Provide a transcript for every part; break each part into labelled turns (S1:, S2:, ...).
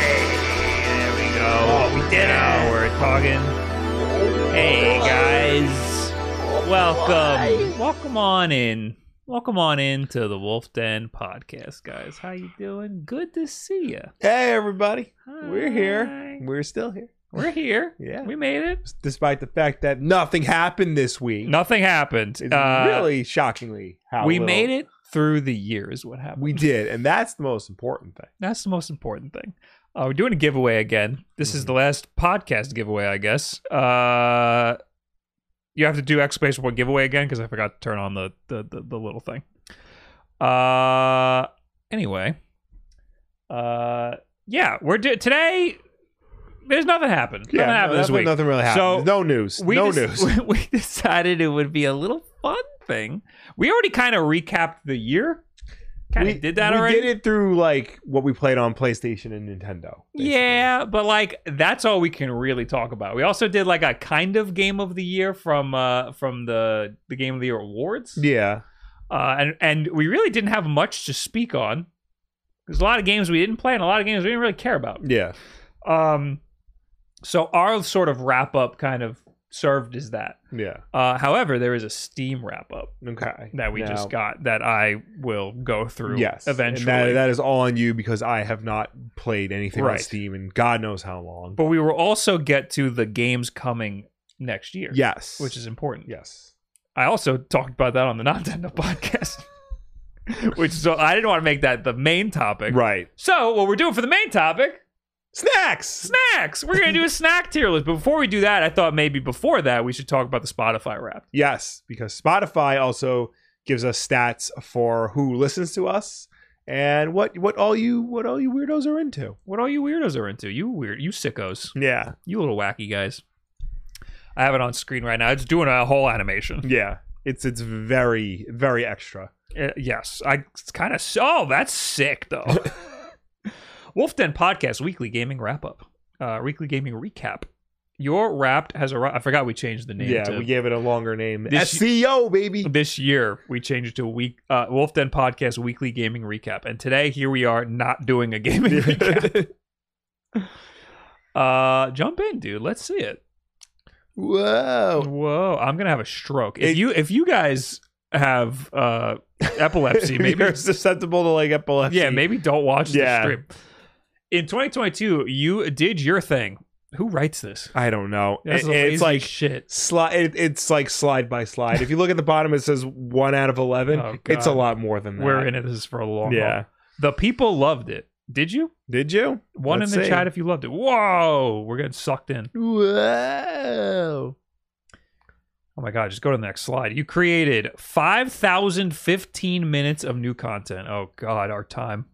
S1: There we go. We did it. We're talking. Hey guys, welcome, welcome on in, welcome on in to the Wolf Den podcast, guys. How you doing? Good to see you.
S2: Hey everybody, we're
S1: Hi.
S2: here. We're still here,
S1: We're here.
S2: Yeah.
S1: we made it.
S2: despite the fact that nothing happened this week.
S1: Nothing happened.
S2: It's
S1: Uh,
S2: really shockingly how
S1: we
S2: little-
S1: made it through the year. Is what happened.
S2: We did, and that's the most important thing.
S1: That's the most important thing. Uh, we're doing a giveaway again. This
S2: Mm-hmm.
S1: is the last podcast giveaway, I guess. Uh, you have to do X Space One giveaway again because I forgot to turn on the the, the, the little thing. Uh, anyway, uh, yeah, we're do- today. There's nothing happened. nothing happened
S2: that's
S1: this
S2: what-
S1: week.
S2: nothing really happened.
S1: So
S2: no news.
S1: We
S2: no
S1: des-
S2: news.
S1: We decided it would be a little fun thing. We already kind of recapped the year. Kind of did that
S2: we
S1: already.
S2: did it through like what we played on PlayStation and Nintendo. basically.
S1: Yeah, but like that's all we can really talk about. We also did like a kind of game of the year from uh from the the game of the year awards.
S2: yeah.
S1: Uh and and we really didn't have much to speak on. There's a lot of games we didn't play and a lot of games we didn't really care about.
S2: Yeah.
S1: Um so our sort of wrap up kind of served as that.
S2: Yeah.
S1: Uh however, there is a Steam wrap up
S2: Okay.
S1: that we just
S2: Now-
S1: got that I will go through
S2: Yes. and
S1: eventually.
S2: that, that is all on you because I have not played anything on
S1: Right.
S2: Steam in God knows how long.
S1: but we will also get to the games coming next year.
S2: yes.
S1: Which is important.
S2: yes.
S1: I also talked about that on the Nintendo podcast, which so I didn't want to make that the main topic.
S2: Right.
S1: So what we're doing for the main topic,
S2: Snacks.
S1: snacks. We're gonna do a snack tier list. But before we do that, I thought maybe before that we should talk about the Spotify Wrapped.
S2: Yes, because Spotify also gives us stats for who listens to us and what what all you what all you weirdos are into.
S1: What all you weirdos are into? You weird, you sickos,
S2: Yeah,
S1: you little wacky guys. I have it on screen right now. It's doing a whole animation.
S2: yeah. It's it's very very extra.
S1: Uh, yes, I it's kind of. Oh, that's sick though. Wolf Den Podcast Weekly Gaming Wrap Up, uh, Weekly Gaming Recap. Your Wrapped has arrived. I forgot we changed the name.
S2: yeah,
S1: to,
S2: we gave it a longer name.
S1: This-
S2: SEO baby.
S1: this year we changed it to week uh, Wolf Den Podcast Weekly Gaming Recap, and today here we are not doing a gaming recap. Uh, jump in, dude. Let's see it.
S2: Whoa.
S1: Whoa, I'm gonna have a stroke. If
S2: Oh. It-
S1: you if you guys have uh epilepsy, maybe
S2: you're susceptible to like epilepsy.
S1: Yeah, maybe don't watch
S2: Yeah.
S1: the stream. In 2022, you did your thing. Who writes this?
S2: I don't know.
S1: That's
S2: It-
S1: lazy
S2: it's like
S1: shit.
S2: slide. It, it's like slide by slide. If you look at the bottom, it says one out of eleven.
S1: Oh,
S2: it's a
S1: God.
S2: lot more than that.
S1: We're in it this is for a long
S2: Yeah.
S1: haul. The people loved it. Did you?
S2: Did you?
S1: One
S2: Let's
S1: in the
S2: see.
S1: chat if you loved it. Whoa, we're getting sucked in.
S2: Whoa.
S1: Oh my god, just go to the next slide. You created 5,015 minutes of new content. Oh god, our time.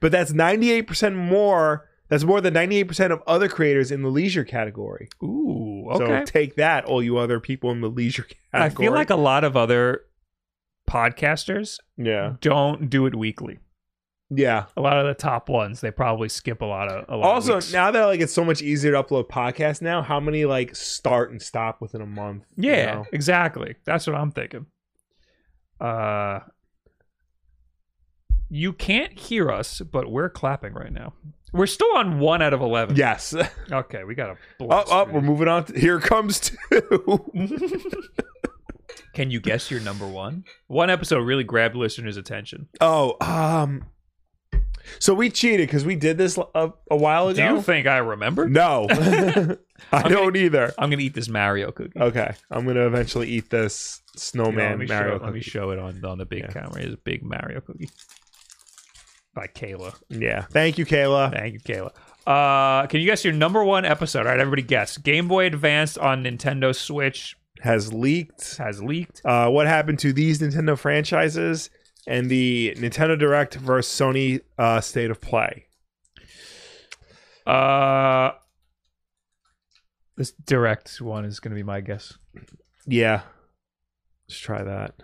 S2: but that's 98% more that's more than 98% of other creators in the leisure category
S1: Ooh, okay.
S2: so take that all you other people in the leisure
S1: I
S2: category
S1: feel like a lot of other podcasters
S2: yeah
S1: don't do it weekly.
S2: yeah
S1: a lot of the top ones they probably skip a lot of a lot of
S2: also
S1: weeks.
S2: now that like it's so much easier to upload podcasts now how many like start and stop within a month you
S1: yeah
S2: know?
S1: exactly that's what i'm thinking uh you can't hear us but we're clapping right now we're still on one out of 11
S2: yes up
S1: okay we gotta blast
S2: up
S1: through
S2: Oh, we're
S1: this.
S2: moving on to, here comes two
S1: can you guess your number one one episode really grabbed listeners attention
S2: oh um so we cheated because we did this a, a while
S1: do
S2: ago
S1: you think i remember
S2: no i
S1: gonna-
S2: don't either
S1: i'm gonna eat this mario cookie
S2: Okay, I'm gonna eventually eat this
S1: Here, let,
S2: snowman
S1: me
S2: Oh, Mario.
S1: show, let me
S2: cookie.
S1: show it on on the big
S2: Yeah.
S1: camera It's a big mario cookie by kayla
S2: Yeah, thank you, Kayla.
S1: Thank you, Kayla. Uh, can you guess your number one episode? All right, everybody guess. Game Boy Advance on Nintendo Switch
S2: Has leaked.
S1: has leaked.
S2: Uh, what happened to these Nintendo franchises? and the Nintendo Direct versus Sony uh, State of Play.
S1: Uh, this direct one is going to be my guess.
S2: Yeah, let's try that.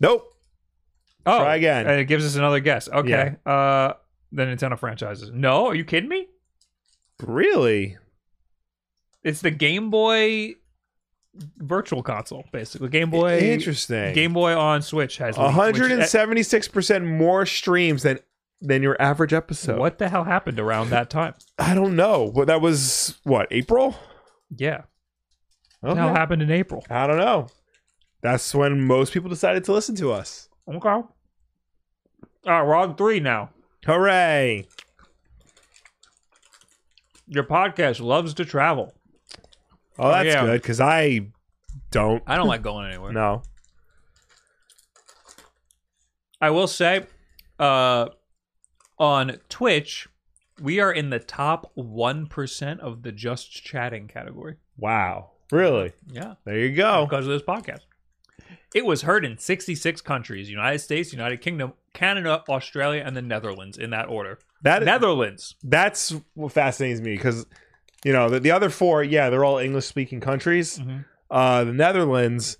S2: Nope.
S1: Oh,
S2: Try again.
S1: and it gives us another guess. Okay. Uh, the Nintendo franchises. No, are you kidding me?
S2: Really?
S1: It's the Game Boy Virtual Console, basically. Game Boy.
S2: Interesting.
S1: Game Boy on Switch has leaked, which- eh,
S2: 176 percent more streams than than your average episode.
S1: What the hell happened around that time?
S2: I don't know. But that was what April.
S1: Yeah. What
S2: Okay.
S1: the hell happened in April?
S2: I don't know. That's when most people decided to listen to us.
S1: Okay. All right, we're on three now.
S2: Hooray!
S1: Your podcast loves to travel.
S2: Oh, that's
S1: yeah.
S2: good because I don't
S1: I don't like going anywhere.
S2: know.
S1: I will say, uh, on Twitch, we are in the top one percent of the just chatting category.
S2: Wow. Really?
S1: Yeah,
S2: There you go.
S1: because of this podcast. It was heard in 66 countries: United States, United Kingdom, Canada, Australia, and the Netherlands. In that order,
S2: That
S1: Netherlands.
S2: that's what fascinates me because you know the, the other four, yeah, they're all English speaking countries.
S1: Mhm.
S2: Uh, the Netherlands,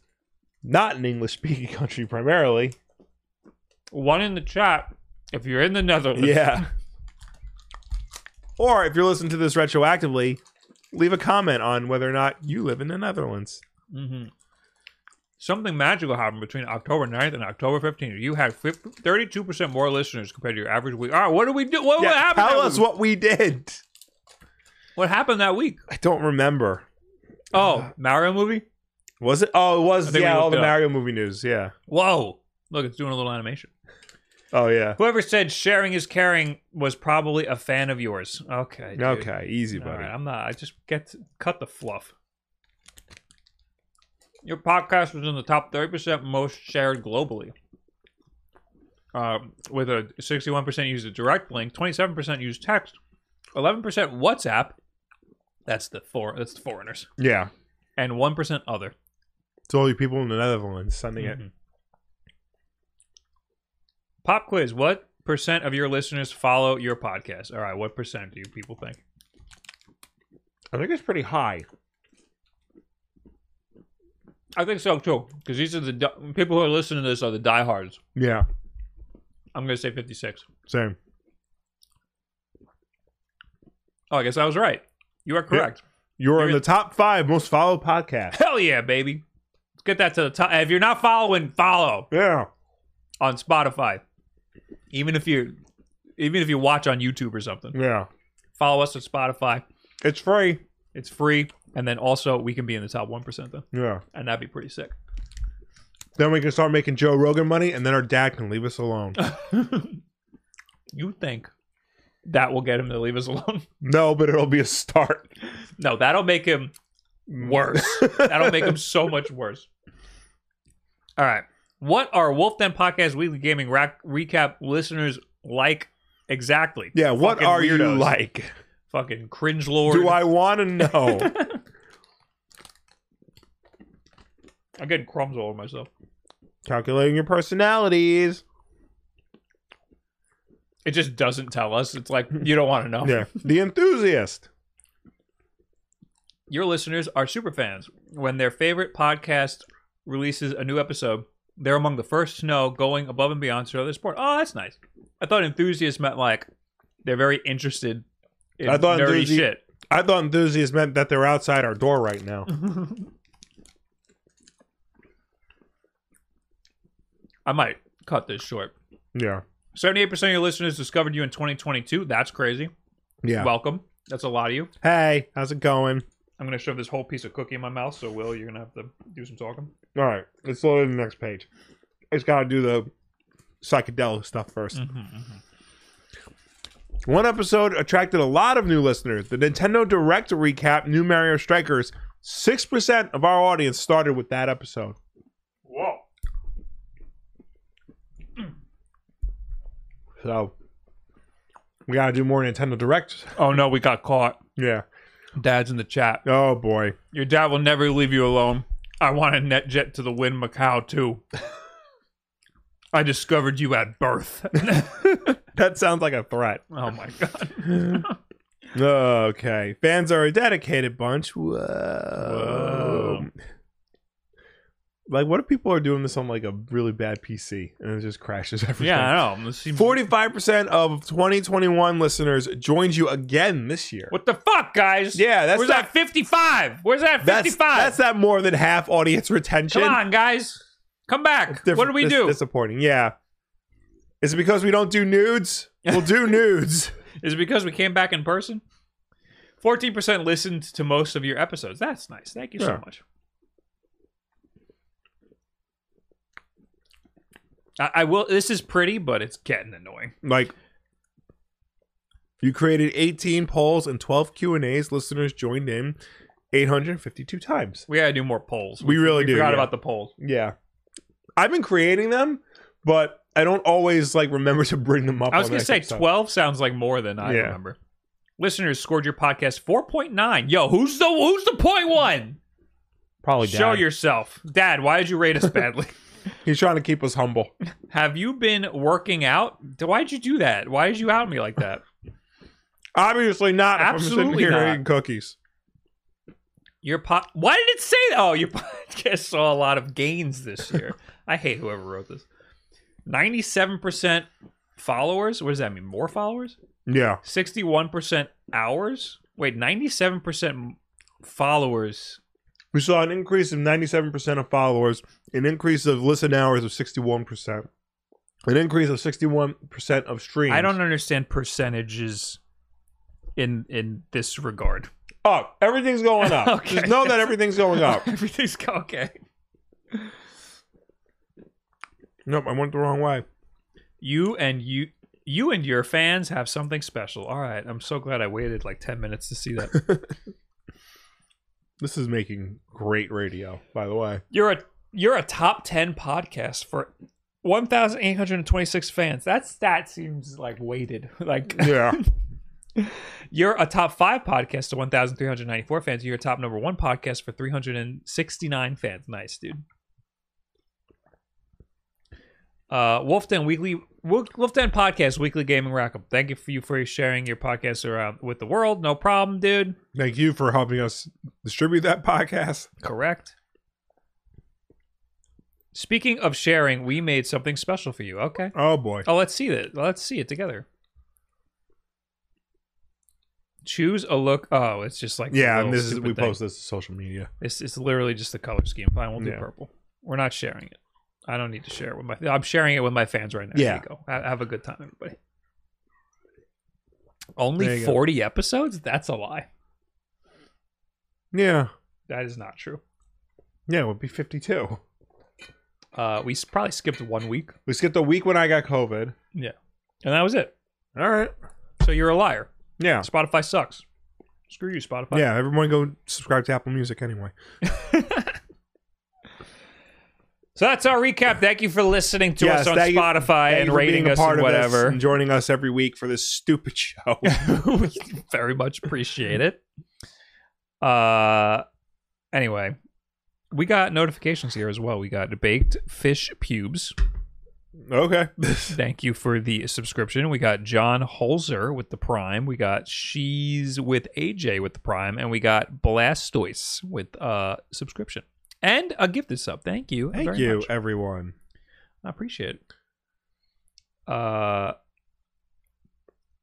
S2: not an English speaking country primarily.
S1: One in the chat. If you're in the Netherlands,
S2: Yeah. or if you're listening to this retroactively, leave a comment on whether or not you live in the Netherlands.
S1: hmm Something magical happened between October 9th and October 15th. You had 50, 32% more listeners compared to your average week. All right, what did we do? What, what
S2: Yeah,
S1: happened?
S2: tell
S1: that
S2: us
S1: week?
S2: what we did.
S1: what happened that week?
S2: I don't remember.
S1: Oh, Mario movie?
S2: Was it? Oh, it
S1: I
S2: was.
S1: think we
S2: Yeah, all
S1: looked
S2: the
S1: it up.
S2: Mario movie news. Yeah.
S1: Whoa. Look, it's doing a little animation.
S2: Oh yeah.
S1: Whoever said sharing is caring was probably a fan of yours. Okay. dude.
S2: Okay, easy,
S1: All
S2: buddy.
S1: right, I'm not. I just get to cut the fluff. Your podcast was in the top 30% most shared globally. Um, with a 61% used a direct link, 27% used text, 11% WhatsApp. That's the four. That's the foreigners,
S2: Yeah.
S1: and 1% other.
S2: It's all you people in the Netherlands sending it.
S1: Mhm. Pop quiz: What percent of your listeners follow your podcast? All right, what percent do you people think? Mm-hmm.
S2: I think it's pretty high.
S1: I think so too, because these are the di- people who are listening to this are the diehards.
S2: Yeah.
S1: I'm gonna say 56.
S2: Same.
S1: Oh, I guess I was right. You are correct.
S2: You're
S1: You're-
S2: in the top five most followed podcasts.
S1: Hell yeah, baby! Let's get that to the top. If you're not following, follow
S2: Yeah.
S1: on Spotify. Even if you, even if you watch on YouTube or something,
S2: Yeah.
S1: follow us on Spotify.
S2: It's free.
S1: It's free, and then also we can be in the top one percent though,
S2: Yeah.
S1: and that'd be pretty sick.
S2: Then we can start making Joe Rogan money, and then our dad can leave us alone.
S1: you think that will get him to leave us alone?
S2: no, but it'll be a start.
S1: No, that'll make him
S2: Mm.
S1: worse. That'll make them so much worse. All right. What are Wolf Den Podcast Weekly Gaming rac- Recap listeners like exactly?
S2: Yeah. What
S1: Fucking
S2: are you
S1: weirdos.
S2: like?
S1: Fucking cringe lord.
S2: Do I want to know?
S1: I'm getting crumbs all over myself.
S2: Calculating your personalities.
S1: It just doesn't tell us. It's like you don't want to know.
S2: Yeah. The enthusiast.
S1: Your listeners are super fans. When their favorite podcast releases a new episode, they're among the first to know, going above and beyond to other sport. Oh, that's nice. I thought enthusiasts meant like they're very interested in
S2: I thought
S1: nerdy
S2: enthusi-
S1: shit.
S2: I thought enthusiast meant that they're outside our door right now.
S1: I might cut this short.
S2: Yeah.
S1: 78% of your listeners discovered you in 2022. That's crazy.
S2: Yeah.
S1: Welcome. That's a lot of you.
S2: hey, how's it going?
S1: I'm going to shove this whole piece of cookie in my mouth. So, Will, you're going to have to do some talking.
S2: All right, let's load to the next page. It's got to do the psychedelic stuff 1st
S1: Mm-hmm,
S2: One episode attracted a lot of new listeners. The Nintendo Direct recap, New Mario Strikers. Six percent of our audience started with that episode.
S1: Whoa.
S2: So we got to do more Nintendo Directs.
S1: Oh, no. We got caught.
S2: Yeah.
S1: Dad's in the chat.
S2: Oh boy.
S1: Your dad will never leave you alone. I want a net jet to the wind Macau, too. I discovered you at birth.
S2: That sounds like a threat.
S1: oh my god.
S2: Okay. Fans are a dedicated bunch. Whoa.
S1: Whoa.
S2: Like, what if people are doing this on like a really bad PC and it just crashes everything?
S1: Yeah, I know. This seems-
S2: 45% of 2021 listeners joined you again this year.
S1: What the fuck, guys?
S2: Yeah, that's
S1: Where's that
S2: not-
S1: 55? Where's that 55?
S2: That's, that's that more than half audience retention.
S1: Come on, guys. Come back.
S2: Diff-
S1: What do we
S2: dis-
S1: do?
S2: Disappointing. Yeah. Is it because we don't do nudes? We'll do nudes.
S1: Is it because we came back in person? 14% listened to most of your episodes. That's nice. Thank you
S2: Yeah.
S1: so much. I, I will. This is pretty, but it's getting annoying.
S2: like you created 18 polls and 12 q and a's listeners joined in 852 times
S1: We gotta do more polls.
S2: We really do,
S1: Forgot
S2: yeah.
S1: about the polls.
S2: yeah i've been creating them but i don't always like remember to bring them up
S1: I was
S2: on
S1: gonna
S2: that
S1: say
S2: episode.
S1: 12 sounds like more than I
S2: Yeah.
S1: remember. Listeners scored your podcast 4.9. Yo, who's the who's the point one?
S2: probably
S1: Show yourself, Dad. Why did you rate us badly?
S2: he's trying to keep us humble
S1: Have you been working out? Why did you do that? Why did you out me like that?
S2: obviously not if I'm
S1: Absolutely
S2: sitting here
S1: not.
S2: eating cookies
S1: Your pod. Why did it say that? Oh, your podcast saw a lot of gains this year. I hate whoever wrote this. Ninety-seven percent followers. What does that mean? More followers?
S2: yeah
S1: Sixty-one percent hours. Wait, ninety-seven percent followers.
S2: we saw an increase of 97% of followers an increase of listen hours of 61% an increase of 61% of streams
S1: I don't understand percentages in in this regard.
S2: oh everything's going up
S1: Okay.
S2: just know that everything's going up
S1: Everything's go- okay.
S2: Nope, I went the wrong way.
S1: You and you you and your fans have something special. All right, I'm so glad I waited like 10 minutes to see that.
S2: This is making great radio, by the way.
S1: You're a you're a top 10 podcast for 1,826 fans. That's that seems like weighted. Like
S2: Yeah.
S1: you're a top 5 podcast to 1,394 fans. You're a top number 1 podcast for 369 fans. Nice, dude. Uh, Wolf Den Weekly, Wolf Wolf Den Podcast Weekly Gaming Rackham. Thank you for you for sharing your podcast around with the world. No problem, dude.
S2: Thank you for helping us distribute that podcast.
S1: Correct. Speaking of sharing, we made something special for you. Okay.
S2: Oh boy.
S1: Oh, let's see that. Let's see it together. Choose a look. Oh, it's just like the
S2: yeah, and
S1: little
S2: this is
S1: stupid
S2: we
S1: thing.
S2: post this to social media.
S1: It's it's literally just the color scheme. Fine, we'll do
S2: Yeah.
S1: purple. We're not sharing it. I don't need to share it with my. I'm sharing it with my fans right now.
S2: Yeah.
S1: There you go. Ha- Have a good time, everybody. Only
S2: There you go.
S1: 40 episodes? That's a lie.
S2: Yeah.
S1: That is not true.
S2: Yeah, it would be fifty two.
S1: Uh, we s- probably skipped one week,
S2: We skipped the week when I got COVID.
S1: and that was it.
S2: All right.
S1: So you're a liar.
S2: Yeah.
S1: Spotify sucks. Screw you, Spotify.
S2: Yeah, everyone go subscribe to Apple Music anyway.
S1: So that's our recap. Thank you for listening to
S2: Yes,
S1: us on
S2: thank you-
S1: Spotify
S2: Thank you
S1: and
S2: for
S1: rating
S2: being a
S1: us
S2: part
S1: and
S2: of this
S1: whatever.
S2: and joining us every week for this stupid show.
S1: we very much appreciate it. Uh, anyway, we got notifications here as well. We got baked fish pubes.
S2: okay.
S1: Thank you for the subscription. We got John Holzer with the Prime. We got She's with AJ with the Prime, and we got Blastoise with uh subscription and a gift this up. Thank you.
S2: Thank
S1: very
S2: you,
S1: much.
S2: everyone.
S1: I appreciate it. Uh,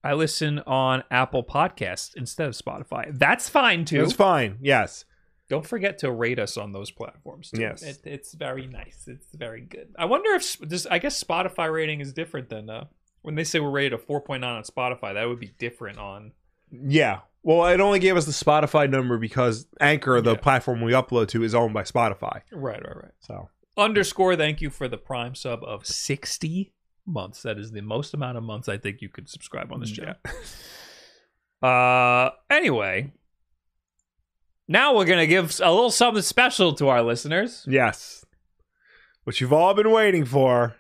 S1: I listen on Apple Podcasts instead of Spotify. That's fine too.
S2: It's fine. Yes.
S1: Don't forget to rate us on those platforms. Too.
S2: Yes.
S1: it, it's very nice. It's very good. I wonder if Sp- this. I guess Spotify rating is different than uh, when they say we're rated a four point nine on Spotify. That would be different on.
S2: Yeah. Well, it only gave us the Spotify number because Anchor, the
S1: Yeah.
S2: platform we upload to, is owned by Spotify.
S1: Right, right, right.
S2: So
S1: Underscore. Thank you for the Prime sub of sixty months. That is the most amount of months I think you could subscribe on this channel. Uh, anyway, now we're gonna give a little something special to our listeners.
S2: yes, what you've all been waiting for.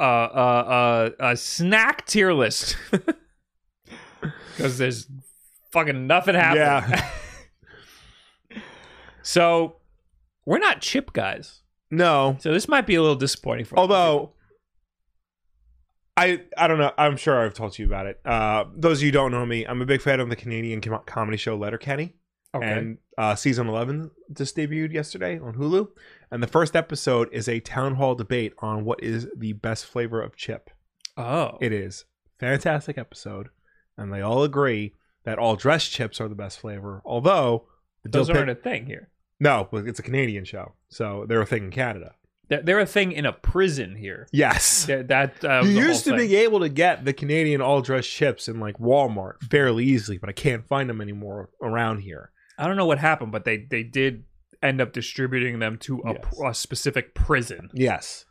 S1: Uh, uh, uh, a snack tier list because there's fucking nothing happening.
S2: Yeah.
S1: So we're not chip guys,
S2: No.
S1: so this might be a little disappointing for.
S2: Although I I don't know. I'm sure I've told you about it. Uh, those of you who don't know me, I'm a big fan of the Canadian com- comedy show Letterkenny. And uh, season 11 just debuted yesterday on Hulu. And the first episode is a town hall debate on what is the best flavor of chip.
S1: oh,
S2: It is fantastic episode. And they all agree that all dressed chips are the best flavor. Although, the dill
S1: those
S2: pic-
S1: aren't a thing here.
S2: no, but it's a Canadian show. So they're a thing in Canada.
S1: They're, they're a thing in a prison here.
S2: Yes.
S1: That, that uh, was
S2: you
S1: the
S2: used to
S1: whole
S2: be
S1: thing.
S2: able to get the Canadian all dressed chips in like Walmart fairly easily, but I can't find them anymore around here.
S1: I don't know what happened, but they they did end up distributing them to a,
S2: Yes.
S1: pr- a specific prison.
S2: Yes.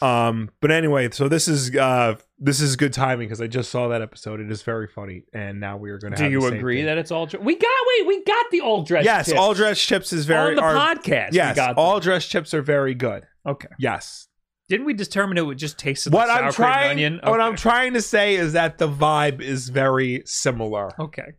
S2: Um, but anyway, so this is uh this is good timing because I just saw that episode. It is very funny, and now we are going to.
S1: Do you agree that it's all? Dr- we got wait, we got the all dressed.
S2: yes,
S1: tips.
S2: all dressed chips is very
S1: on the
S2: are-
S1: podcast.
S2: Yes,
S1: we got them.
S2: all dressed chips are very good.
S1: okay.
S2: Yes.
S1: Didn't we determine it would just taste of
S2: What
S1: the sour
S2: I'm
S1: cream and
S2: trying,
S1: onion?
S2: what
S1: Okay.
S2: I'm trying to say is that the vibe is very similar.
S1: okay.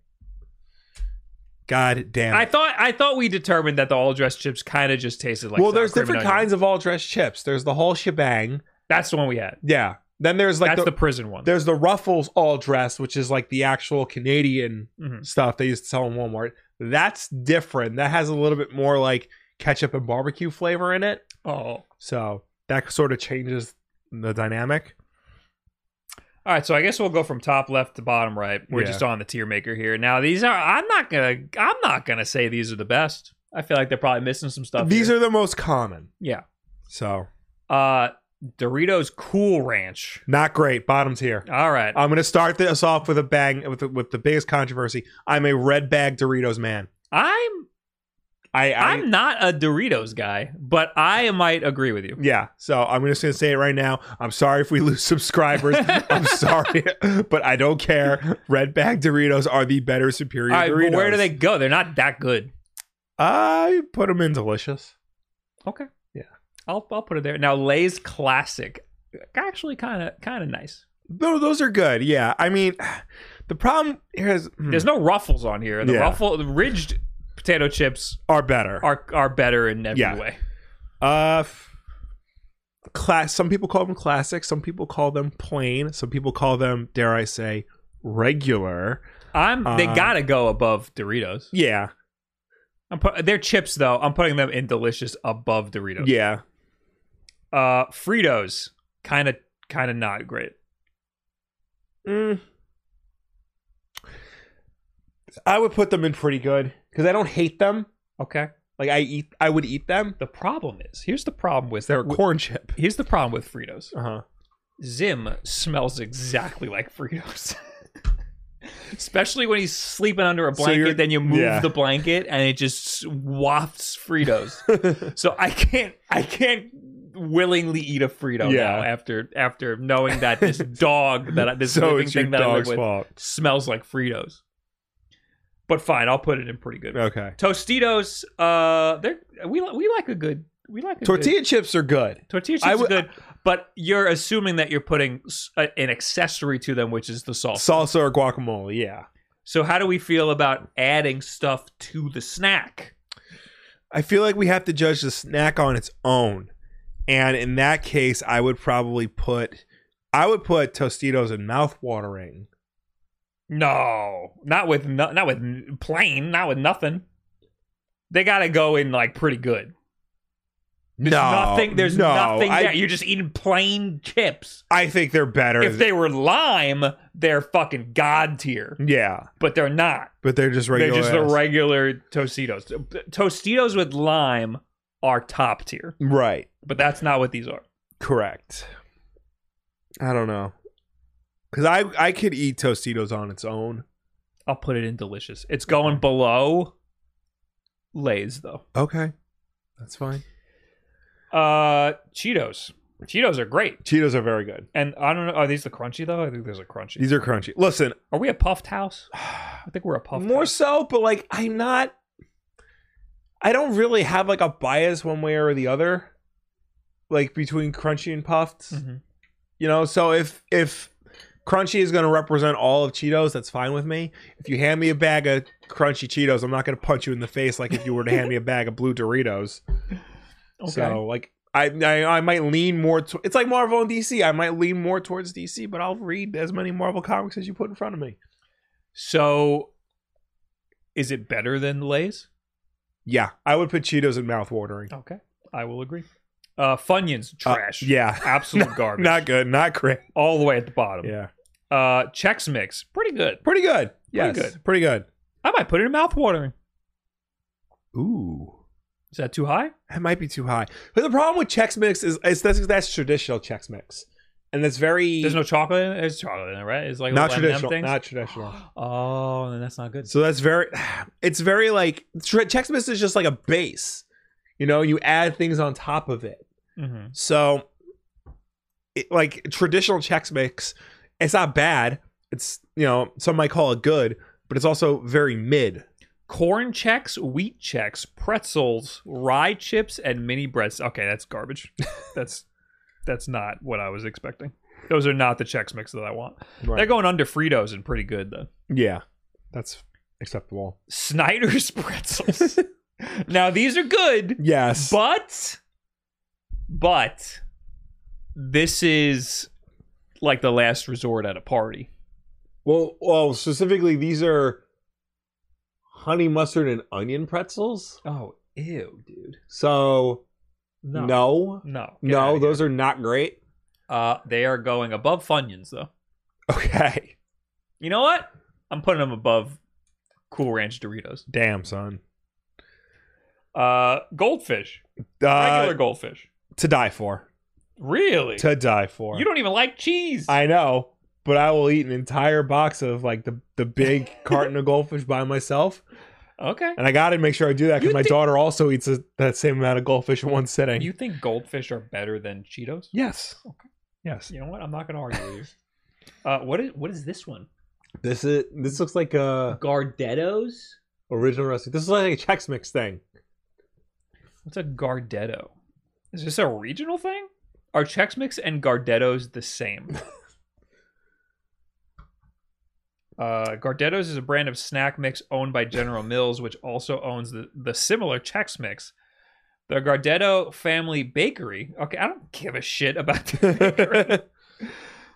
S2: God damn.
S1: I
S2: it.
S1: thought I thought we determined that the all dressed chips kind of just tasted like.
S2: well,
S1: sour
S2: there's
S1: cream and
S2: different
S1: onion.
S2: kinds of all dressed chips. There's the whole shebang.
S1: That's the one we had.
S2: Yeah. Then there's like
S1: That's
S2: the,
S1: the, prison one.
S2: there's the Ruffles all dressed, which is like the actual Canadian
S1: Mhm.
S2: stuff they used to sell in Walmart. That's different. That has a little bit more like ketchup and barbecue flavor in it.
S1: Oh, all
S2: So that sort of changes the dynamic.
S1: right. So I guess we'll go from top left to bottom right. We're
S2: Yeah.
S1: just on the tier maker here. Now these are. I'm not gonna. I'm not gonna say these are the best. I feel like they're probably missing some stuff.
S2: These
S1: here.
S2: are the most common.
S1: yeah.
S2: So
S1: Uh, Doritos Cool Ranch.
S2: not great. Bottoms here.
S1: All right.
S2: I'm gonna start this off with a bang with the, with the biggest controversy. I'm a red bag Doritos man.
S1: I'm
S2: I, I
S1: I'm not a Doritos guy, but I might agree with you.
S2: Yeah. So I'm just going to say it right now. I'm sorry if we lose subscribers. I'm sorry, but I don't care. Red bag Doritos are the better superior
S1: All right,
S2: Doritos.
S1: but where do they go? They're not that good.
S2: I put them in delicious.
S1: Okay.
S2: Yeah.
S1: I'll I'll put it there. Now Lay's classic. Actually kind of kind of nice.
S2: Tho- those are good. Yeah. I mean, the problem here is hmm,
S1: There's no ruffles on here. The
S2: Yeah.
S1: ruffle the ridged potato chips
S2: are better.
S1: are are better in every
S2: Yeah.
S1: way.
S2: uh, f- class. Some people call them classic. Some people call them plain. Some people call them, dare I say, regular.
S1: I'm they
S2: Uh,
S1: got to go above Doritos.
S2: Yeah.
S1: I'm put, their chips though. I'm putting them in delicious above Doritos.
S2: Yeah.
S1: Uh Fritos kind of kind of not great.
S2: Mm. I would put them in pretty good because I don't hate them.
S1: Okay.
S2: Like I eat, I would eat them.
S1: The problem is, here's the problem with
S2: They're a
S1: with-
S2: corn chip.
S1: Here's the problem with Fritos.
S2: Uh huh.
S1: Zim smells exactly like Fritos. Especially when he's sleeping under a
S2: So
S1: blanket,
S2: you're-
S1: then you move
S2: yeah.
S1: the blanket and it just wafts Fritos. so I can't I can't willingly eat a Frito
S2: Yeah.
S1: now after after knowing that this dog that I, this
S2: so
S1: living
S2: it's your
S1: thing that I live
S2: dog's
S1: with
S2: fault.
S1: smells like Fritos. But fine, I'll put it in pretty good.
S2: Okay.
S1: Tostitos, uh, they're we li- we like a good we like a good,
S2: Tortilla chips are good.
S1: Tortilla chips
S2: I
S1: are
S2: would-
S1: good, uh, but you're assuming that you're putting s- a- an accessory to them, which is the salsa.
S2: Salsa or guacamole? Yeah.
S1: So how do we feel about adding stuff to the snack?
S2: I feel like we have to judge the snack on its own, and in that case, I would probably put, I would put Tostitos and mouthwatering.
S1: No, not with no, not with n- plain, not with nothing. They gotta go in like pretty good. There's
S2: no,
S1: nothing. There's
S2: no,
S1: nothing
S2: I,
S1: there. You're just eating plain chips.
S2: I think they're better.
S1: If they were lime, they're fucking god tier,
S2: yeah,
S1: but they're not.
S2: but they're just regular.
S1: They're just the
S2: ass.
S1: regular Tostitos. Tostitos with lime are top tier,
S2: right.
S1: but that's not what these are.
S2: Correct. I don't know. Cause I I could eat Tostitos on its own.
S1: I'll put it in delicious. It's going below Lay's though.
S2: Okay, that's fine.
S1: Uh, Cheetos. Cheetos are great,
S2: Cheetos are very good.
S1: and I don't know. Are these the crunchy though? I think there's a crunchy.
S2: These are crunchy. Listen,
S1: Are we a puffed house? I think we're a puffed.
S2: more
S1: house.
S2: so, but like I'm not. I don't really have like a bias one way or the other, like between crunchy and puffed.
S1: Mhm.
S2: You know, so if if crunchy is going to represent all of Cheetos, that's fine with me. If you hand me a bag of crunchy Cheetos, I'm not going to punch you in the face like if you were to hand me a bag of blue Doritos.
S1: Okay.
S2: So like I, I I might lean more. To, it's like Marvel and DC. I might lean more towards DC, but I'll read as many Marvel comics as you put in front of me.
S1: So, is it better than Lay's?
S2: Yeah, I would put Cheetos in mouth watering.
S1: Okay, I will agree. Uh, Funyuns
S2: Uh,
S1: trash.
S2: yeah,
S1: absolute garbage.
S2: not good, not great.
S1: all the way at the bottom.
S2: Yeah,
S1: Uh, Chex Mix, pretty good.
S2: pretty good. Yes,
S1: Pretty good.
S2: Pretty good.
S1: I might put it in mouthwatering.
S2: Ooh.
S1: Is that too high?
S2: That might be too high. But the problem with Chex Mix is, is that's, that's traditional Chex Mix. And that's very
S1: There's no chocolate. in it? There's chocolate in it, right? It's like
S2: not
S1: little M&M
S2: traditional.
S1: Things.
S2: Not traditional.
S1: Oh, then that's not good.
S2: So that's very it's very like tra- Chex Mix is just like a base. You know, you add things on top of it.
S1: hmm
S2: So it, like traditional Chex Mix, it's not bad. It's you know, some might call it good, but it's also very mid.
S1: Corn checks, wheat checks, pretzels, rye chips, and mini breads. Okay, that's garbage. that's that's not what I was expecting. Those are not the Chex Mix that I want. They're going under Fritos and pretty good though.
S2: yeah. That's acceptable.
S1: Snyder's pretzels. now these are good.
S2: Yes.
S1: But, but this is like the last resort at a party.
S2: Well, well, specifically, these are honey mustard and onion pretzels.
S1: Oh, ew, dude.
S2: So no, no,
S1: no,
S2: those are not great.
S1: Uh, they are going above Funyuns though.
S2: Okay,
S1: You know what? I'm putting them above Cool Ranch Doritos.
S2: damn son,
S1: Uh, goldfish, regular
S2: uh,
S1: goldfish.
S2: to die for,
S1: Really?
S2: to die for.
S1: You don't even like cheese.
S2: I know, but I will eat an entire box of like the the big carton of goldfish by myself,
S1: okay.
S2: and I got to make sure I do that because
S1: You
S2: my
S1: think-
S2: daughter also eats a, that same amount of goldfish in one sitting.
S1: You think goldfish are better than Cheetos?
S2: yes,
S1: Okay.
S2: yes.
S1: You know what? I'm not going to argue with you. Uh, what is what is this one?
S2: This is this looks like a
S1: Gardettos.
S2: original recipe. This is like a Chex Mix thing.
S1: What's a Gardetto? Is this a regional thing? Are Chex Mix and Gardettos the same? uh, Gardettos is a brand of snack mix owned by General Mills, which also owns the, the similar Chex Mix. The Gardetto Family Bakery. Okay, I don't give a shit about the bakery.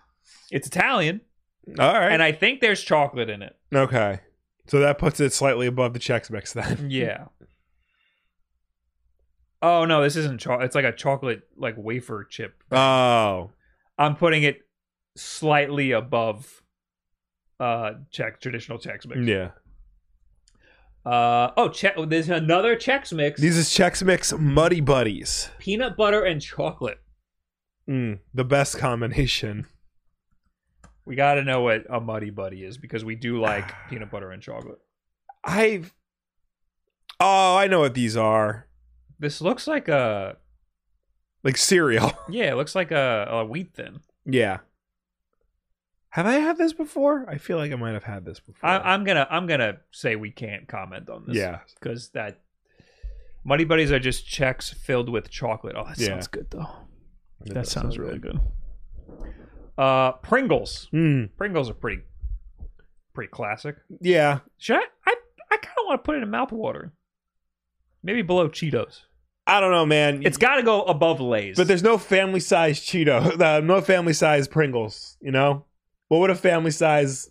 S1: it's Italian,
S2: All right.
S1: and I think there's chocolate in it.
S2: Okay. So that puts it slightly above the Chex Mix then.
S1: Yeah. Oh no, this isn't chocolate. It's like a chocolate like wafer chip
S2: Oh.
S1: I'm putting it slightly above uh check traditional Chex mix.
S2: Yeah.
S1: Uh oh, check there's another Chex mix.
S2: These is Chex Mix Muddy Buddies.
S1: peanut butter and chocolate.
S2: Mm, the best combination.
S1: We got to know what a muddy buddy is because we do like peanut butter and chocolate.
S2: I've Oh, I know what these are.
S1: This looks like a
S2: Like cereal.
S1: yeah, it looks like a, a wheat thin.
S2: yeah. Have I had this before? I feel like I might have had this before.
S1: I, I'm gonna I'm gonna say we can't comment on this.
S2: Yeah.
S1: because that muddy buddies are just checks filled with chocolate. Oh, that
S2: Yeah.
S1: sounds good though.
S2: That
S1: that
S2: does
S1: sounds
S2: sound
S1: really good. Uh, Pringles.
S2: Mm,
S1: Pringles are pretty, pretty classic.
S2: Hmm. yeah.
S1: Should I? I, I kind of want to put it in mouthwater. Maybe below Cheetos.
S2: I don't know, man.
S1: It's got to go above Lay's.
S2: but there's no family size Cheeto. Uh, no family size Pringles. You know, what would a family size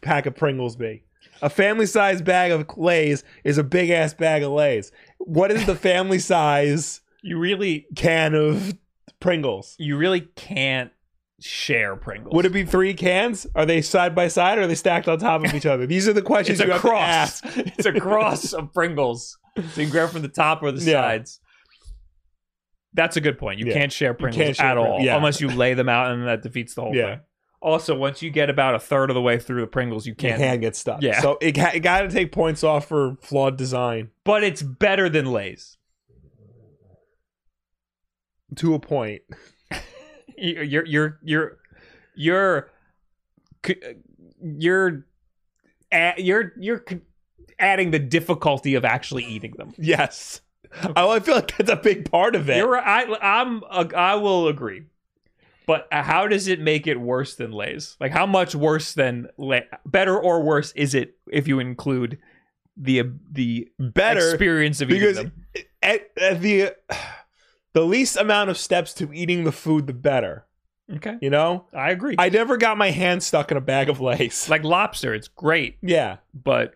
S2: pack of Pringles be? A family size bag of Lays is a big ass bag of Lays. What is the family size
S1: you really,
S2: can of Pringles?
S1: you really can't share Pringles.
S2: Would it be three cans? Are they side by side or are they stacked on top of each other? These are the questions
S1: It's
S2: you
S1: a
S2: have to
S1: cross.
S2: ask.
S1: it's a cross of Pringles. So you grab from the top or the
S2: Yeah.
S1: sides. That's a good point. You
S2: Yeah.
S1: can't share Pringles
S2: can't share
S1: at all
S2: Pringles. Yeah.
S1: unless you lay them out, and that defeats the whole
S2: Yeah.
S1: thing. Also, once you get about a third of the way through the Pringles, you
S2: Your
S1: can't.
S2: hand gets stuck.
S1: Yeah.
S2: So it, ha- it got to take points off for flawed design
S1: But it's better than Lay's.
S2: to a point.
S1: your your your your your your a- you're you're con- adding the difficulty of actually eating them.
S2: Yes. I, I feel like that's a big part of it.
S1: You're I I'm uh, I will agree. But uh, how does it make it worse than Lay's? Like how much worse than Lay? Better or worse is it if you include the the
S2: Better
S1: experience of eating
S2: because
S1: them?
S2: at, at the the least amount of steps to eating the food, the better.
S1: Okay.
S2: You know,
S1: I agree.
S2: I never got my hand stuck in a bag of lace.
S1: like lobster, it's great,
S2: yeah,
S1: but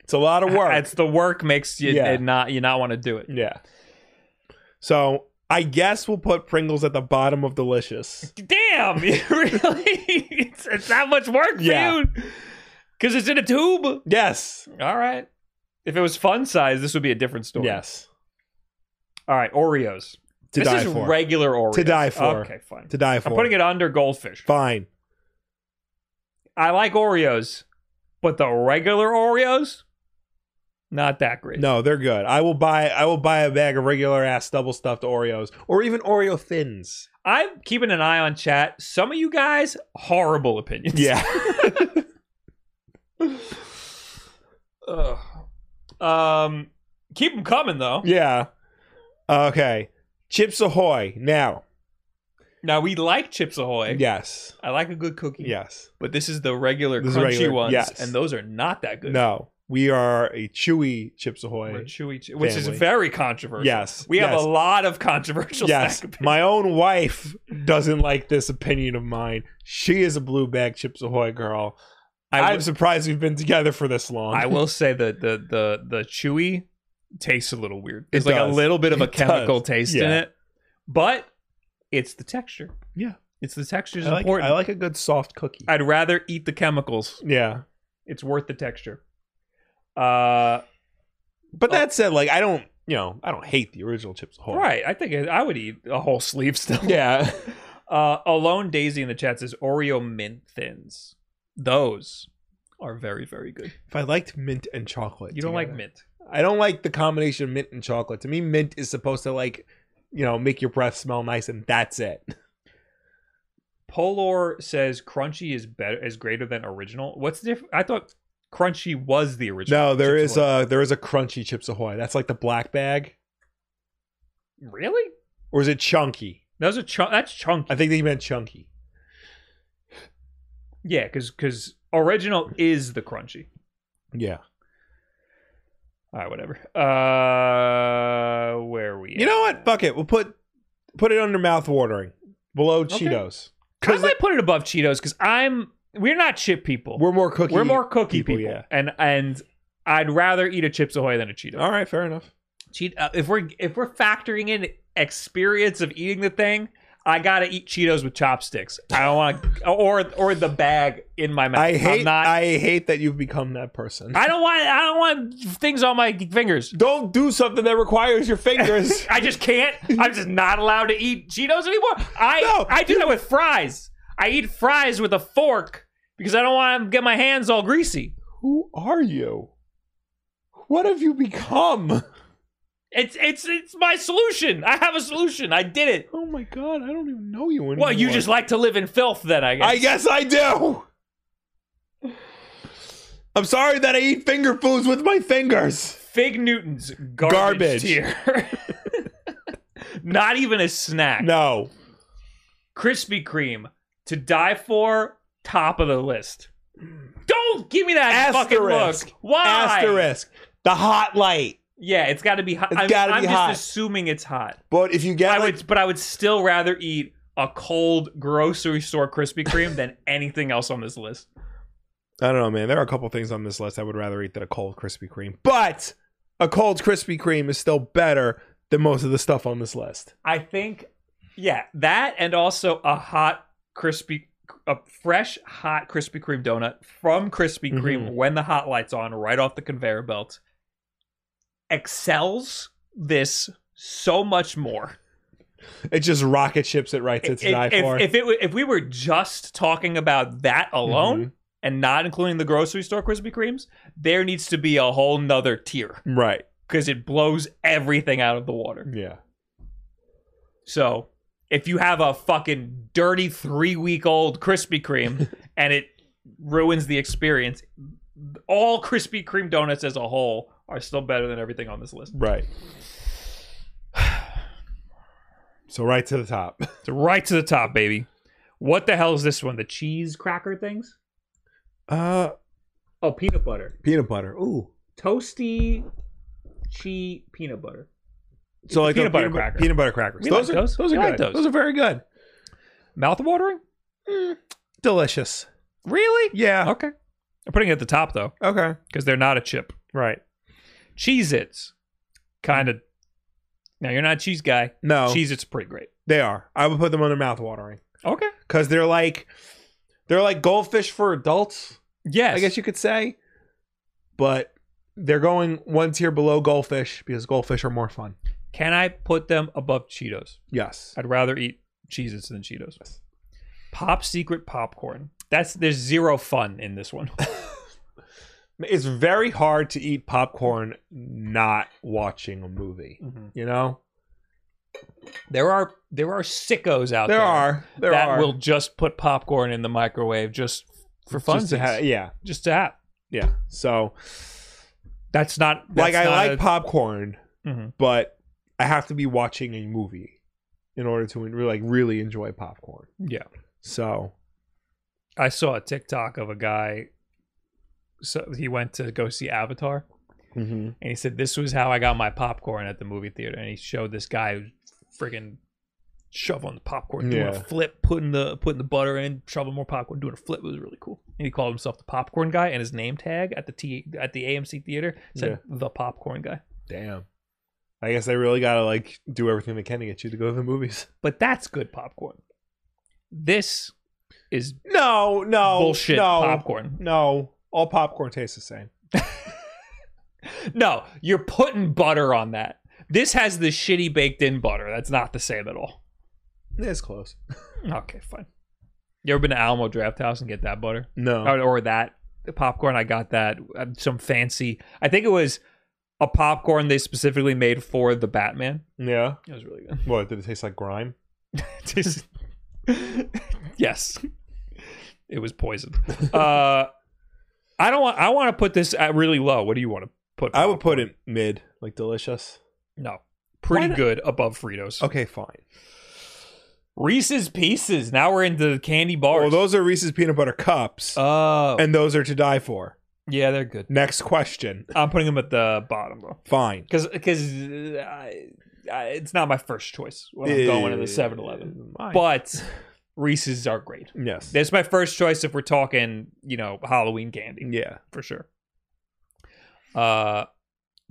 S2: it's a lot of work.
S1: it's the work makes you
S2: Yeah.
S1: it not you not want to do it.
S2: yeah. So I guess we'll put Pringles at the bottom of delicious.
S1: Damn, you really? it's, it's that much work for
S2: Yeah.
S1: you? Because it's in a tube.
S2: Yes.
S1: All right. If it was fun size, this would be a different story.
S2: Yes.
S1: All right, Oreos.
S2: To
S1: this
S2: die
S1: is
S2: for.
S1: regular Oreos.
S2: To die for.
S1: Okay, fine.
S2: to die for.
S1: I'm putting it under goldfish.
S2: fine.
S1: I like Oreos, but the regular Oreos, not that great.
S2: No, they're good. I will buy. I will buy a bag of regular ass double stuffed Oreos or even Oreo thins.
S1: I'm keeping an eye on chat. Some of you guys, horrible opinions. Ugh. Um, keep them coming though.
S2: yeah. Okay. Chips Ahoy. Now.
S1: Now we like Chips Ahoy.
S2: Yes.
S1: I like a good cookie.
S2: Yes.
S1: But this is the regular
S2: This is
S1: crunchy
S2: regular-
S1: ones,
S2: yes.
S1: and those are not that good.
S2: No. We are a chewy Chips
S1: Or
S2: Ahoy.
S1: chewy, che- which is
S2: Family.
S1: very controversial.
S2: Yes,
S1: we have
S2: yes.
S1: a lot of controversial.
S2: Yes.
S1: snack opinions.
S2: My own wife doesn't like this opinion of mine. She is a blue bag Chips Ahoy girl.
S1: I
S2: i
S1: wi-
S2: I'm surprised we've been together for this long.
S1: I will say that the the the chewy tastes a little weird.
S2: It
S1: There's like a
S2: does.
S1: little bit of a
S2: It does.
S1: chemical taste in
S2: Yeah.
S1: it, but it's the texture.
S2: Yeah.
S1: it's the texture is
S2: I like,
S1: important.
S2: I like a good soft cookie.
S1: I'd rather eat the chemicals.
S2: yeah.
S1: It's worth the texture. Uh, Oh.
S2: But that said, like I don't, you know, I don't hate the original Chips Ahoy.
S1: right. I think I, I would eat a whole sleeve still.
S2: Yeah.
S1: Uh, Alone Daisy in the chat says Oreo mint thins. Those are very very good.
S2: if I liked mint and chocolate,
S1: You don't like
S2: together.
S1: mint.
S2: I don't like the combination of mint and chocolate. To me, mint is supposed to like, you know, make your breath smell nice, and that's it.
S1: Polar says crunchy is better is greater than original. What's the difference? I thought crunchy was the original.
S2: No, there
S1: Chips
S2: is
S1: Ahoy.
S2: a there is a crunchy Chips Ahoy. That's like the black bag,
S1: really.
S2: or is it chunky?
S1: Those are chunk. That's chunky.
S2: I think they meant chunky.
S1: yeah, because because original is the crunchy.
S2: Yeah.
S1: All right, whatever. Uh, where are we?
S2: You know what? Fuck it. We'll put put it under mouth watering, below
S1: Okay.
S2: Cheetos.
S1: I
S2: Because
S1: might put it above Cheetos because I'm. We're not chip people.
S2: we're more cookie.
S1: We're more cookie people.
S2: Yeah.
S1: And and I'd rather eat a Chips Ahoy than a Cheeto.
S2: All right. Fair enough.
S1: Cheat. Uh, if we're if we're factoring in experience of eating the thing, I gotta eat Cheetos with chopsticks. I don't want to, or or the bag in my mouth.
S2: I
S1: I'm
S2: hate.
S1: not- I,
S2: I hate that you've become that person.
S1: don't want. I don't want things on my fingers.
S2: don't do something that requires your fingers.
S1: I just can't. I'm just not allowed to eat Cheetos anymore. I
S2: No,
S1: I do that with fries. I eat fries with a fork because I don't want to get my hands all greasy.
S2: Who are you? What have you become?
S1: It's it's it's my solution. I have a solution. I did it.
S2: Oh my god, I don't even know you anymore.
S1: Well, you just like to live in filth, then I guess.
S2: I guess I do. I'm sorry that I eat finger foods with my fingers.
S1: Fig Newton's garbage,
S2: Garbage.
S1: tier. Not even a snack.
S2: No.
S1: Krispy Kreme to die for, top of the list. Don't give me that
S2: Asterisk.
S1: fucking look. Why?
S2: Asterisk. The hot light.
S1: Yeah, it's got to be hot.
S2: It's
S1: I'm,
S2: gotta be
S1: I'm just
S2: hot.
S1: assuming it's hot.
S2: But if you get
S1: I
S2: like-
S1: would, but I would still rather eat a cold grocery store Krispy Kreme than anything else on this list.
S2: I don't know, man. There are a couple things on this list I would rather eat than a cold Krispy Kreme. But a cold Krispy Kreme is still better than most of the stuff on this list.
S1: I think, yeah, that and also a hot crispy, a fresh hot Krispy Kreme donut from Krispy Kreme
S2: Mhm.
S1: when the hot light's on, right off the conveyor belt, excels this so much more.
S2: It just rocket ships it right to
S1: If,
S2: to die for.
S1: if, if it wa- if we were just talking about that alone and not including the grocery store Krispy Kremes, there needs to be a whole nother tier
S2: right.
S1: because it blows everything out of the water.
S2: Yeah.
S1: So if you have a fucking dirty three week old Krispy Kreme and it ruins the experience, all Krispy Kreme donuts as a whole are still better than everything on this list.
S2: Right. So right to the top.
S1: It's right to the top, baby. What the hell is this one? The cheese cracker things?
S2: Uh
S1: Oh, peanut butter.
S2: peanut butter. Ooh.
S1: Toasty cheese peanut butter.
S2: So like
S1: peanut
S2: the
S1: butter cracker.
S2: peanut butter crackers.
S1: We
S2: those
S1: like
S2: are
S1: those.
S2: those
S1: We
S2: are
S1: like
S2: good.
S1: those.
S2: those. are very good.
S1: Mouthwatering?
S2: Delicious.
S1: Really?
S2: Yeah.
S1: Okay. I'm putting it at the top though,
S2: Okay.
S1: because they're not a chip.
S2: Right.
S1: Cheez Its. Kind of. Now you're not a cheese guy.
S2: No,
S1: Cheez Its are pretty great.
S2: they are. I would put them under mouth watering
S1: Okay.
S2: because they're like they're like goldfish for adults.
S1: Yes.
S2: I guess you could say, but they're going one tier below goldfish because goldfish are more fun.
S1: Can I put them above Cheetos?
S2: Yes.
S1: I'd rather eat Cheez Its than Cheetos. Pop Secret Popcorn. That's there's zero fun in this one.
S2: It's very hard to eat popcorn not watching a movie. You know,
S1: There are there are sickos out
S2: there
S1: there
S2: are there
S1: that
S2: are
S1: will just put popcorn in the microwave just for fun.
S2: just to ha- yeah
S1: just to have.
S2: yeah. So
S1: That's not
S2: like
S1: that's
S2: I
S1: not
S2: like
S1: a-
S2: popcorn,
S1: Mhm.
S2: but I have to be watching a movie in order to en- like really enjoy popcorn.
S1: Yeah,
S2: So
S1: I saw a TikTok of a guy. So he went to go see Avatar, and he said this was how I got my popcorn at the movie theater, and he showed this guy who's friggin' shoveling the popcorn, doing
S2: Yeah.
S1: a flip, putting the putting the butter in, shoveling more popcorn, doing a flip. It was really cool. And he called himself the popcorn guy, and his name tag at the T at the AMC theater said the popcorn guy.
S2: damn, I guess I really gotta like do everything they can to get you to go to the movies.
S1: But that's good popcorn. This is
S2: No, no,
S1: bullshit
S2: no,
S1: popcorn.
S2: No, all popcorn tastes the same.
S1: No, you're putting butter on that. This has the shitty baked in butter. That's not the same at all.
S2: It's close.
S1: Okay, fine. You ever been to Alamo Draft House and get that butter
S2: No,
S1: or, or that popcorn? I got that uh, some fancy. I think it was a popcorn they specifically made for the Batman.
S2: yeah.
S1: It was really good.
S2: What did it taste like? Grime.
S1: Just- yes, it was poison. Uh, I don't want. I want to put this at really low. What do you want to put?
S2: I would put it mid, like delicious.
S1: no, pretty
S2: Why not?
S1: good above Fritos.
S2: Okay, fine.
S1: Reese's Pieces. Now we're into the candy bars.
S2: Well, those are Reese's peanut butter cups,
S1: Oh,
S2: and those are to die for.
S1: yeah, they're good.
S2: Next question.
S1: I'm putting them at the bottom though,
S2: Fine.
S1: because because I, uh, I, it's not my first choice when I'm going to
S2: Eh,
S1: the 7-Eleven.
S2: Mine.
S1: But Reese's are great.
S2: yes.
S1: That's my first choice if we're talking, you know, Halloween candy
S2: Yeah.
S1: for sure. Uh,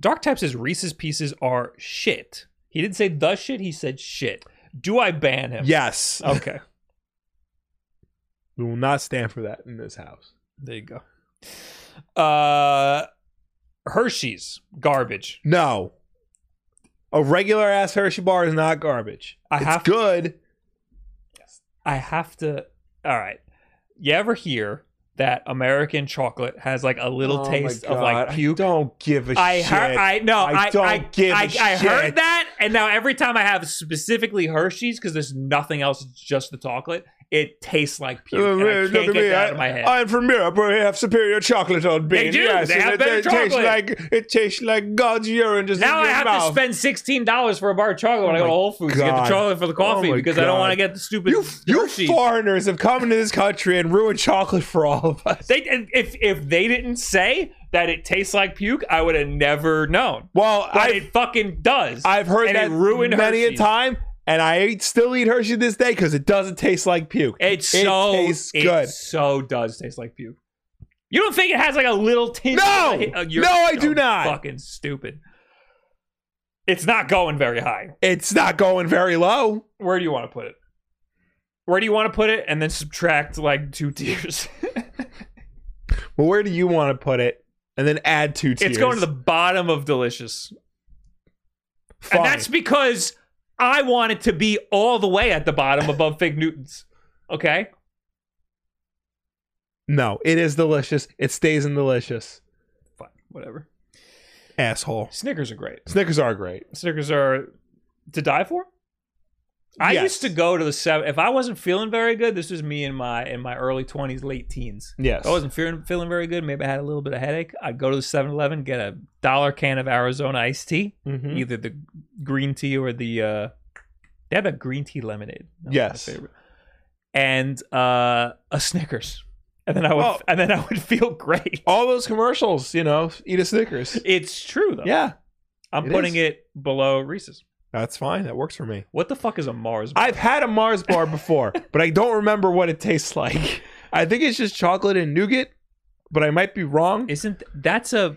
S1: Dark Type says Reese's Pieces are shit. He didn't say the shit. He said shit. Do I ban him?
S2: Yes. Uh,
S1: Okay.
S2: We will not stand for that in this house.
S1: There you go. Uh Hershey's garbage.
S2: No. A regular ass Hershey bar is not garbage.
S1: I
S2: it's
S1: have-
S2: good.
S1: I have to all right. You ever hear that American chocolate has like a little
S2: Oh my
S1: taste of
S2: God,
S1: like puke?
S2: I don't give a
S1: I
S2: shit.
S1: heard I no
S2: I
S1: I
S2: don't
S1: I,
S2: give a
S1: I, I
S2: shit.
S1: heard that and now every time I have specifically Hershey's because there's nothing else it's just the chocolate it tastes like puke and I can't get that out of my head
S2: am from Europe where we have superior chocolate on bean.
S1: They do.
S2: Yes,
S1: They
S2: and
S1: have
S2: it,
S1: better
S2: it tastes
S1: chocolate.
S2: like it tastes like God's urine just
S1: now
S2: in
S1: I
S2: your
S1: have
S2: mouth.
S1: to spend sixteen dollars for a bar of chocolate when I
S2: Oh
S1: go to
S2: my
S1: Whole Foods to get
S2: God.
S1: the chocolate for the coffee
S2: Oh my
S1: because I don't
S2: God.
S1: want to get the stupid
S2: you, you
S1: Hershey's.
S2: foreigners have come into this country and ruined chocolate for all of us.
S1: They and if if they didn't say that it tastes like puke, I would have never known.
S2: Well,
S1: But
S2: I
S1: it fucking does.
S2: I've heard
S1: and
S2: that
S1: it ruined
S2: many
S1: Hershey's.
S2: a time, and I eat, still eat Hershey this day because it doesn't taste like puke.
S1: It
S2: it
S1: so
S2: tastes
S1: it
S2: good.
S1: so does taste like puke. You don't think it has like a little tinge?
S2: No!
S1: of- uh, you're
S2: No, I do
S1: so
S2: not.
S1: Fucking stupid. It's not going very high.
S2: It's not going very low.
S1: Where do you want to put it? Where do you want to put it? And then subtract like two tiers.
S2: But where do you want to put it? And then add two tiers.
S1: it's going to the bottom of delicious.
S2: Fine.
S1: And that's because I want it to be all the way at the bottom above Fig Newtons. Okay?
S2: no. It is delicious. It stays in delicious.
S1: Fine. Whatever.
S2: Asshole.
S1: Snickers are great.
S2: Snickers are great.
S1: Snickers are to die for. I
S2: Yes.
S1: used to go to the seven. If I wasn't feeling very good, this was me in my in my early twenties, late teens.
S2: Yes.
S1: If I wasn't feeling feeling very good, maybe I had a little bit of headache. I'd go to the 7-Eleven, get a dollar can of Arizona iced tea,
S2: Mhm.
S1: either the green tea or the uh they had a green tea lemonade. That was my
S2: Yes.
S1: favorite. And uh a Snickers. And then I would
S2: Oh.
S1: and then I would feel great.
S2: All those commercials, you know, eat a Snickers.
S1: It's true though.
S2: Yeah.
S1: I'm
S2: it
S1: putting
S2: is.
S1: it below Reese's.
S2: That's fine. That works for me.
S1: What the fuck is a Mars bar?
S2: I've had a Mars bar before, but I don't remember what it tastes like. I think it's just chocolate and nougat, but I might be wrong.
S1: Isn't that's a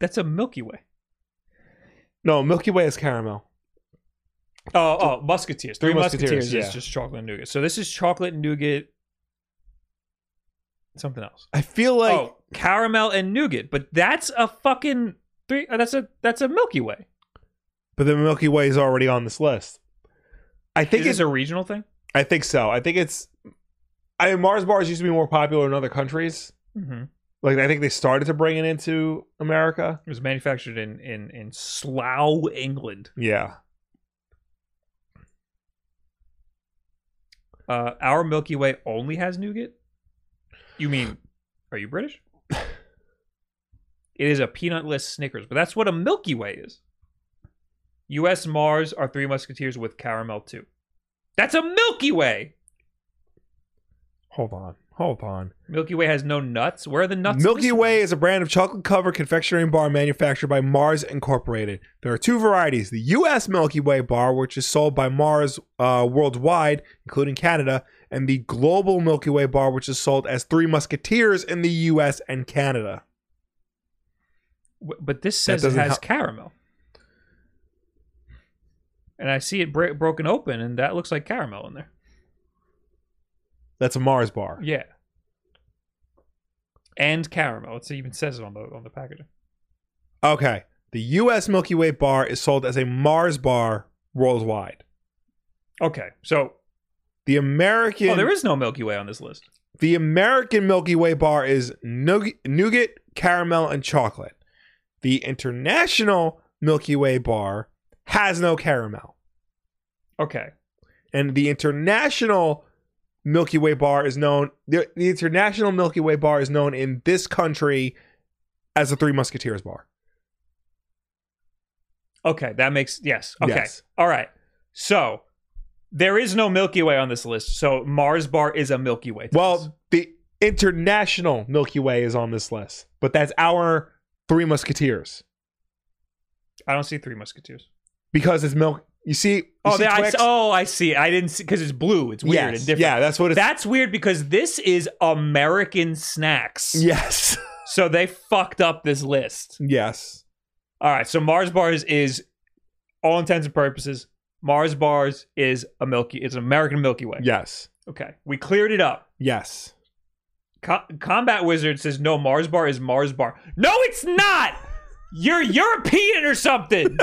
S1: that's a Milky Way?
S2: no, Milky Way is caramel.
S1: Oh, oh, Musketeers. Three,
S2: Three
S1: Musketeers,
S2: Musketeers,
S1: is
S2: yeah.
S1: just chocolate and nougat. So this is chocolate and nougat. Something else.
S2: I feel like
S1: oh, caramel and nougat. But that's a fucking three. uh, That's a that's a Milky Way.
S2: but the Milky Way is already on this list. I
S1: Is
S2: think
S1: this
S2: it's
S1: a regional thing?
S2: I think so. I think it's I mean, Mars bars used to be more popular in other countries.
S1: Mm-hmm. It
S2: Like I think they started to bring it into America.
S1: was manufactured in in in Slough, England.
S2: Yeah.
S1: Uh, our Milky Way only has nougat. You mean, are you British? it is a peanutless Snickers, but that's what a Milky Way is. U.S. Mars are Three Musketeers with caramel too. That's a Milky Way.
S2: Hold on. Hold on.
S1: Milky Way has no nuts. Where are the nuts? in
S2: Milky
S1: this one?
S2: Way is a brand of chocolate covered confectionery and bar manufactured by Mars Incorporated. There are two varieties the U.S. Milky Way bar, which is sold by Mars uh, worldwide, including Canada, and the global Milky Way bar, which is sold as Three Musketeers in the U.S. and Canada.
S1: W- But this
S2: That
S1: says it
S2: doesn't
S1: has
S2: help.
S1: caramel. And I see it bra- broken open, and that looks like caramel in there.
S2: That's a Mars bar.
S1: Yeah. And caramel. It's- It even says it on the on the packaging.
S2: Okay. The U.S. Milky Way bar is sold as a Mars bar worldwide.
S1: Okay, so
S2: The American
S1: oh, there is no Milky Way on this list.
S2: the American Milky Way bar is noug- nougat, caramel, and chocolate. The international Milky Way bar has no caramel,
S1: Okay,
S2: and the international Milky Way bar is known the, the international Milky Way bar is known in this country as the Three Musketeers bar.
S1: okay, that makes yes. Okay,
S2: Yes.
S1: all right. So there is no Milky Way on this list. So Mars bar is a Milky Way. to us.
S2: Well, the international Milky Way is on this list, but that's our Three Musketeers
S1: I don't see Three Musketeers.
S2: because it's milk. You see, you
S1: Oh,
S2: see
S1: there- I,
S2: Twix?
S1: s- oh, I see. I didn't see because it's blue. It's weird
S2: Yes.
S1: and different.
S2: Yeah, that's what it's.
S1: That's weird because this is American snacks.
S2: yes,
S1: So they fucked up this list.
S2: yes.
S1: All right. So Mars bars is all intents and purposes. Mars bars is a Milky. It's an American Milky Way.
S2: Yes.
S1: Okay. We cleared it up.
S2: Yes.
S1: Co- Combat Wizard says no. Mars bar is Mars bar. No, it's not. You're European or something.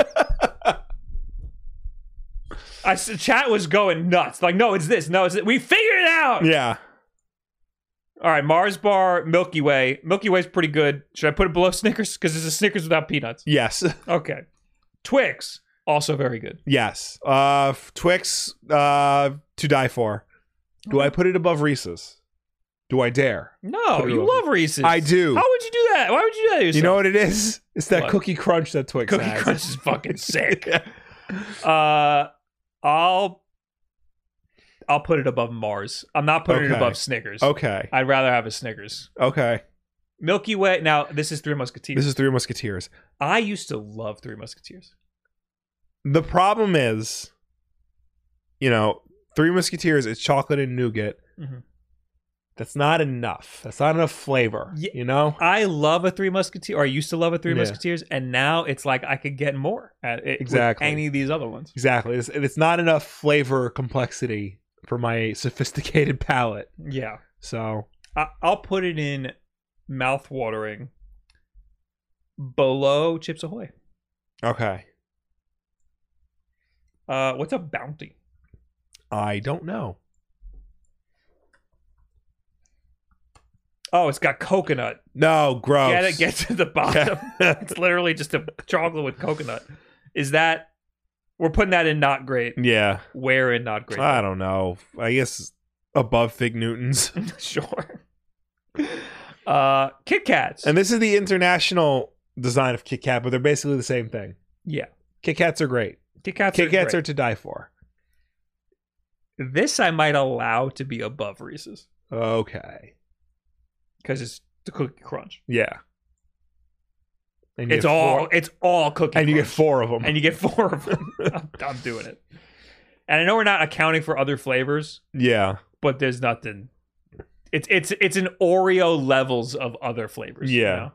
S1: I s- chat was going nuts. Like, no, it's this. No, it's this. we figured it out.
S2: Yeah.
S1: All right, Mars bar, Milky Way. Milky Way's pretty good. Should I put it below Snickers? Because it's a Snickers without peanuts.
S2: Yes.
S1: Okay. Twix, also very good.
S2: Yes. Uh f- Twix uh to die for. Do I put it above Reese's? Do I dare?
S1: No,
S2: Put it
S1: you
S2: over.
S1: love Reese's.
S2: I do.
S1: How would you do that? Why would you do that? to
S2: You
S1: yourself?
S2: know what it is? It's that
S1: What?
S2: cookie crunch that Twix
S1: Cookie
S2: has.
S1: Crunch is fucking sick.
S2: Yeah.
S1: Uh, I'll, I'll put it above Mars. I'm not putting it
S2: Okay.
S1: above Snickers.
S2: Okay.
S1: I'd rather have a Snickers.
S2: Okay.
S1: Milky Way. Now this is Three Musketeers.
S2: This is Three Musketeers.
S1: I used to love Three Musketeers.
S2: The problem is, you know, Three Musketeers is chocolate and nougat.
S1: Mhm.
S2: That's not enough. That's not enough flavor.
S1: Ye-
S2: You know?
S1: I love a Three Musketeer, or I used to love a Three
S2: Yeah.
S1: Musketeers, and now it's like I could get more at it with
S2: Exactly.
S1: any of these other ones.
S2: Exactly. It's, it's not enough flavor complexity for my sophisticated palate.
S1: Yeah,
S2: So
S1: I- I'll put it in mouthwatering below Chips Ahoy.
S2: okay,
S1: Uh, what's a bounty?
S2: I don't know.
S1: Oh, it's got coconut.
S2: No, gross.
S1: Get it, get to the bottom.
S2: Yeah.
S1: it's literally just a chocolate with coconut. Is that we're putting that in not great?
S2: yeah,
S1: Where in not great?
S2: I don't know. I guess above Fig Newtons.
S1: sure. Uh, Kit Kats.
S2: and this is the international design of Kit Kat, but they're basically the same thing.
S1: yeah,
S2: Kit Kats are great.
S1: Kit Kats.
S2: Kit Kats
S1: great.
S2: are to die for.
S1: This I might allow to be above Reese's
S2: Okay.
S1: because it's the cookie crunch.
S2: Yeah. And you
S1: It's
S2: get
S1: all
S2: four-
S1: it's all cookie.
S2: and you get
S1: Crush.
S2: four of them.
S1: and you get four of them. I'm, I'm doing it. And I know we're not accounting for other flavors,
S2: yeah,
S1: but there's nothing. It's it's it's an Oreo levels of other flavors. you
S2: Yeah.
S1: know?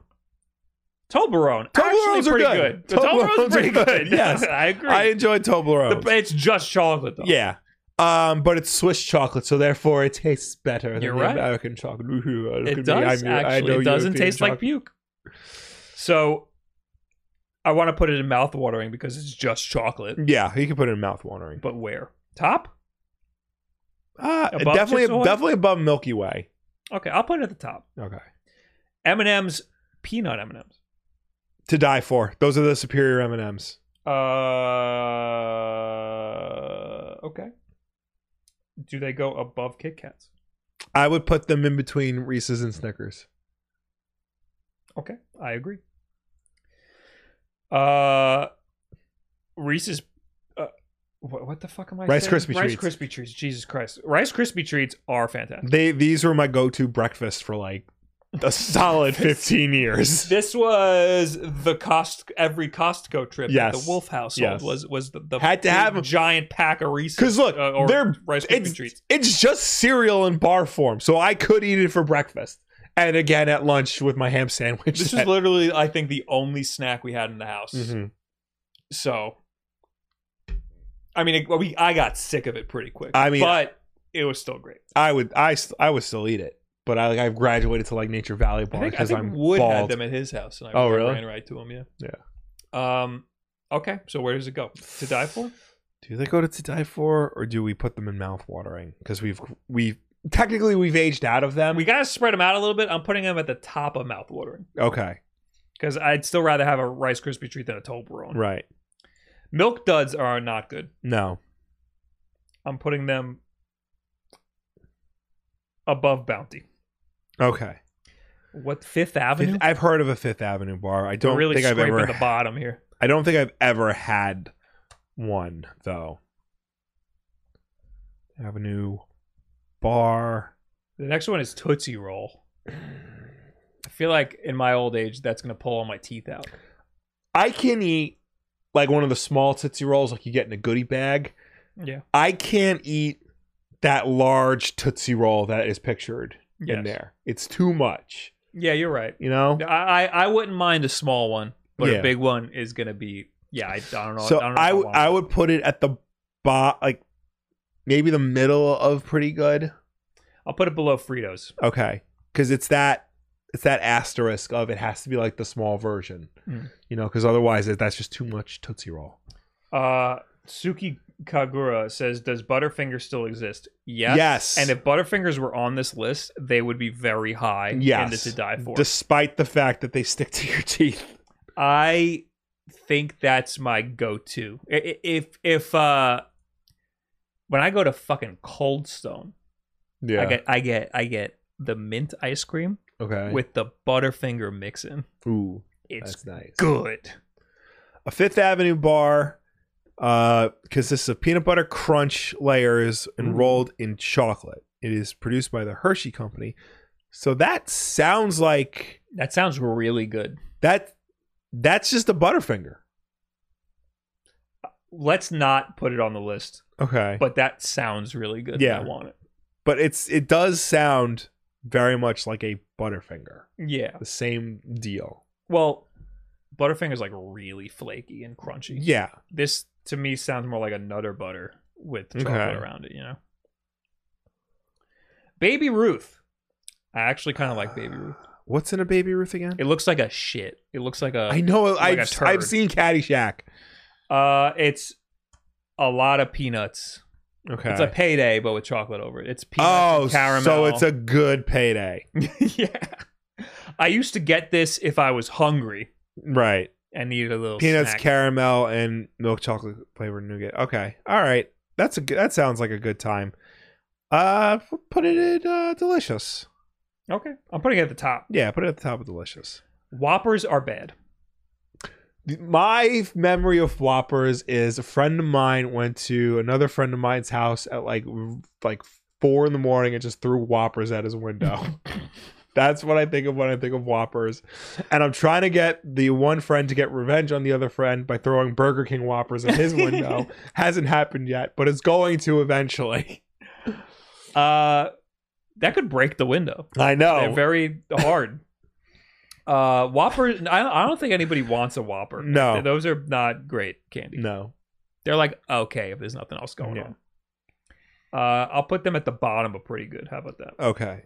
S1: Toblerone.
S2: Toblerones
S1: actually
S2: are
S1: pretty
S2: good.
S1: The Toblerones,
S2: Toblerones
S1: pretty
S2: are good,
S1: good.
S2: yes.
S1: I agree.
S2: I enjoy Toblerone.
S1: The- it's just chocolate though.
S2: yeah, um, but it's Swiss chocolate, so therefore it tastes better than
S1: You're
S2: the
S1: right.
S2: American chocolate. Ooh, look at me,
S1: It does
S2: I'm- I
S1: actually.
S2: know
S1: It doesn't
S2: European
S1: taste like
S2: chocolate.
S1: puke. So I want to put it in mouth watering because it's just chocolate.
S2: Yeah, you can put it in mouth watering.
S1: But where? Top?
S2: Uh,
S1: Above
S2: definitely,
S1: Chips Ahoy?
S2: definitely above Milky Way.
S1: Okay, I'll put it at the top.
S2: Okay,
S1: M&M's peanut M&M's.
S2: to die for. Those are the superior M and M's.
S1: Uh, okay. Do they go above Kit Kats?
S2: I would put them in between Reese's and Snickers.
S1: Okay, I agree. Uh, Reese's. Uh, what, what the fuck am I?
S2: Rice
S1: saying?
S2: Krispie
S1: Rice
S2: Treats.
S1: Krispie treats. Jesus Christ! Rice Krispie treats are fantastic.
S2: They these were my go-to breakfast for like a solid 15 years.
S1: This was the cost every Costco trip. that
S2: Yes.
S1: the Wolf household
S2: Yes.
S1: was was the, the
S2: Had to
S1: big
S2: have 'em.
S1: giant pack of Reese's.
S2: 'Cause look,
S1: uh, or
S2: they're-
S1: Rice Krispie treats.
S2: It's, it's just cereal in bar form, so I could eat it for breakfast and again at lunch with my ham sandwich.
S1: This is literally, I think, the only snack we had in the house.
S2: Mhm.
S1: So, I mean, it, we I got sick of it pretty quick.
S2: I mean-
S1: but it was still great.
S2: I would I st- I would still eat it, but I like I've graduated to like Nature Valley
S1: I
S2: bar
S1: think, I
S2: because
S1: think
S2: I'm
S1: Wood had
S2: bald.
S1: them at his house, and I
S2: Oh,
S1: I
S2: really?
S1: ran right to him. Yeah, yeah. Um. Okay, so where does it go to die for?
S2: Do they go to to die for, or do we put them in mouth watering? Because we've we technically we've aged out of them.
S1: We gotta spread them out a little bit. I'm putting them at the top of mouth watering
S2: okay,
S1: because I'd still rather have a Rice Krispie treat than a Toblerone.
S2: right?
S1: Milk duds are not good.
S2: No,
S1: I'm putting them above Bounty.
S2: okay.
S1: What Fifth Avenue?
S2: Fifth, I've heard of a Fifth Avenue bar. I
S1: We're
S2: don't
S1: really
S2: think I've
S1: scraping
S2: ever.
S1: the bottom here.
S2: I don't think I've ever had one though. Avenue bar.
S1: The next one is Tootsie Roll. I feel like in my old age, that's gonna pull all my teeth out.
S2: I can eat like one of the small tootsie rolls, like you get in a goodie bag.
S1: Yeah,
S2: I can't eat that large tootsie roll that is pictured in
S1: Yes.
S2: there. It's too much.
S1: yeah, you're right.
S2: You know.
S1: I I, I wouldn't mind a small one, but
S2: Yeah.
S1: a big one is gonna be. Yeah, I, I don't know.
S2: so
S1: I, don't know if
S2: I would
S1: want
S2: I
S1: it.
S2: would put it at the bot like maybe the middle of pretty good.
S1: I'll put it below Fritos.
S2: Okay, because it's that it's that asterisk of it has to be like the small version,
S1: Mm.
S2: you know, because otherwise it, that's just too much tootsie roll.
S1: Uh, Suki Kagura says, "Does Butterfinger still exist?" Yes.
S2: Yes.
S1: And if Butterfingers were on this list, they would be very high. in the
S2: Yes,
S1: to die for.
S2: despite the fact that they stick to your teeth.
S1: I think that's my go-to. I- I- If if uh when I go to fucking Cold Stone,
S2: Yeah.
S1: I get I get I get the mint ice cream
S2: okay.
S1: with the Butterfinger mix in.
S2: Ooh,
S1: It's
S2: that's nice.
S1: good.
S2: A Fifth Avenue bar, uh, consists of peanut butter crunch layers enrolled
S1: Mm.
S2: in chocolate. It is produced by the Hershey Company. So that sounds like
S1: That sounds really good.
S2: that. That's just a Butterfinger.
S1: Let's not put it on the list,
S2: Okay.
S1: but that sounds really good.
S2: Yeah.
S1: I want it.
S2: but it's it does sound very much like a butterfinger
S1: Yeah.
S2: the same deal
S1: Well, Butterfinger's like really flaky and crunchy.
S2: yeah
S1: This to me sounds more like a nutter butter with chocolate
S2: Okay.
S1: around it, you know. Baby Ruth. I actually kind of like Baby Ruth.
S2: Uh, what's in a baby ruth again
S1: It looks like a shit. It looks like
S2: i
S1: a
S2: know
S1: like a
S2: I've,
S1: turd.
S2: I've seen caddyshack
S1: uh it's a lot of peanuts.
S2: okay
S1: It's a payday but with chocolate over it. It's peanuts
S2: oh
S1: and caramel.
S2: so it's a good payday
S1: yeah. I used to get this if I was hungry
S2: right
S1: and needed a little
S2: peanuts
S1: snack.
S2: caramel and milk chocolate flavored nougat okay all right that's a good that sounds like a good time uh put it at uh delicious
S1: Okay. I'm putting it at the top.
S2: yeah put it at the top of delicious
S1: Whoppers are bad.
S2: my memory of whoppers is a friend of mine went to another friend of mine's house at like like four in the morning and just threw whoppers at his window That's what I think of when I think of Whoppers. And I'm trying to get the one friend to get revenge on the other friend by throwing Burger King Whoppers in his window. Hasn't happened yet, but it's going to eventually.
S1: Uh, that could break the window.
S2: I
S1: They're
S2: know.
S1: very hard. Uh, Whoppers. I, I don't think anybody wants a Whopper.
S2: No.
S1: those are not great candy.
S2: no.
S1: They're like okay if there's nothing else going
S2: Yeah.
S1: on. Uh, I'll put them at the bottom, but pretty good. How about that?
S2: Okay.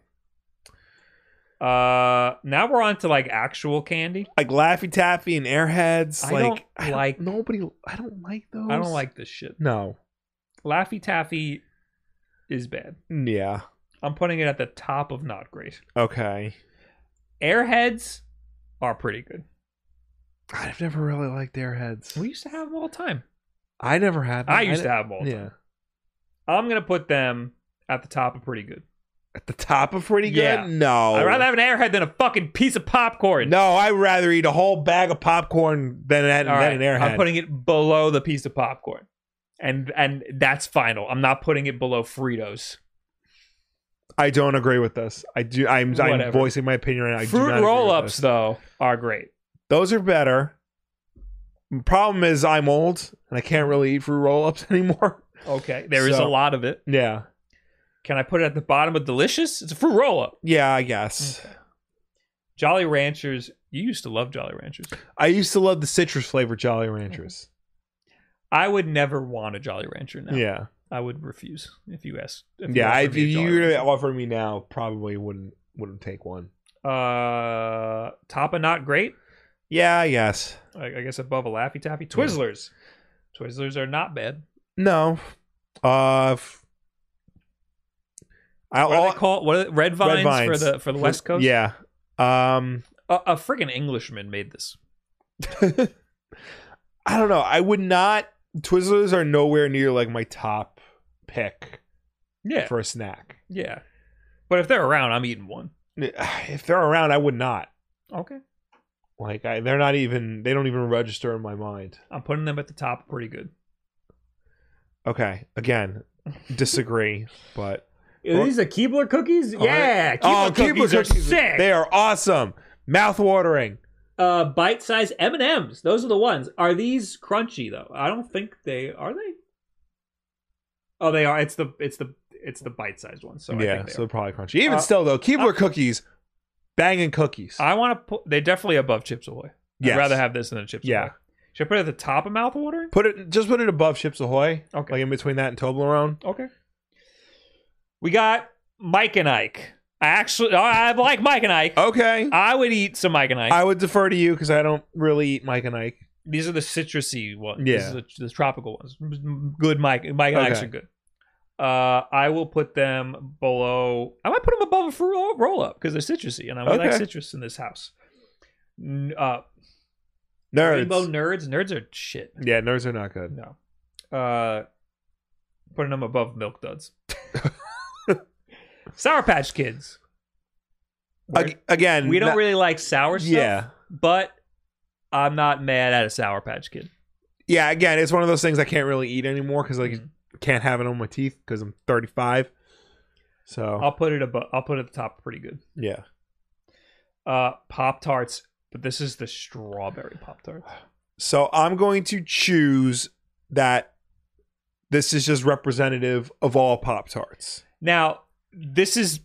S1: Uh, now we're on to like actual candy.
S2: Like Laffy Taffy and Airheads.
S1: I
S2: like,
S1: don't like-
S2: nobody. I don't like those.
S1: I don't like this shit.
S2: No.
S1: Laffy Taffy is bad.
S2: Yeah.
S1: I'm putting it at the top of not great.
S2: Okay.
S1: Airheads are pretty good.
S2: God, I've never really liked Airheads.
S1: We used to have them all the time.
S2: I never had. Them.
S1: I used to have them all the
S2: Yeah.
S1: time. I'm gonna put them at the top of pretty good.
S2: At the top of pretty good.
S1: Yeah.
S2: No.
S1: I'd rather have an airhead than a fucking piece of popcorn.
S2: Oh. No, I'd rather eat a whole bag of popcorn than, than
S1: All right,
S2: an airhead.
S1: I'm putting it below the piece of popcorn, and and that's final. I'm not putting it below Fritos.
S2: I don't agree with this. I do. I'm, I'm
S1: Whatever.
S2: voicing my opinion. Right now. I do not agree
S1: Fruit
S2: with
S1: roll-ups
S2: this.
S1: though are great.
S2: Those are better. Problem is, I'm old and I can't really eat fruit roll-ups anymore.
S1: Okay, there is
S2: So-
S1: a lot of it.
S2: Yeah.
S1: Can I put it at the bottom of delicious? It's a fruit roll-up.
S2: Yeah. I guess.
S1: Jolly Ranchers. You used to love Jolly Ranchers.
S2: I used to love the citrus flavored Jolly Ranchers.
S1: I would never want a Jolly Rancher now.
S2: Yeah.
S1: I would refuse if you asked. If you
S2: Yeah. I,
S1: offered
S2: if
S1: me a
S2: you
S1: Jolly
S2: were to
S1: Rancher.
S2: offer me now, probably wouldn't wouldn't take one.
S1: uh, top of not great.
S2: Yeah. I guess.
S1: I, I guess above a Laffy Taffy. Twizzlers. Twizzlers are not bad.
S2: No. Uh. f- I'll,
S1: What are
S2: I'll-
S1: they called? What are they- red, vines
S2: Red vines.
S1: for the for the West Coast?
S2: Yeah. Um.
S1: a, a friggin' Englishman made this.
S2: I don't know. I would not. Twizzlers are nowhere near like my top pick
S1: Yeah,
S2: for a snack.
S1: yeah. But if they're around, I'm eating one.
S2: If they're around, I would not.
S1: Okay,
S2: Like, I, they're not even. They don't even register in my mind.
S1: I'm putting them at the top. Pretty good.
S2: Okay. Again, disagree. but
S3: Are these the Keebler cookies? yeah.
S2: oh,
S3: Keebler cookies, are sick.
S2: They are awesome. Mouth watering.
S1: Uh, bite-sized M and M's. Those are the ones. Are these crunchy though? I don't think they are. They. Oh, they are. It's the it's the it's the bite-sized ones. So I
S2: yeah,
S1: think they
S2: so
S1: are.
S2: they're probably crunchy. Even
S1: Uh,
S2: still, though, Keebler cookies, banging cookies.
S1: I want to put. They're definitely above Chips Ahoy.
S2: Yes.
S1: I'd rather have this than a Chips
S2: Yeah.
S1: Ahoy. Should I put it at the top of mouthwatering?
S2: put it just put it above Chips Ahoy.
S1: Okay.
S2: Like in between that and Toblerone.
S1: Okay. We got Mike and Ike. I actually, I like Mike and Ike.
S2: Okay.
S1: I would eat some Mike and Ike.
S2: I would defer to you because I don't really eat Mike and Ike.
S1: These are the citrusy ones.
S2: Yeah.
S1: These are the, the tropical ones. Good Mike. Mike and Ike's are
S2: Okay.
S1: good. Uh, I will put them below. I might put them above a fruit roll up because they're citrusy, and I we like
S2: Okay.
S1: citrus in this house. N- Uh,
S2: Nerds.
S1: rainbow nerds. Nerds are shit.
S2: yeah, nerds are not good.
S1: No. Uh putting them above milk duds. Sour Patch Kids. We're-
S2: Ag- again,
S1: we don't
S2: not-
S1: really like sour stuff,
S2: Yeah,
S1: but I'm not mad at a Sour Patch Kid.
S2: yeah. Again, it's one of those things I can't really eat anymore because like can't have it on my teeth because I'm 35. So
S1: I'll put it above I'll put it at the top pretty good.
S2: yeah,
S1: Uh Pop Tarts, but this is the strawberry Pop Tarts.
S2: so I'm going to choose that. This is just representative of all Pop Tarts
S1: Now, this is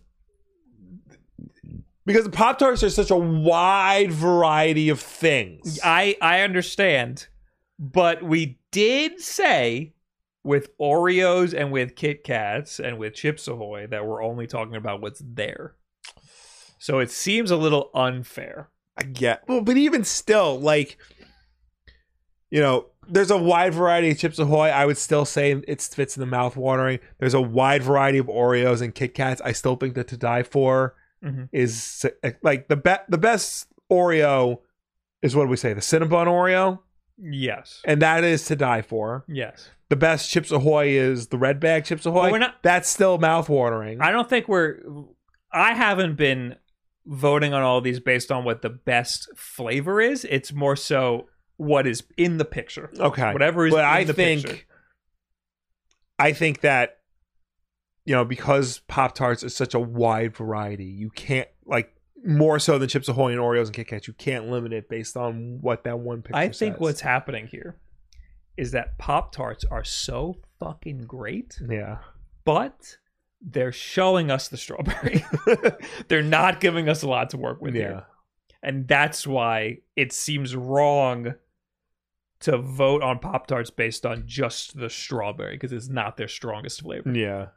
S2: because the Pop Tarts are such a wide variety of things.
S1: I I understand, but we did say with Oreos and with Kit Kats and with Chips Ahoy that we're only talking about what's there. So it seems a little unfair.
S2: I get well, but even still, like you know, there's a wide variety of Chips Ahoy. I would still say it fits in the mouth watering. There's a wide variety of Oreos and Kit Kats. I still think that to die for
S1: Mhm.
S2: is like the best. The best Oreo is what do we say? The Cinnabon Oreo,
S1: Yes.
S2: and that is to die for.
S1: Yes.
S2: The best Chips Ahoy is the red bag Chips Ahoy.
S1: we're not-
S2: That's still mouth watering.
S1: I don't think we're I haven't been voting on all these based on what the best flavor is. It's more so what is in the picture.
S2: Okay.
S1: Whatever is
S2: but
S1: in
S2: I
S1: the
S2: think
S1: picture.
S2: I think that you know because Pop Tarts is such a wide variety, you can't like more so than Chips Ahoy and Oreos and Kit Kats. You can't limit it based on what that one picture
S1: I think
S2: says.
S1: what's happening here is that Pop Tarts are so fucking great,
S2: yeah.
S1: but they're showing us the strawberry. they're not giving us a lot to work with
S2: Yeah.
S1: here. And that's why it seems wrong to vote on Pop Tarts based on just the strawberry because it's not their strongest flavor.
S2: Yeah.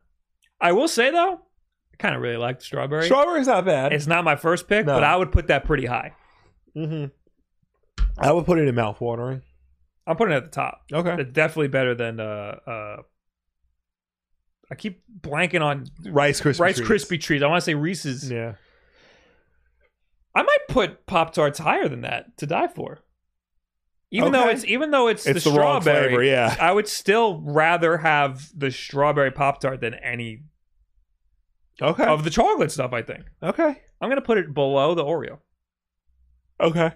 S1: I will say though, I kind of really like the strawberry.
S2: Strawberry's not bad.
S1: it's not my first pick,
S2: No.
S1: but I would put that pretty high.
S2: hmm I would put it in mouthwatering.
S1: I'm putting it at the top.
S2: Okay.
S1: It's definitely better than uh uh I keep blanking on
S2: Rice Krispie.
S1: Rice
S2: Treats.
S1: Krispie treats. I want to say Reese's.
S2: Yeah.
S1: I might put Pop Tarts higher than that to die for. Even though
S2: Okay.
S1: it's even though it's,
S2: It's
S1: the,
S2: the wrong
S1: strawberry,
S2: flavor, yeah.
S1: I would still rather have the strawberry Pop Tart than any
S2: Okay.
S1: of the chocolate stuff. I think
S2: okay.
S1: I'm gonna put it below the Oreo.
S2: Okay.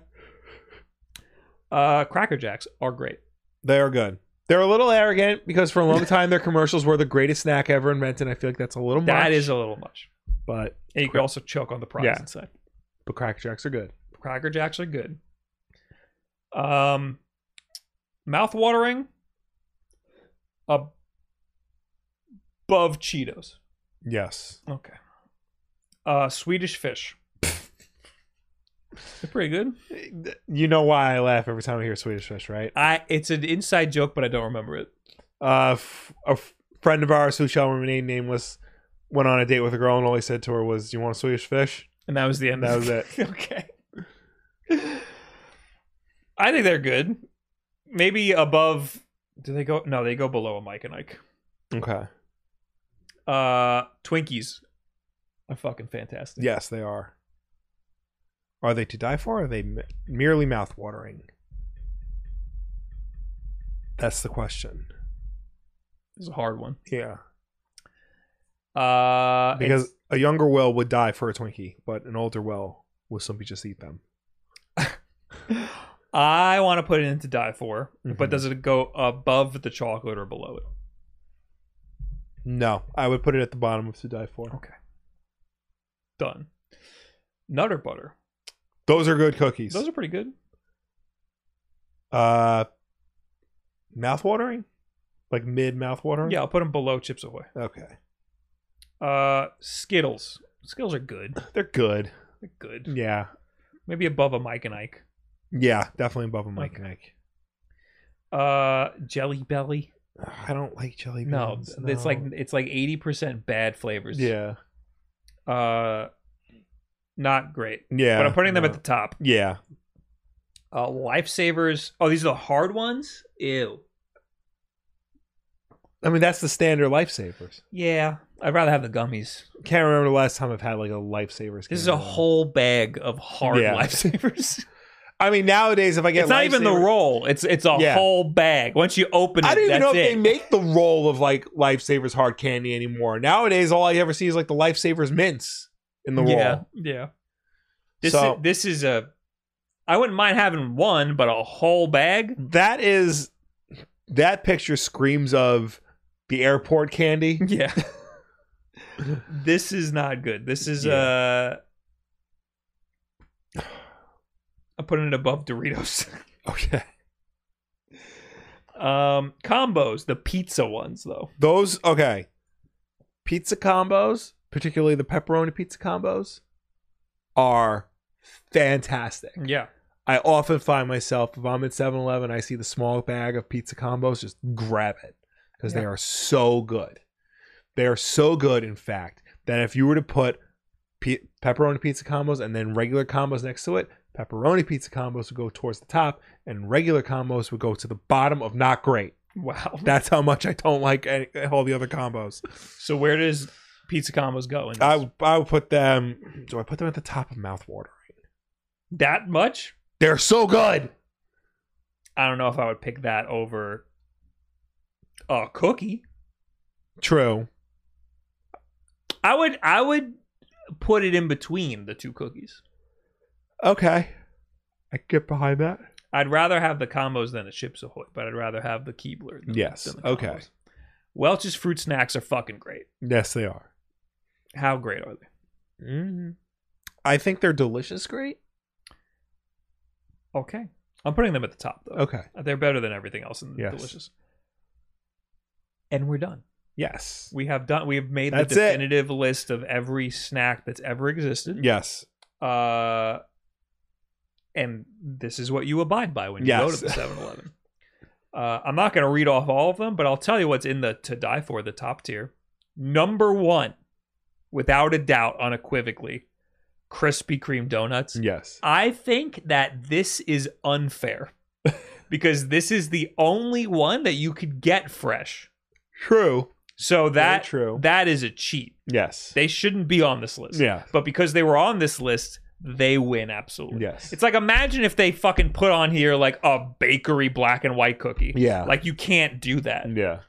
S1: Uh, Cracker Jacks are great.
S2: They are good. They're a little arrogant because for a long time their commercials were the greatest snack ever invented. I feel like that's a little much.
S1: That is a little much,
S2: but
S1: and you could also choke on the prize
S2: Yeah.
S1: inside.
S2: but Cracker Jacks are good.
S1: Cracker Jacks are good. Um, mouth watering above Cheetos.
S2: Yes.
S1: Okay. Uh, Swedish fish. They're pretty good.
S2: You know why I laugh every time I hear Swedish fish, right?
S1: I it's an inside joke, but I don't remember it.
S2: Uh, f- a f- friend of ours who shall remain nameless went on a date with a girl and all he said to her was, "You want a Swedish fish?"
S1: And that was the end.
S2: That
S1: of
S2: was it.
S1: okay. I think they're good. Maybe above. Do they go? No, they go below a Mike and Ike.
S2: Okay.
S1: Uh, Twinkies are fucking fantastic.
S2: Yes, they are. Are they to die for? Or are they m- merely mouthwatering? That's the question.
S1: This is a hard one.
S2: Yeah,
S1: Uh,
S2: because a younger Will would die for a Twinkie, but an older Will will simply just eat them.
S1: it's- I want to put it into die for,
S2: Mhm.
S1: but does it go above the chocolate or below it?
S2: No, I would put it at the bottom of to die for.
S1: Okay. Done. Nutter butter.
S2: Those are good cookies.
S1: Those are pretty good.
S2: uh, mouthwatering, like mid mouthwatering.
S1: Yeah, I'll put them below Chips Ahoy.
S2: Okay.
S1: Uh, Skittles. Skittles are good.
S2: They're good.
S1: They're good.
S2: Yeah.
S1: Maybe above a Mike and Ike.
S2: Yeah, definitely above a Mike and Ike.
S1: Uh, Jelly Belly.
S2: Ugh, I don't like jelly
S1: No,
S2: beans.
S1: it's like
S2: no.
S1: it's like eighty percent bad flavors.
S2: yeah,
S1: Uh, not great.
S2: yeah.
S1: but I'm putting them
S2: no.
S1: at the top.
S2: Yeah.
S1: Uh, lifesavers. Oh, these are the hard ones. Ew.
S2: I mean, that's the standard lifesavers.
S1: Yeah, I'd rather have the gummies.
S2: Can't remember the last time I've had like a lifesavers.
S1: This is
S2: can.
S1: a whole bag of hard
S2: Yeah.
S1: lifesavers.
S2: I mean, nowadays if I get
S1: it's not even the
S2: Lifesaver-
S1: roll. It's it's a
S2: Yeah.
S1: whole bag. Once you open it,
S2: I don't even know
S1: that's
S2: if they
S1: it.
S2: make the roll of like lifesavers hard candy anymore. Nowadays, all I ever see is like the lifesavers mints in the roll.
S1: Yeah, yeah. This
S2: So-
S1: is, this is a. I wouldn't mind having one, but a whole bag.
S2: That is that picture screams of the airport candy.
S1: Yeah. this is not good. This is
S2: Yeah.
S1: uh. I'm putting it above Doritos.
S2: Okay,
S1: um, combos, the pizza ones though.
S2: those okay. Pizza combos, particularly the pepperoni pizza combos, are fantastic.
S1: Yeah.
S2: I often find myself if I'm at 7-Eleven, I see the small bag of pizza combos, just grab it because they
S1: Yeah.
S2: are so good. They are so good, in fact, that if you were to put pe- pepperoni pizza combos and then regular combos next to it, pepperoni pizza combos would go towards the top, and regular combos would go to the bottom of not great.
S1: Mm-hmm. Wow.
S2: That's how much I don't like any, all the other combos.
S1: so where does pizza combos go? In this?
S2: I I would put them. Do I put them at the top of mouthwatering?
S1: that much?
S2: They're so good.
S1: I don't know if I would pick that over a cookie.
S2: True.
S1: I would I would put it in between the two cookies.
S2: Okay. I can get behind that.
S1: I'd rather have the combos than a Chips Ahoy, but I'd rather have the Keebler. Than,
S2: Yes,
S1: than the
S2: okay.
S1: combos. Welch's fruit snacks are fucking great.
S2: Yes, they are.
S1: How great are they?
S2: Mm-hmm. I think they're delicious. Great.
S1: Okay. I'm putting them at the top though.
S2: Okay.
S1: They're better than everything else and
S2: Yes.
S1: delicious. And we're done.
S2: Yes.
S1: We have done we have made
S2: That's
S1: the
S2: it.
S1: definitive list of every snack that's ever existed.
S2: Yes.
S1: Uh and this is what you abide by when you go
S2: Yes.
S1: to the 7-Eleven. uh, I'm not going to read off all of them, but I'll tell you what's in the to die for the top tier. Number 1, without a doubt unequivocally, Krispy Kreme donuts.
S2: Yes.
S1: I think that this is unfair because this is the only one that you could get fresh.
S2: True.
S1: So that
S2: true.
S1: that is a cheat.
S2: Yes.
S1: They shouldn't be on this list.
S2: Yeah.
S1: But because they were on this list, they win absolutely.
S2: Yes.
S1: It's like imagine if they fucking put on here like a bakery black and white cookie.
S2: Yeah.
S1: Like you can't do that.
S2: yeah.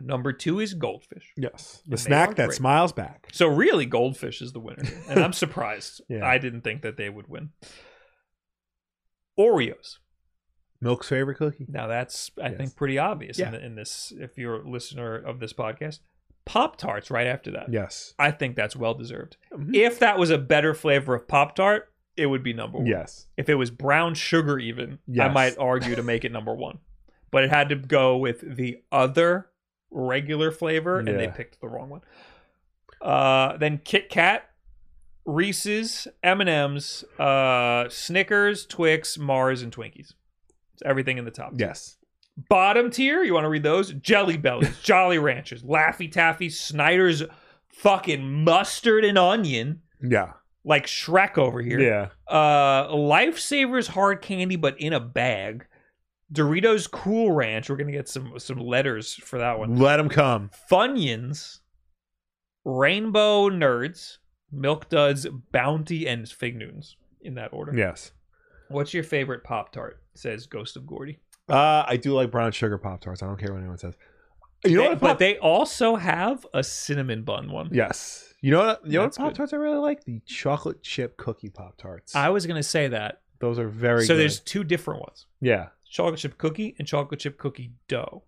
S1: Number 2 is goldfish.
S2: Yes. The
S1: they are
S2: snack that
S1: great.
S2: smiles back.
S1: So really, Goldfish is the winner, and I'm surprised.
S2: Yeah.
S1: I didn't think that they would win. Oreos.
S2: Milk's favorite cookie.
S1: Now that's I
S2: Yes.
S1: think pretty obvious
S2: Yeah.
S1: in, the, in this. If you're a listener of this podcast, Pop Tarts right after that.
S2: Yes.
S1: I think that's well deserved. If that was a better flavor of Pop Tart, it would be number one.
S2: Yes.
S1: If it was brown sugar, even I
S2: Yes.
S1: might argue to make it number one, but it had to go with the other regular flavor, and they
S2: Yeah.
S1: picked the wrong one. Uh, then Kit Kat, Reese's, M and M's, uh, Snickers, Twix, Mars, and Twinkies. It's everything in the top. tier.
S2: Yes.
S1: Bottom tier, you want to read those? Jelly Bellies, Jolly Ranchers, Laffy Taffy, Snyder's, fucking mustard and onion,
S2: Yeah.
S1: like Shrek over here
S2: Yeah.
S1: uh lifesavers hard candy but in a bag doritos cool ranch we're gonna get some some letters for that one
S2: Let them come.
S1: funyuns rainbow nerds milk duds bounty and fig newtons in that order
S2: Yes.
S1: what's your favorite pop tart says ghost of gordy
S2: Uh, I do like brown sugar pop tarts. I don't care what anyone says. You know
S1: They-
S2: what?
S1: but
S2: Pop-
S1: they also have a cinnamon bun one
S2: yes. You know what? You know
S1: That's
S2: what
S1: good.
S2: pop tarts I really like? The chocolate chip cookie pop tarts.
S1: i was gonna say that
S2: Those are very.
S1: so
S2: good.
S1: there's two different ones
S2: yeah.
S1: chocolate chip cookie and chocolate chip cookie dough.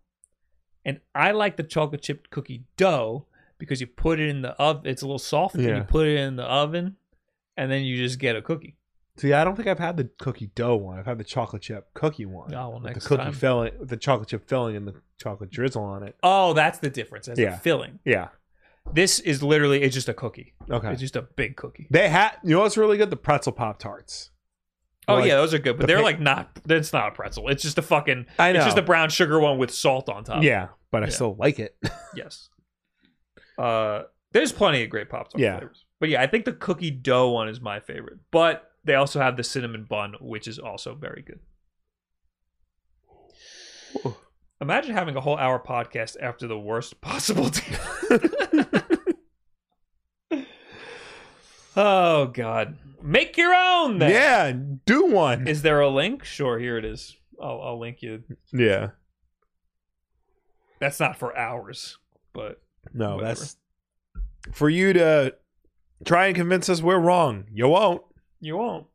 S1: And I like the chocolate chip cookie dough because you put it in the oven. It's a little soft, and
S2: Yeah.
S1: you put it in the oven, and then you just get a cookie.
S2: See, I don't think I've had the cookie dough one. I've had the chocolate chip cookie one.
S1: Oh, well,
S2: With
S1: next
S2: the cookie
S1: time.
S2: filling, with the chocolate chip filling, and the chocolate drizzle on it.
S1: Oh, that's the difference. That's
S2: Yeah.
S1: the filling.
S2: Yeah.
S1: This is literally it's just a cookie.
S2: Okay.
S1: It's just a big cookie.
S2: They had. You know what's really good? The pretzel pop tarts.
S1: Oh
S2: Like,
S1: yeah, those are good, but
S2: the
S1: they're
S2: pic-
S1: like not. That's not a pretzel. It's just a fucking.
S2: I
S1: It's
S2: know.
S1: just a brown sugar one with salt on top.
S2: yeah, but I
S1: yeah.
S2: still like it.
S1: Yes. Uh, there's plenty of great pop tart
S2: Yeah.
S1: flavors, but yeah, I think the cookie dough one is my favorite. But they also have the cinnamon bun, which is also very good. Imagine having a whole hour podcast after the worst possible day. oh God! Make your own. Then.
S2: yeah, do one.
S1: Is there a link? Sure, here it is. I'll, I'll link you.
S2: yeah.
S1: That's not for hours, but
S2: No,
S1: Whatever.
S2: that's for you to try and convince us we're wrong. You won't.
S1: You won't.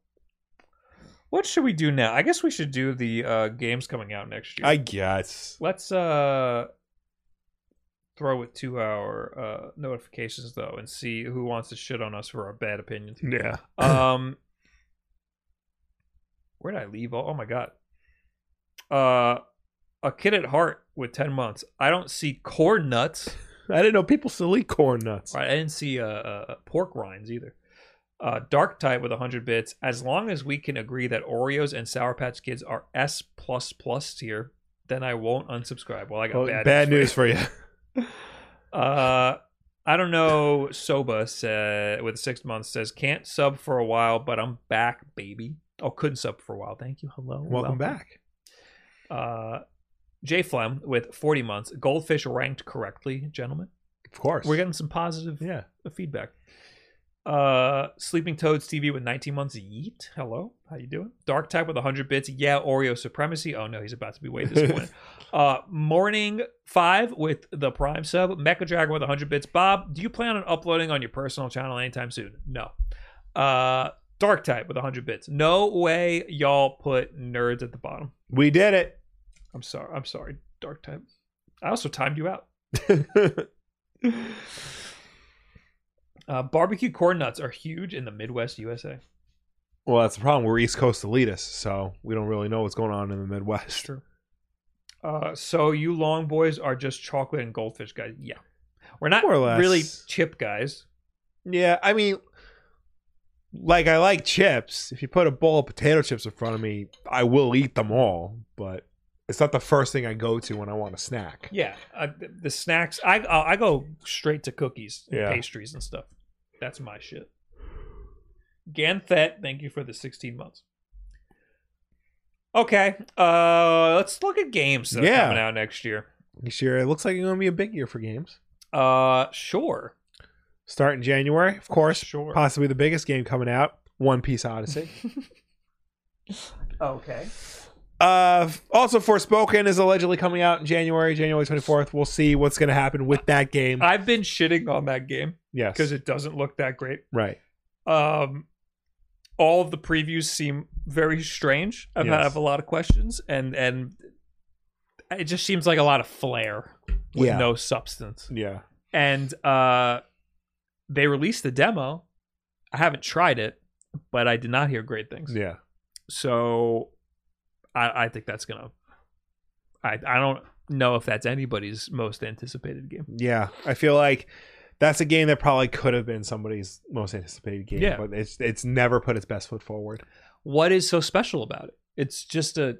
S1: What should we do now? I guess we should do the uh, games coming out next year.
S2: I guess.
S1: Let's uh throw it to our uh, notifications though and see who wants to shit on us for our bad opinions.
S2: Yeah.
S1: Um, where did I leave? all- Oh my god. Uh, a kid at heart with ten months. I don't see corn nuts.
S2: I didn't know people still eat corn nuts.
S1: Right, I didn't see uh, uh, pork rinds either. Uh, dark type with 100 bits. As long as we can agree that Oreos and Sour Patch Kids are S plus plus tier, then I won't unsubscribe. Well, I got
S2: Well,
S1: bad,
S2: Oh, bad, news for you.
S1: for you. Uh, I don't know. Soba said with six months says can't sub for a while, but I'm back, baby. Oh, couldn't sub for a while. Thank you. Hello.
S2: Welcome back.
S1: Uh, J Flem with 40 months. Goldfish ranked correctly, gentlemen.
S2: Of course.
S1: We're getting some positive
S2: yeah.
S1: the feedback. Uh, Sleeping Toads TV with 19 months. Yeet. Hello. How you doing? Dark Type with 100 bits. Yeah. Oreo Supremacy. Oh no, he's about to be way disappointed. uh, Morning Five with the Prime sub. Mecha Dragon with 100 bits. Bob, do you plan on uploading on your personal channel anytime soon? No. Uh, Dark Type with 100 bits. No way, y'all put nerds at the bottom.
S2: We did it.
S1: I'm sorry. I'm sorry. Dark Type. I also timed you out. Uh, barbecue corn nuts are huge in the Midwest USA.
S2: Well, that's the problem. We're East Coast elitists, so we don't really know what's going on in the Midwest.
S1: True. Uh, so you long boys are just chocolate and goldfish guys. Yeah, we're not
S2: More or less.
S1: really chip guys.
S2: Yeah, I mean, like I like chips. If you put a bowl of potato chips in front of me, I will eat them all. But it's not the first thing I go to when I want a snack.
S1: Yeah, uh, th- the snacks. I uh, I go straight to cookies, and
S2: Yeah.
S1: pastries, and stuff. That's my shit. Ganthet, thank you for the sixteen months. Okay, uh, let's look at games that
S2: Yeah.
S1: are coming out next year.
S2: This year, it looks like it's going to be a big year for games.
S1: Uh, sure.
S2: Start in January, of course.
S1: Sure.
S2: Possibly the biggest game coming out, One Piece Odyssey.
S1: Okay.
S2: Uh, also, Forspoken is allegedly coming out in January, January 24th. We'll see what's going to happen with that game.
S1: I've been shitting on that game
S2: yes.
S1: because it doesn't look that great.
S2: right.
S1: um all of the previews seem very strange and
S2: Yes.
S1: i have a lot of questions and and it just seems like a lot of flair with
S2: Yeah.
S1: no substance
S2: Yeah.
S1: and uh they released the demo i haven't tried it but i did not hear great things
S2: Yeah.
S1: so i i think that's gonna i i don't know if that's anybody's most anticipated game
S2: Yeah. I feel like that's a game that probably could have been somebody's most anticipated game,
S1: Yeah.
S2: but it's it's never put its best foot forward.
S1: what is so special about it? It's just a.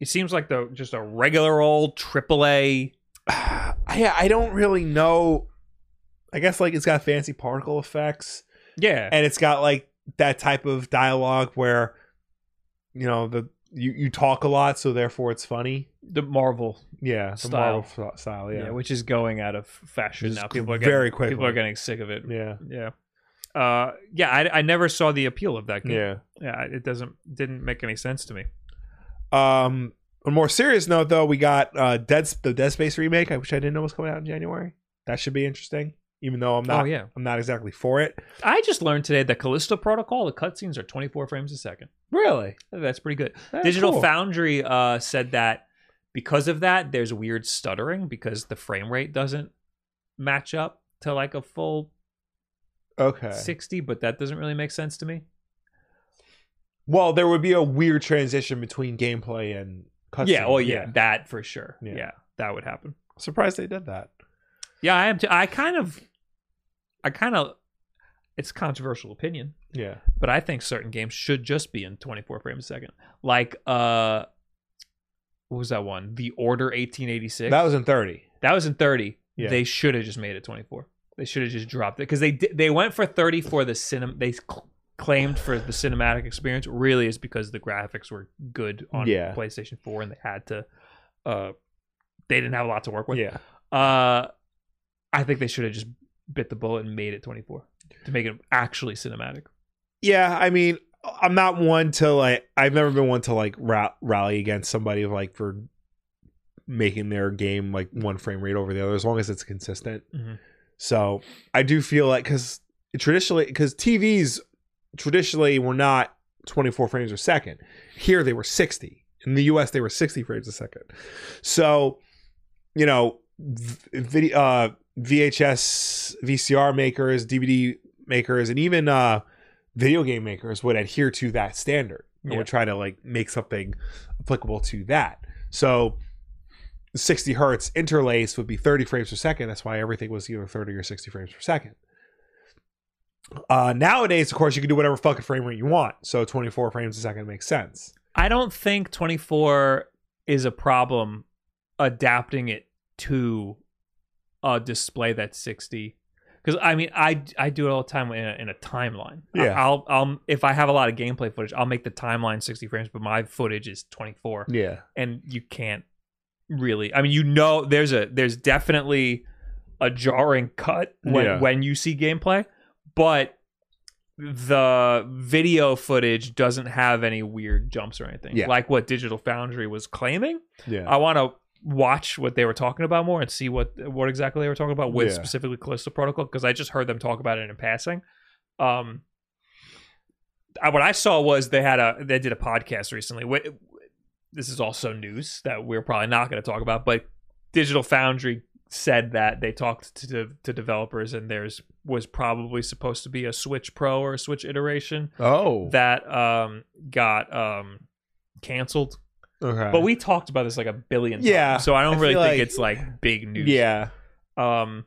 S1: It seems like the just a regular old AAA.
S2: I I don't really know. I guess like it's got fancy particle effects.
S1: Yeah,
S2: and it's got like that type of dialogue where you know the you, you talk a lot so therefore it's funny
S1: the Marvel.
S2: yeah the
S1: Style.
S2: Marvel f- style
S1: Yeah.
S2: yeah
S1: which is going out of fashion
S2: Just
S1: now. People are getting,
S2: very quickly.
S1: People are getting sick of it.
S2: yeah
S1: Yeah. Uh, yeah, I, I never saw the appeal of that game.
S2: yeah,
S1: yeah, it doesn't didn't make any sense to me.
S2: um on a more serious note though we got uh dead Sp- the dead space remake i wish i didn't know was coming out in january that should be interesting even though i'm not
S1: Oh, yeah.
S2: i'm not exactly for it
S1: I just learned today that Callisto Protocol the cutscenes are 24 frames a second.
S2: really
S1: That's pretty good.
S2: That's
S1: Digital
S2: Oh, cool.
S1: Foundry uh, said that because of that, there's weird stuttering because the frame rate doesn't match up to like a full
S2: okay
S1: 60, but that doesn't really make sense to me.
S2: well there would be a weird transition between gameplay and cutscene.
S1: yeah, oh yeah, that for sure.
S2: Yeah.
S1: Yeah. that would happen.
S2: surprised they did that
S1: Yeah, I am. Too, I kind of, I kind of, it's a controversial opinion,
S2: yeah
S1: but I think certain games should just be in 24 frames a second. Like, uh, what was that one? The Order 1886.
S2: that was in 30
S1: That was in 30.
S2: Yeah.
S1: They should have just made it 24. They should have just dropped it because they di- they went for 30 for the cinema. They cl- claimed for the cinematic experience. Really, is because the graphics were good on
S2: Yeah.
S1: PlayStation 4 and they had to. Uh, they didn't have a lot to work with.
S2: yeah
S1: Uh, I think they should have just bit the bullet and made it 24 to make it actually cinematic.
S2: Yeah, I mean, I'm not one to like. I've never been one to like ra- rally against somebody like for making their game like one frame rate over the other, as long as it's consistent.
S1: Mhm.
S2: So I do feel like because traditionally, because TVs traditionally were not 24 frames a second. Here they were 60. In the US, they were 60 frames a second. So, you know, video, uh, VHS, VCR makers, DVD makers, and even uh, video game makers would adhere to that standard and
S1: Yeah.
S2: would try to like make something applicable to that. So, 60 hertz interlaced would be 30 frames per second. That's why everything was either 30 or 60 frames per second. Uh, nowadays, of course, you can do whatever fucking frame rate you want. So 24 frames a second makes sense.
S1: I don't think 24 is a problem adapting it to a display that's 60 because I mean I I do it all the time in a, in a timeline. I-
S2: Yeah.
S1: I'll I'll if I have a lot of gameplay footage, I'll make the timeline 60 frames, but my footage is 24,
S2: Yeah.
S1: and you can't really. I mean, you know, there's a there's definitely a jarring cut when
S2: Yeah.
S1: when you see gameplay, but the video footage doesn't have any weird jumps or anything
S2: Yeah.
S1: like what digital foundry was claiming
S2: Yeah.
S1: i want to watch what they were talking about more and see what what exactly they were talking about with
S2: Yeah.
S1: specifically callisto protocol because i just heard them talk about it in passing um I, what i saw was they had a they did a podcast recently Wh- this is also news that we're probably not going to talk about but digital foundry said that they talked to, to to developers and there's was probably supposed to be a Switch Pro or a Switch iteration
S4: Oh,
S1: that um got um canceled.
S2: Okay.
S1: But we talked about this like a billion times.
S2: Yeah,
S1: So I don't
S2: I
S1: really
S2: feel
S1: think
S2: like-
S1: it's like big news.
S2: yeah.
S1: Um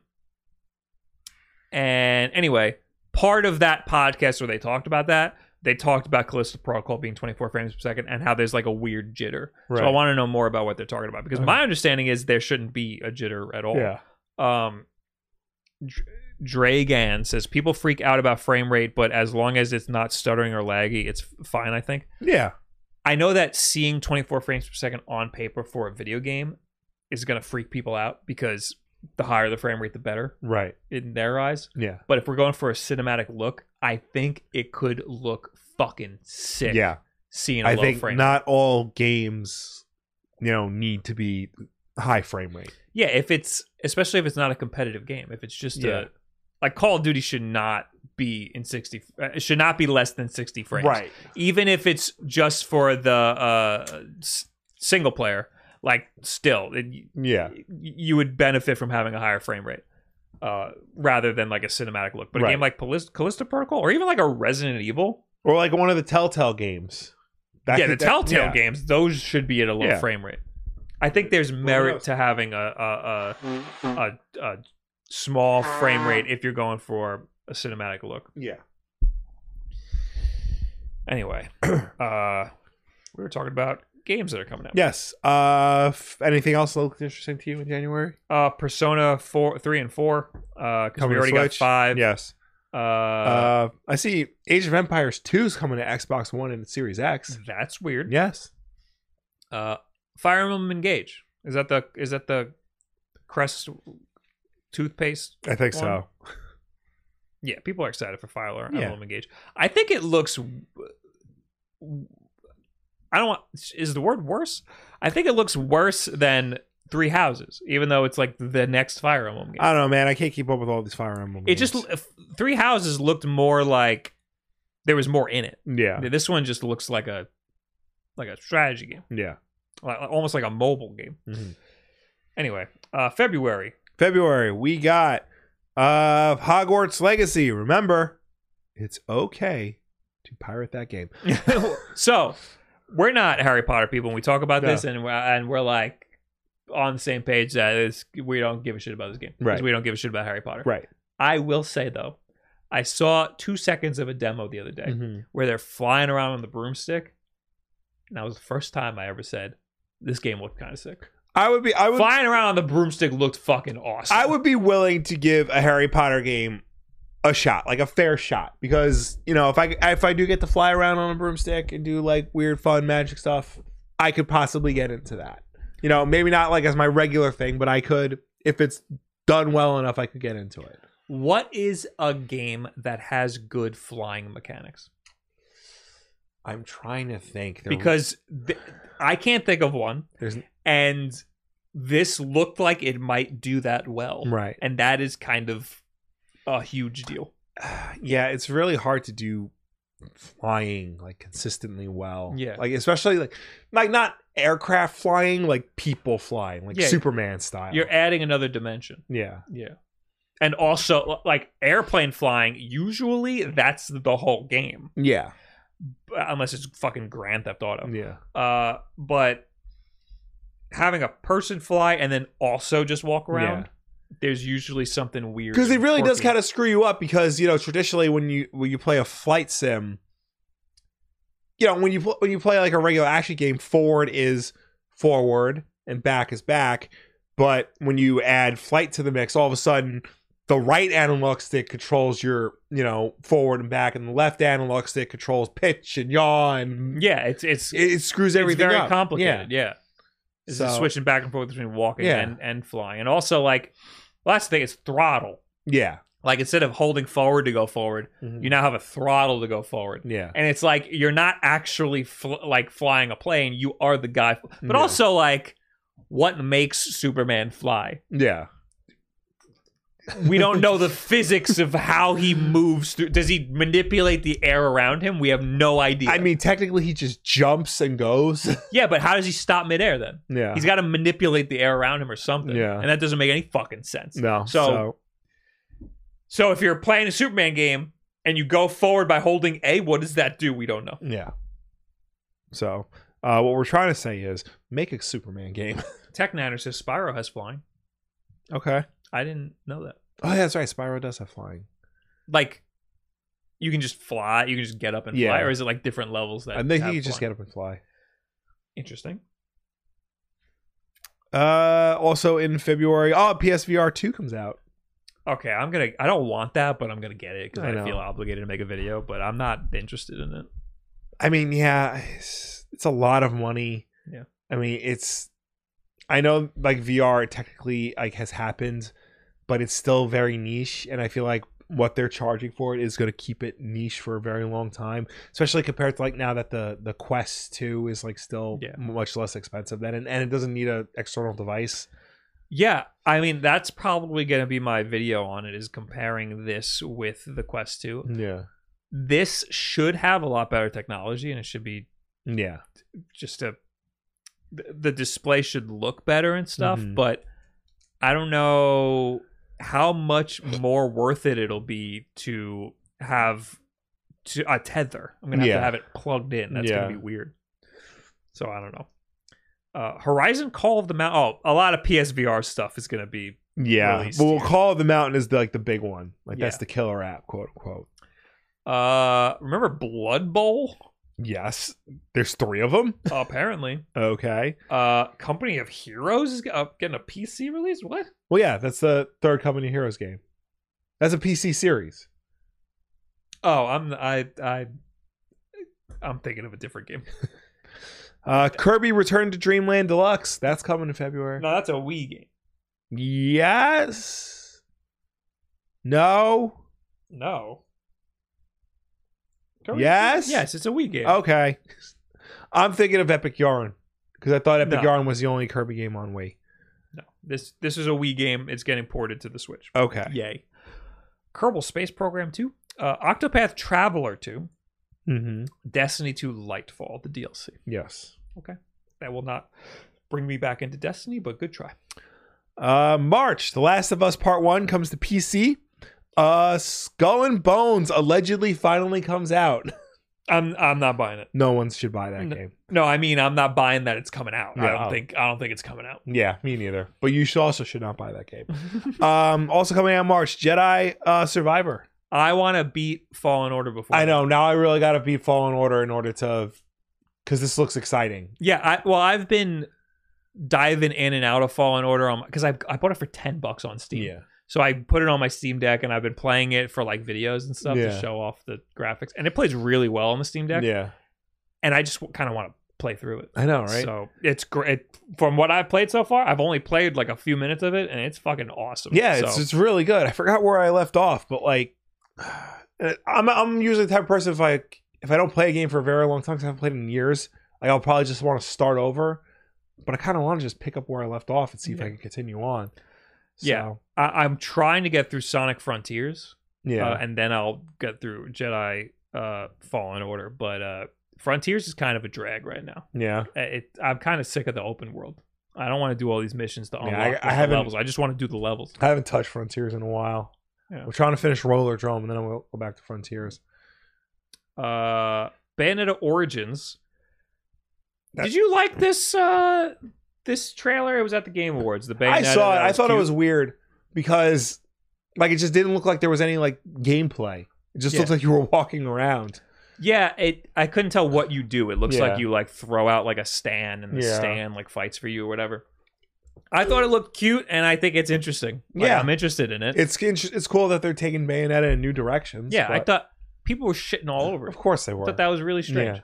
S1: and anyway, part of that podcast where they talked about that, they talked about Callisto Protocol being 24 frames per second and how there's like a weird jitter. So I
S2: Right.
S1: want to know more about what they're talking about because
S2: Okay.
S1: my understanding is there shouldn't be a jitter at all.
S2: Yeah.
S1: Um, Dr- Dre Gann says people freak out about frame rate, but as long as it's not stuttering or laggy, it's f- fine. I think.
S2: Yeah.
S1: I know that seeing 24 frames per second on paper for a video game is gonna freak people out because the higher the frame rate, the better
S2: Right.
S1: in their eyes.
S2: Yeah.
S1: But if we're going for a cinematic look, I think it could look fucking sick.
S2: Yeah.
S1: seeing a
S2: I
S1: low
S2: think
S1: frame.
S2: not all games, you know, need to be high frame rate.
S1: Yeah, if it's especially if it's not a competitive game, if it's just
S2: Yeah.
S1: a like Call of Duty should not be in 60 uh, it should not be less than 60 frames. Even if it's just for the uh s- single player, like still it,
S2: Yeah.
S1: y- you would benefit from having a higher frame rate uh rather than like a cinematic look. But a
S2: Right.
S1: game like Callisto, Callisto Protocol or even like a Resident Evil,
S2: Or like one of the Telltale games. That
S1: yeah, the
S2: could- that-
S1: Telltale
S2: yeah.
S1: games, those should be at a low
S2: Yeah.
S1: frame rate. I think there's merit
S2: knows?
S1: to having a a, a a a small frame rate if you're going for a cinematic look.
S2: Yeah.
S1: Anyway, uh, we were talking about games that are coming out.
S2: Yes. Uh, f- anything else looked interesting to you in January?
S1: Uh, Persona four, three, and four. Uh, because we
S2: Coming to
S1: already got
S2: Switch?
S1: five.
S2: Yes.
S1: Uh,
S2: Uh, I see Age of Empires 2 is coming to Xbox One and Series X.
S1: that's weird.
S2: Yes.
S1: Uh, Fire Emblem Engage. Is that the is that the Crest toothpaste
S2: I
S1: One.
S2: think so.
S1: Yeah, people are excited for Fire Emblem
S2: Yeah.
S1: Engage. I think it looks. w- w- I don't want. Is the word worse? I think it looks worse than Three Houses, even though it's like the next Fire Emblem game.
S2: I don't know, man. I can't keep up with all these Fire Emblem
S1: it just
S2: games.
S1: if- Three Houses looked more like there was more in it.
S2: Yeah.
S1: This one just looks like a like a strategy game,
S2: Yeah.
S1: like, almost like a mobile game.
S2: Mhm.
S1: Anyway, uh February.
S2: February, we got uh Hogwarts Legacy. Remember, it's okay to pirate that game.
S1: so we're not Harry Potter people. When we talk about
S2: No.
S1: this, and we're, and we're like on the same page that it's, we don't give a shit about this game 'cause
S2: Right.
S1: we don't give a shit about Harry Potter.
S2: Right.
S1: I will say though, I saw two seconds of a demo the other day
S2: Mm-hmm.
S1: where they're flying around on the broomstick, and that was the first time I ever said this game looked kind of sick.
S2: I would be I would
S1: flying around on the broomstick looked fucking awesome.
S2: I would be willing to give a Harry Potter game a shot, like a fair shot, because you know if I if I do get to fly around on a broomstick and do like weird, fun magic stuff, I could possibly get into that. You know, maybe not like as my regular thing, but I could if it's done well enough, I could get into it.
S1: What is a game that has good flying mechanics?
S2: I'm trying to think There-
S1: because th- I can't think of one.
S2: There's n-
S1: and this looked like it might do that well,
S2: right.
S1: and that is kind of a huge deal.
S2: yeah, it's really hard to do flying like consistently well.
S1: Yeah.
S2: Like especially like like not aircraft flying, like people flying, like
S1: Yeah.
S2: Superman style.
S1: You're adding another dimension.
S2: yeah.
S1: Yeah. And also, like airplane flying, usually that's the whole game,
S2: Yeah.
S1: b- unless it's fucking Grand Theft Auto.
S2: Yeah.
S1: Uh, but having a person fly and then also just walk around, there's usually something weird.
S2: Because it
S1: and
S2: really does
S1: quirky.
S2: kind of screw you up because, you know, traditionally when you when you play a flight sim, you know, when you pl- when you play like a regular action game, forward is forward and back is back. But when you add flight to the mix, all of a sudden the right analog stick controls your, you know, forward and back, and the left analog stick controls pitch and yaw, and
S1: yeah. It's it's
S2: it, it screws everything
S1: it's very
S2: up.
S1: complicated. Yeah, It's just
S2: So-
S1: switching back and forth between walking
S2: Yeah.
S1: and, and flying, and also like last thing is throttle.
S2: Yeah.
S1: Like instead of holding forward to go forward,
S2: Mhm.
S1: you now have a throttle to go forward,
S2: Yeah.
S1: and it's like you're not actually fl- like flying a plane; you are the guy. But
S2: Yeah.
S1: also like, what makes Superman fly?
S2: Yeah.
S1: we don't know the physics of how he moves through. Does he manipulate the air around him? We have no idea.
S2: I mean, technically, he just jumps and goes.
S1: yeah, but how does he stop midair then?
S2: Yeah.
S1: He's got to manipulate the air around him or something.
S2: Yeah.
S1: And that doesn't make any fucking sense.
S2: no.
S1: So, so, if you're playing a Superman game and you go forward by holding A, what does that do? We don't know.
S2: yeah. So uh, what we're trying to say is make a Superman game.
S1: Tech Niner says Spyro has flying.
S2: okay.
S1: I didn't know that.
S2: Oh, yeah, that's right. Spyro does have flying.
S1: Like, you can just fly. You can just get up and
S2: Yeah.
S1: fly, or is it like different levels that?
S2: I think he
S1: have
S2: can just
S1: flying?
S2: get up and fly.
S1: interesting.
S2: Uh, also in February, oh, PSVR two comes out.
S1: Okay, I'm gonna. I don't want that, but I'm gonna get it because
S2: I
S1: I,
S2: know.
S1: feel obligated to make a video. But I'm not interested in it.
S2: I mean, yeah, it's, it's a lot of money.
S1: Yeah.
S2: I mean, it's. I know, like VR technically like has happened, but it's still very niche, and I feel like what they're charging for it is going to keep it niche for a very long time, especially compared to like now that the the Quest two is like still
S1: Yeah.
S2: much less expensive than, and, and it doesn't need a external device.
S1: Yeah, I mean that's probably gonna be my video on it. Is comparing this with the Quest Two.
S2: Yeah,
S1: This should have a lot better technology, and it should be
S2: yeah,
S1: just a th- the display should look better and stuff
S2: Mhm.
S1: but i don't know how much more worth it it'll be to have to a tether i'm gonna have
S2: Yeah.
S1: to have it plugged in that's
S2: Yeah.
S1: gonna be weird so i don't know uh, horizon call of the mount oh a lot of psvr stuff is gonna be
S2: yeah.
S1: Released,
S2: well,
S1: yeah.
S2: Call of the Mountain is the, like the big one. Like that's
S1: Yeah.
S2: the killer app, quote unquote.
S1: uh remember blood bowl
S2: Yes, there's three of them.
S1: apparently
S2: Okay.
S1: uh company of heroes is g- uh, getting a pc release what
S2: Well, yeah, that's the third Company of Heroes game. That's a PC series.
S1: Oh, I'm I I I'm thinking of a different game.
S2: Uh, Kirby Return to Dreamland Deluxe. That's coming in February.
S1: No, that's a Wii game.
S2: Yes. No.
S1: No.
S2: Yes?
S1: Yes, Oh. it's a Wii game.
S2: Okay. I'm thinking of Epic Yarn because I thought Epic
S1: No.
S2: Yarn was the only Kirby game on Wii.
S1: No. This this is a Wii game. It's getting ported to the Switch.
S2: Okay.
S1: Yay. Kerbal Space Program 2, uh, Octopath Traveler 2,
S2: Mm-hmm.
S1: Destiny 2 Lightfall, the DLC.
S2: Yes.
S1: That will not bring me back into Destiny, but good try.
S2: Uh, March, The Last of Us Part One comes to PC. Uh, Skull and Bones allegedly finally comes out.
S1: I'm I'm not buying it.
S2: No one should buy that
S1: No.
S2: game.
S1: No, I mean I'm not buying that it's coming out. I
S2: No.
S1: don't think I don't think it's coming out.
S2: Yeah, me neither. But you should also should not buy that game. um, also coming out in March, Jedi uh, Survivor.
S1: I want to beat Fallen Order before.
S2: I
S1: that.
S2: know. Now I really got to beat Fallen Order in order to, because this looks exciting.
S1: Yeah, I, well, I've been diving in and out of Fallen Order on because I I bought it for ten bucks on Steam. So I put it on my Steam Deck and I've been playing it for like videos and stuff
S2: Yeah.
S1: to show off the graphics, and it plays really well on the Steam Deck.
S2: yeah.
S1: And I just kind of want to play through it.
S2: I know, right?
S1: So it's great. From what I've played so far, I've only played like a few minutes of it, and it's fucking awesome.
S2: yeah,
S1: so,
S2: it's it's really good. I forgot where I left off, but like, I'm I'm usually the type of person if I if I don't play a game for a very long time, 'cause I haven't played in years, like, I'll probably just want to start over. But I kind of want to just pick up where I left off and see if I
S1: Yeah.
S2: can continue on.
S1: Yeah.
S2: So,
S1: I, I'm trying to get through Sonic Frontiers.
S2: yeah.
S1: uh, and then I'll get through Jedi uh, Fallen Order. But uh, Frontiers is kind of a drag right now.
S2: yeah.
S1: Uh, It, I'm kind of sick of the open world. I don't want to do all these missions to
S2: Yeah,
S1: unlock
S2: I-
S1: the
S2: I haven't-
S1: levels. I just want to do the levels.
S2: I haven't touched Frontiers in a while.
S1: Yeah.
S2: We're trying to finish Roller Drum, and then I'm gonna go back to Frontiers.
S1: Uh, Bayonetta Origins.
S2: That-
S1: Did you like this? Uh, this trailer. It was at the Game Awards. The Bayonetta.
S2: I saw it.
S1: that
S2: I thought it
S1: cute.
S2: was weird because, like, it just didn't look like there was any like gameplay. It just
S1: Yeah.
S2: looked like you were walking around.
S1: Yeah, it. I couldn't tell what you do. It looks
S2: Yeah.
S1: like you like throw out like a stand, and the
S2: Yeah.
S1: stand like fights for you or whatever. I thought it looked cute, and I think it's interesting. Like,
S2: Yeah.
S1: I'm interested in it.
S2: It's inter- it's cool that they're taking Bayonetta in new directions.
S1: yeah, I
S2: but-
S1: thought people were shitting all over. it.
S2: Of course they were.
S1: I thought that was really strange.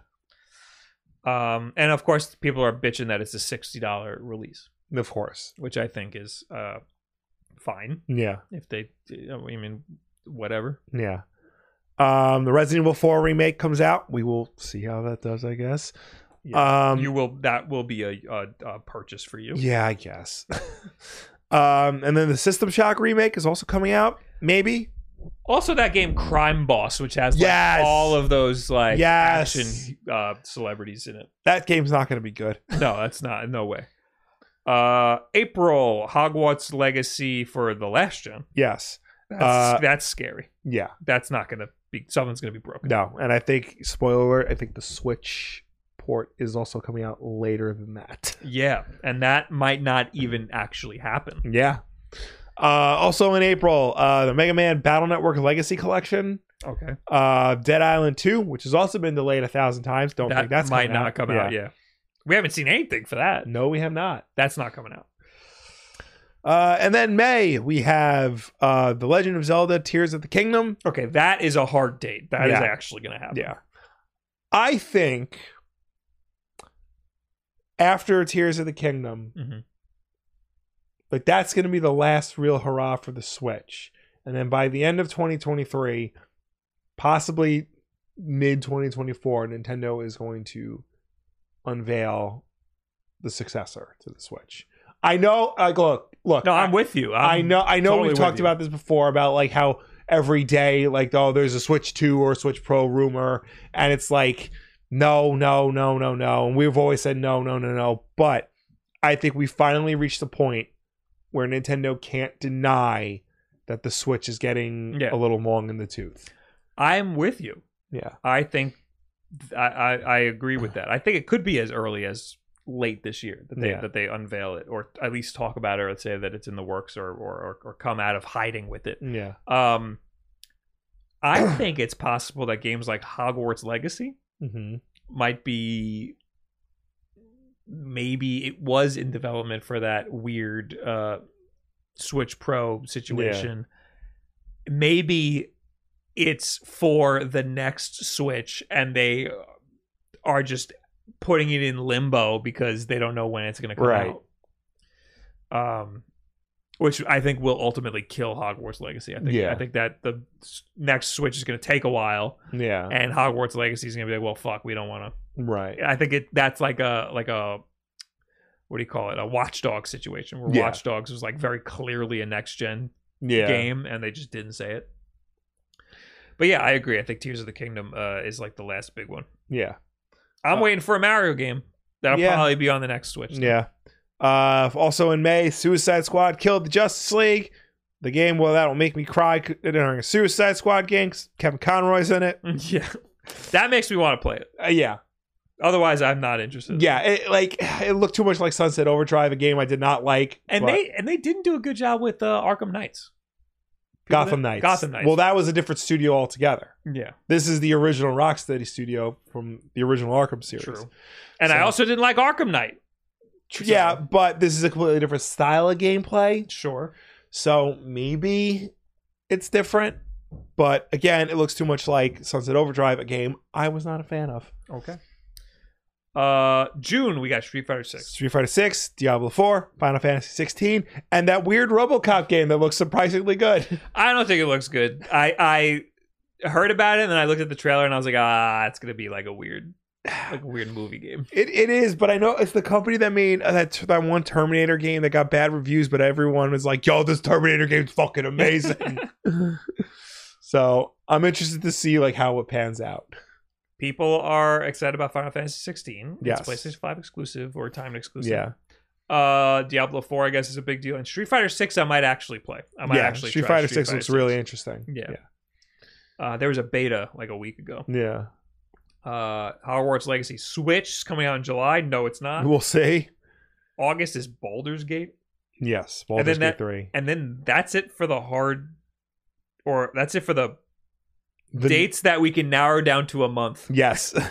S1: Um, and of course, people are bitching that it's a sixty dollar release,
S2: of course.
S1: which I think is uh fine
S2: Yeah.
S1: if they. I mean, whatever.
S2: Yeah. Um, the Resident Evil 4 remake comes out. We will see how that does, I guess.
S1: Yeah.
S2: Um,
S1: you will. That will be a, a, a purchase for you.
S2: Yeah, I guess. Um, and then the System Shock remake is also coming out. Maybe
S1: Also, that game Crime Boss, which has like,
S2: Yes.
S1: all of those like
S2: Yes.
S1: action uh, celebrities in it.
S2: that game's not going to be good.
S1: No, that's not. No way. Uh, April Hogwarts Legacy for the last gen.
S2: Yes.
S1: That's,
S2: Uh,
S1: that's scary.
S2: Yeah.
S1: That's not gonna be. Something's gonna be broken.
S2: No. And I think spoiler alert. I think the Switch port is also coming out later than that.
S1: Yeah, and that might not even actually happen.
S2: Yeah. Uh, also in April, uh, the Mega Man Battle Network Legacy Collection,
S1: Okay,
S2: uh, Dead Island Two, which has also been delayed a thousand times. Don't
S1: that
S2: think that's
S1: might
S2: coming
S1: not
S2: out.
S1: come out.
S2: Yeah.
S1: Yeah, we haven't seen anything for that.
S2: No, we have not.
S1: That's not coming out.
S2: Uh, and then May we have uh, the Legend of Zelda: Tears of the Kingdom.
S1: Okay, that is a hard date. That is
S2: Yeah.
S1: actually gonna happen.
S2: Yeah. I think after Tears of the Kingdom,
S1: Mhm.
S2: like that's going to be the last real hurrah for the Switch. And then by the end of 2023, possibly mid 2024, Nintendo is going to unveil the successor to the Switch. I know, like, look, look.
S1: No,
S2: I-
S1: I'm with you.
S2: i
S1: i
S2: know I know
S1: totally
S2: we've
S1: with
S2: talked
S1: you.
S2: about this before about like how every day like oh there's a Switch 2 or a Switch Pro rumor and it's like no no no no no and we've always said no no no no but I think we finally reached the point where Nintendo can't deny that the Switch is getting
S1: Yeah.
S2: a little long in the tooth.
S1: I'm with you.
S2: Yeah.
S1: I think I, I I agree with that. I think it could be as early as late this year that they
S2: Yeah.
S1: that they unveil it or at least talk about it or say that it's in the works or or, or, or come out of hiding with it.
S2: Yeah.
S1: Um I think it's possible that games like Hogwarts Legacy
S2: Mm-hmm.
S1: might be maybe it was in development for that weird uh Switch Pro situation. Maybe it's for the next Switch and they are just putting it in limbo because they don't know when it's going to come
S2: Right.
S1: out. Um which I think will ultimately kill Hogwarts Legacy. I think
S2: Yeah.
S1: I think that the s- next Switch is going to take a while
S2: Yeah.
S1: and Hogwarts Legacy is going to be like, "Well, fuck, we don't want to
S2: right.
S1: I think it that's like a like a what do you call it? A watchdog situation where
S2: Yeah.
S1: Watchdogs was like very clearly a next gen
S2: Yeah.
S1: game and they just didn't say it. But yeah, I agree. I think Tears of the Kingdom uh, is like the last big one.
S2: Yeah.
S1: I'm
S2: Uh,
S1: waiting for a Mario game. That'll
S2: Yeah.
S1: probably be on the next Switch.
S2: Yeah. Uh, also in May, Suicide Squad killed the Justice League. The game, well, that'll make me cry c- during a Suicide Squad game. 'cause Kevin Conroy's in it.
S1: yeah. That makes me want to play it.
S2: Uh, yeah,
S1: Otherwise, I'm not interested.
S2: yeah. It, like it looked too much like Sunset Overdrive, a game I did not like.
S1: And
S2: but
S1: they and they didn't do a good job with uh, Arkham Knights. People
S2: Gotham
S1: didn't-
S2: Knights.
S1: Gotham Knights.
S2: Well, that was a different studio altogether.
S1: yeah,
S2: This is the original Rocksteady studio from the original Arkham series.
S1: true. And I
S2: So-
S1: also didn't like Arkham Knight.
S2: Tr- Yeah, but this is a completely different style of gameplay.
S1: Sure.
S2: So maybe it's different. But again, it looks too much like Sunset Overdrive, a game I was not a fan of.
S1: Okay. Uh, June we got Street Fighter Six.
S2: Street Fighter 6, Diablo 4, Final Fantasy 16, and that weird RoboCop game that looks surprisingly good.
S1: I don't think it looks good. I I heard about it and then I looked at the trailer and I was like, ah, it's gonna be like a weird, like a weird movie game.
S2: It, it is, but I know it's the company that made uh, that that one Terminator game that got bad reviews, but everyone was like, "Yo, this Terminator game's fucking amazing." so I'm interested to see like how it pans out.
S1: People are excited about Final Fantasy 16.
S2: Yes.
S1: It's PlayStation 5 exclusive or timed exclusive.
S2: Yeah,
S1: Uh, Diablo 4 I guess is a big deal, and Street Fighter 6 I might actually play. I might
S2: yeah.
S1: actually
S2: Street
S1: try
S2: Fighter 6 looks really interesting.
S1: Yeah. Uh, there was a beta like a week ago.
S2: yeah,
S1: Uh, Hogwarts Legacy Switch is coming out in July. No, it's not.
S2: we'll see.
S1: August is Baldur's Gate.
S2: Yes,
S1: And
S2: Baldur's
S1: then
S2: Gate 3.
S1: and then that's it for the hard or that's it for the,
S2: The-
S1: dates that we can narrow down to a month
S2: Yes.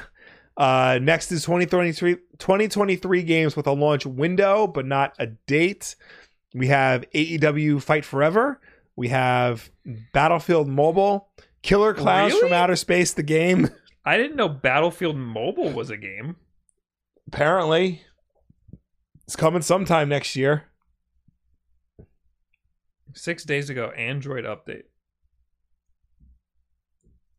S2: Uh, next is 2023, 2023 games with a launch window, but not a date. We have AEW Fight Forever. We have Battlefield Mobile, Killer Clowns
S1: Really?
S2: from Outer Space, the game.
S1: i didn't know battlefield mobile was a game
S2: Apparently, it's coming sometime next year.
S1: six days ago android update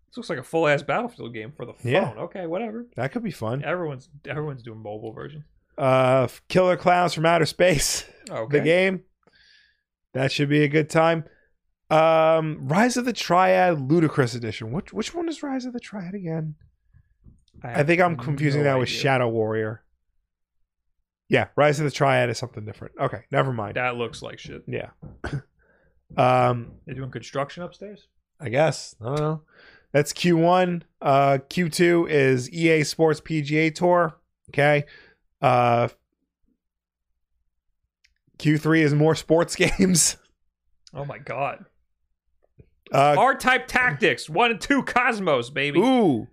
S1: this looks like a full-ass battlefield game for the phone
S2: Yeah.
S1: okay whatever
S2: That could be fun.
S1: everyone's everyone's doing mobile version
S2: Uh, Killer Clowns from Outer Space,
S1: okay
S2: the game. That should be a good time. Um, Rise of the Triad Ludicrous Edition. Which which one is Rise of the Triad again? I think I'm confusing that with
S1: Shadow.
S2: Shadow Warrior. Yeah, Rise of the Triad is something different. Okay, never mind.
S1: That looks like shit.
S2: Yeah. um,
S1: They're doing construction upstairs.
S2: I guess. I don't know. That's Q1. Uh, Q2 is EA Sports PGA Tour. Okay. Uh, Q3 is more sports games.
S1: Oh my god.
S2: Uh,
S1: R type tactics one and two Cosmos baby.
S2: ooh,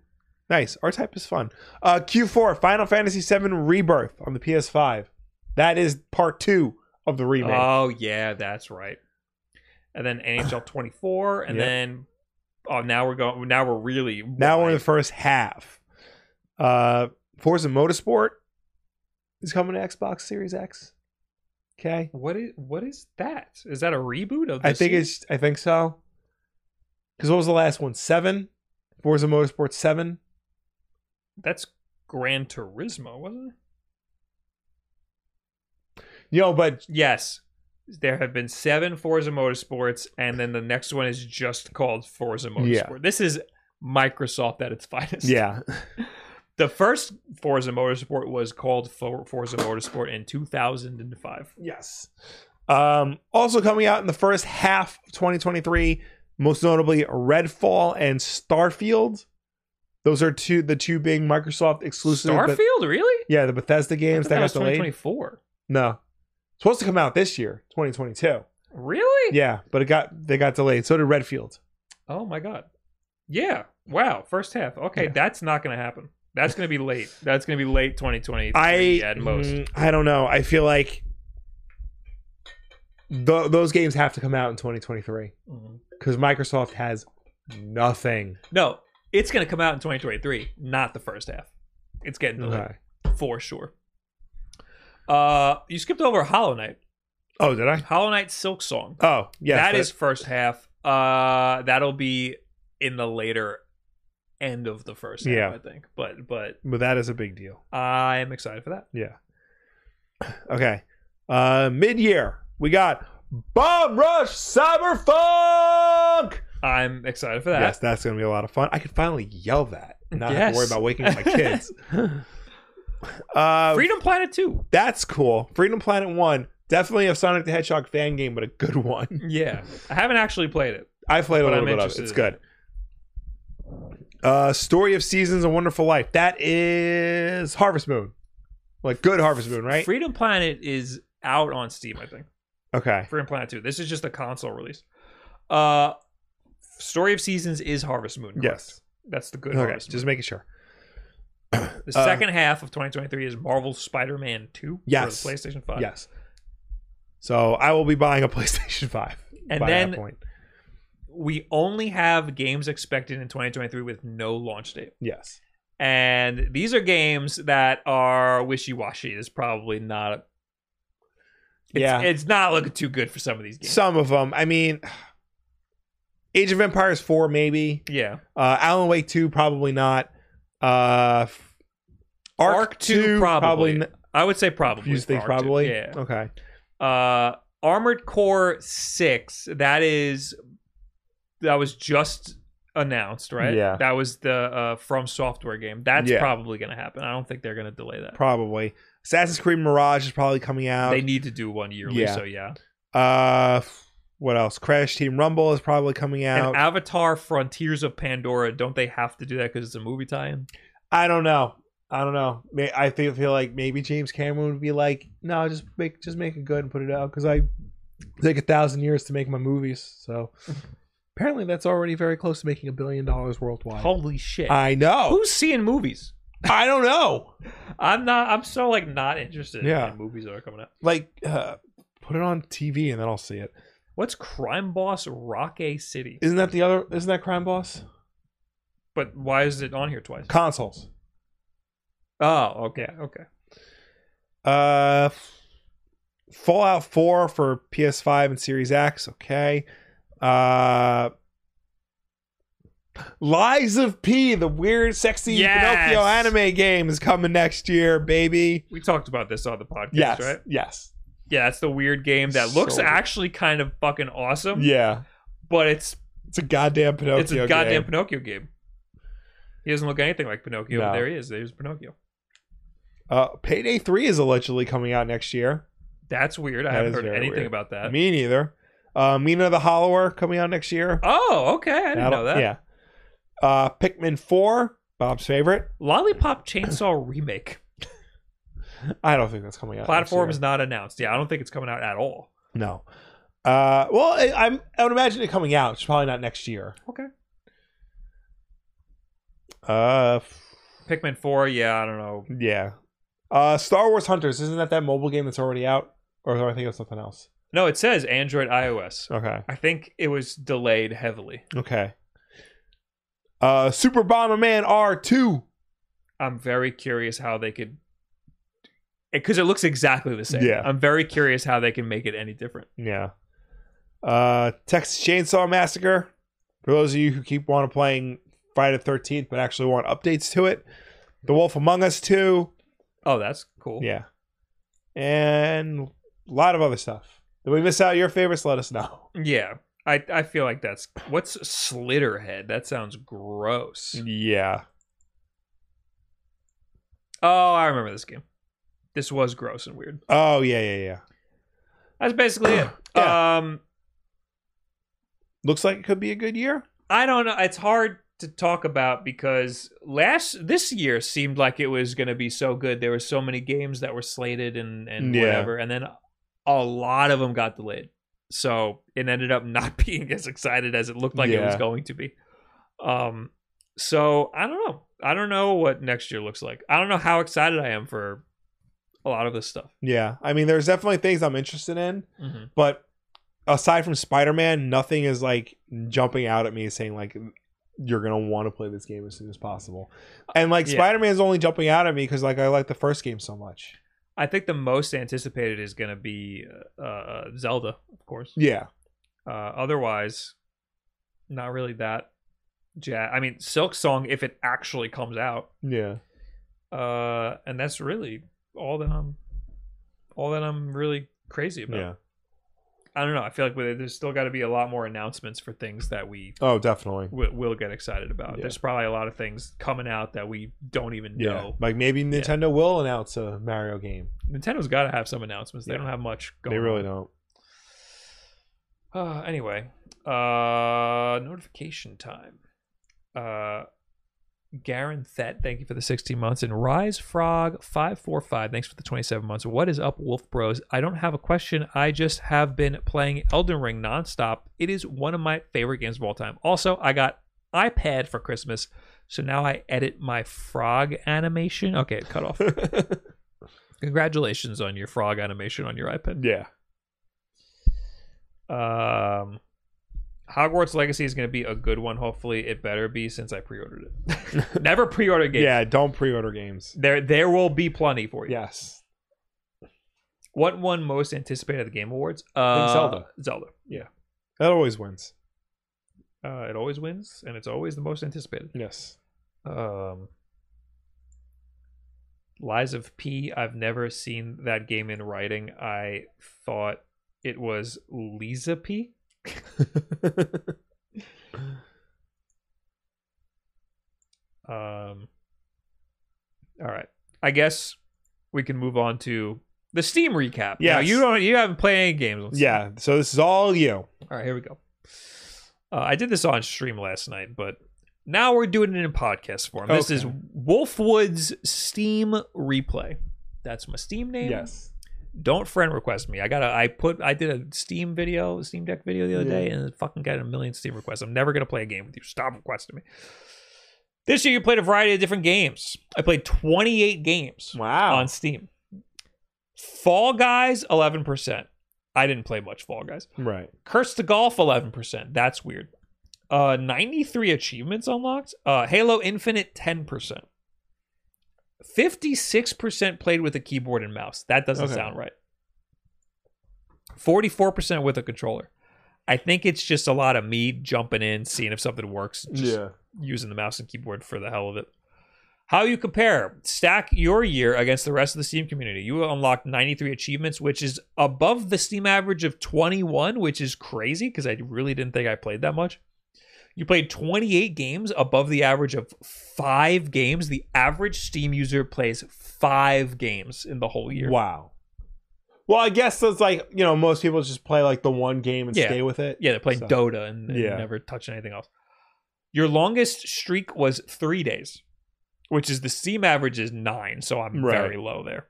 S2: nice. R Type is fun. Uh, Q4 Final Fantasy VII Rebirth on the PS5. That is part two of the remake.
S1: Oh yeah, that's right. And then NHL 24, and
S2: Yep.
S1: then oh now we're going. Now we're really
S2: now we're in
S1: wide.
S2: the first half. Uh, Forza Motorsport is coming to Xbox Series X. Okay.
S1: What is what is that? Is that a reboot of?
S2: I
S1: this
S2: think
S1: year?
S2: it's. I think so. Because what was the last one? Seven. Forza Motorsport Seven.
S1: that's Gran Turismo, wasn't it?
S2: Yo, but
S1: Yes. There have been seven Forza Motorsports, and then the next one is just called Forza Motorsport.
S2: Yeah.
S1: This is Microsoft at its finest.
S2: yeah,
S1: The first Forza Motorsport was called For- Forza Motorsport in 2005.
S2: yes. Um, also coming out in the first half of 2023, most notably Redfall and Starfield. Those are two the two big Microsoft exclusive.
S1: Starfield, really?
S2: yeah, the Bethesda
S1: I
S2: games
S1: thought
S2: that,
S1: that was
S2: got delayed.
S1: 2024.
S2: No, supposed to come out this year, 2022.
S1: Really?
S2: Yeah, but it got they got delayed. So did Redfield.
S1: Oh my god. Yeah. Wow. First half. Okay, that's not going to happen. That's going to be late. That's going to be late 2023
S2: I
S1: at most.
S2: mm, I don't know. I feel like th- those games have to come out in 2023
S1: Mhm.
S2: because Microsoft has nothing.
S1: No, it's going to come out in 2023, not the first half. It's getting delayed. for sure. Uh, you skipped over Hollow Knight.
S2: Oh, did I?
S1: Hollow Knight Silk Song.
S2: Oh, yes.
S1: that is first half. Uh, that'll be in the later end of the first half,
S2: Yeah.
S1: I think. But but
S2: but that is a big deal.
S1: I am excited for that.
S2: Yeah. Okay. Uh, mid year we got Bomb Rush Cyberpunk.
S1: I'm excited for that.
S2: Yes, that's gonna be a lot of fun. I could finally yell that, and not have
S1: Yes.
S2: to worry about waking up my kids. uh,
S1: Freedom Planet Two.
S2: That's cool. Freedom Planet 1, definitely a Sonic the Hedgehog fan game, but a good one.
S1: Yeah, I haven't actually played it.
S2: I played a
S1: But
S2: little
S1: I'm
S2: bit of it.
S1: interested
S2: It's
S1: in
S2: good. Uh, Story of Seasons, A Wonderful Life. That is Harvest Moon. Like, good Harvest Moon, right?
S1: Freedom Planet is out on Steam, I think.
S2: okay.
S1: Freedom Planet Two. This is just a console release. Uh, Story of Seasons is Harvest Moon. correct?
S2: Yes.
S1: that's the good
S2: Okay.
S1: Harvest Moon.
S2: Just making sure.
S1: The
S2: Uh,
S1: second half of 2023 is Marvel Spider-Man 2
S2: Yes.
S1: for the PlayStation 5.
S2: Yes. So I will be buying a PlayStation 5
S1: And
S2: by
S1: then-
S2: that point.
S1: We only have games expected in 2023 with no launch date.
S2: Yes.
S1: And these are games that are wishy-washy. It's probably not it's,
S2: yeah.
S1: it's not looking too good for some of these games.
S2: Some of them. I mean, Age of Empires 4, maybe.
S1: yeah.
S2: Uh, Alan Wake 2, probably not. Uh, f- Arc, 2, probably. n-
S1: I would say probably.
S2: you think
S1: for Arc two.
S2: probably?
S1: Yeah.
S2: Okay.
S1: uh armored core 6 that is that was just announced right
S2: Yeah.
S1: that was the uh from software game that's
S2: Yeah.
S1: probably gonna happen i don't think they're gonna delay that
S2: Probably. Assassin's Creed Mirage is probably coming out.
S1: they need to do one yearly
S2: Yeah.
S1: so yeah
S2: uh, f- what else? Crash Team Rumble is probably coming out.
S1: and avatar frontiers of pandora don't they have to do that because it's a movie tie-in
S2: I don't know. I don't know. May- I feel feel like maybe James Cameron would be like, no, just make just make it good and put it out because I take a thousand years to make my movies. So apparently, that's already very close to making a billion dollars worldwide.
S1: holy shit
S2: I know.
S1: who's seeing movies
S2: I don't know.
S1: i'm not i'm so like not interested
S2: Yeah.
S1: in movies that are coming out
S2: like uh, put it on TV and then I'll see it.
S1: what's crime boss rock a city
S2: Isn't that the other? Isn't that Crime Boss?
S1: but why is it on here twice
S2: Consoles.
S1: oh okay okay
S2: Uh, Fallout Four for PS5 and Series X. Okay. Uh, Lies of P, the weird, sexy
S1: Yes.
S2: Pinocchio anime game, is coming next year, baby.
S1: We talked about this on the podcast,
S2: Yes,
S1: right?
S2: yes.
S1: yeah, it's the weird game that looks
S2: So-
S1: actually kind of fucking awesome.
S2: Yeah,
S1: but it's
S2: it's a goddamn Pinocchio.
S1: it's a goddamn
S2: game.
S1: Pinocchio game. He doesn't look anything like Pinocchio,
S2: No.
S1: but there he is. There's Pinocchio.
S2: Uh, Payday Three is allegedly coming out next year.
S1: That's weird. I
S2: That
S1: haven't
S2: is
S1: heard
S2: very
S1: anything
S2: weird.
S1: about that.
S2: Me neither. Uh, Mina the Hollower coming out next year.
S1: Oh, okay. I didn't
S2: That'll-
S1: know that.
S2: Yeah. Uh, Pikmin Four, Bob's favorite.
S1: Lollipop Chainsaw remake.
S2: I don't think that's coming out. next
S1: Platform
S2: year.
S1: is not announced. Yeah, I don't think it's coming out at all.
S2: No. Uh, well, I, I'm. I would imagine it coming out. It's probably not next year.
S1: Okay.
S2: Uh, f-
S1: Pikmin 4, yeah, I don't know.
S2: yeah. Uh, Star Wars Hunters isn't that that mobile game that's already out, or do I think it's something else?
S1: No, it says Android iOS.
S2: Okay.
S1: I think it was delayed heavily.
S2: Okay. Uh, Super Bomberman R two.
S1: I'm very curious how they could because it looks exactly the same.
S2: Yeah.
S1: I'm very curious how they can make it any different.
S2: Yeah. Uh, Texas Chainsaw Massacre. For those of you who keep want to playing Friday the Thirteenth, but actually want updates to it, The Wolf Among Us two.
S1: Oh, that's cool.
S2: Yeah. And a lot of other stuff. Did we miss out your favorites? Let us know.
S1: Yeah. I, I feel like that's what's Slitterhead? That sounds gross.
S2: Yeah.
S1: Oh, I remember this game. This was gross and weird.
S2: Oh yeah, yeah, yeah.
S1: That's basically it.
S2: Yeah.
S1: Um
S2: Looks like it could be a good year.
S1: I don't know. It's hard to talk about because last this year seemed like it was going to be so good. There were so many games that were slated and and
S2: Yeah.
S1: whatever, and then a lot of them got delayed. So it ended up not being as excited as it looked like it was
S2: Yeah.
S1: going to be. Um, so I don't know. I don't know what next year looks like. I don't know how excited I am for a lot of this stuff.
S2: Yeah. I mean, there's definitely things I'm interested in, but aside from Spider-Man, nothing is like jumping out at me saying like you're gonna want to play this game as soon as possible. And like
S1: Yeah.
S2: Spider-Man's only jumping out at me because like I like the first game so much.
S1: I think the most anticipated is going to be uh, Zelda, of course.
S2: Yeah.
S1: Uh, otherwise, not really that. Ja- I mean, Silk Song, if it actually comes out,
S2: Yeah.
S1: uh, and that's really all that I'm, all that I'm really crazy about.
S2: Yeah.
S1: I don't know. I feel like with- there's still got to be a lot more announcements for things that we
S2: Oh, definitely.
S1: will, will get excited about.
S2: Yeah.
S1: There's probably a lot of things coming out that we don't even
S2: Yeah.
S1: know.
S2: Like maybe Nintendo will announce a Mario game.
S1: Nintendo's got to have some announcements. They
S2: Yeah.
S1: don't have much. going
S2: They really
S1: on.
S2: don't.
S1: Uh, anyway, uh, notification time. Uh, Garen Thet, thank you for the 16 months. And Rise Frog 545, thanks for the 27 months. What is up, Wolf Bros? I don't have a question. I just have been playing Elden Ring nonstop. It is one of my favorite games of all time. Also, I got iPad for Christmas, so now I edit my frog animation. Okay, it cut off. Congratulations on your frog animation on your iPad.
S2: Yeah.
S1: Um, Hogwarts Legacy is going to be a good one. Hopefully, it better be since I pre-ordered it. Never pre-order games.
S2: Yeah, don't pre-order games.
S1: There, there will be plenty for you.
S2: Yes.
S1: What won most anticipated at the Game Awards?
S2: think
S1: Uh,
S2: Zelda.
S1: Zelda.
S2: That always wins.
S1: Uh, it always wins, and it's always the most anticipated.
S2: Yes.
S1: Um, Lies of P. I've never seen that game in writing. I thought it was Lisa P. um. All right. I guess we can move on to the Steam recap. Yeah,
S2: Yes.
S1: you don't. You haven't played any games. on Steam.
S2: Yeah. So this is all you.
S1: All right, here we go. Uh, I did this on stream last night, but now we're doing it in podcast form. This is
S2: Okay.
S1: Wolfwood's Steam replay. That's my Steam name.
S2: Yes.
S1: Don't friend request me. I got to I put I did a Steam video, Steam Deck video the other day, and it fucking got a million Steam requests. I'm never gonna play a game with you. Stop requesting me. This year you played a variety of different games. I played 28 games
S2: Wow.
S1: on Steam. Fall Guys, 11%. I didn't play much Fall Guys.
S2: right.
S1: Curse to Golf, 11%. That's weird. Uh, 93 achievements unlocked. Uh, Halo Infinite, 10%. 56% played with a keyboard and mouse. That doesn't
S2: Okay.
S1: sound right. 44% with a controller. I think it's just a lot of me jumping in, seeing if something works, just using the mouse and keyboard for the hell of it. How you compare? Stack your year against the rest of the Steam community. You unlocked 93 achievements, which is above the Steam average of 21, which is crazy because I really didn't think I played that much. You played 28 games above the average of five games. The average Steam user plays five games in the whole year.
S2: Wow. Well, I guess that's like you know most people just play like the one game and
S1: Yeah.
S2: stay with it.
S1: Yeah, they're playing
S2: So-
S1: Dota and, and
S2: Yeah.
S1: never touch anything else. Your longest streak was three days, which is the Steam average is nine, so I'm
S2: Right.
S1: very low there.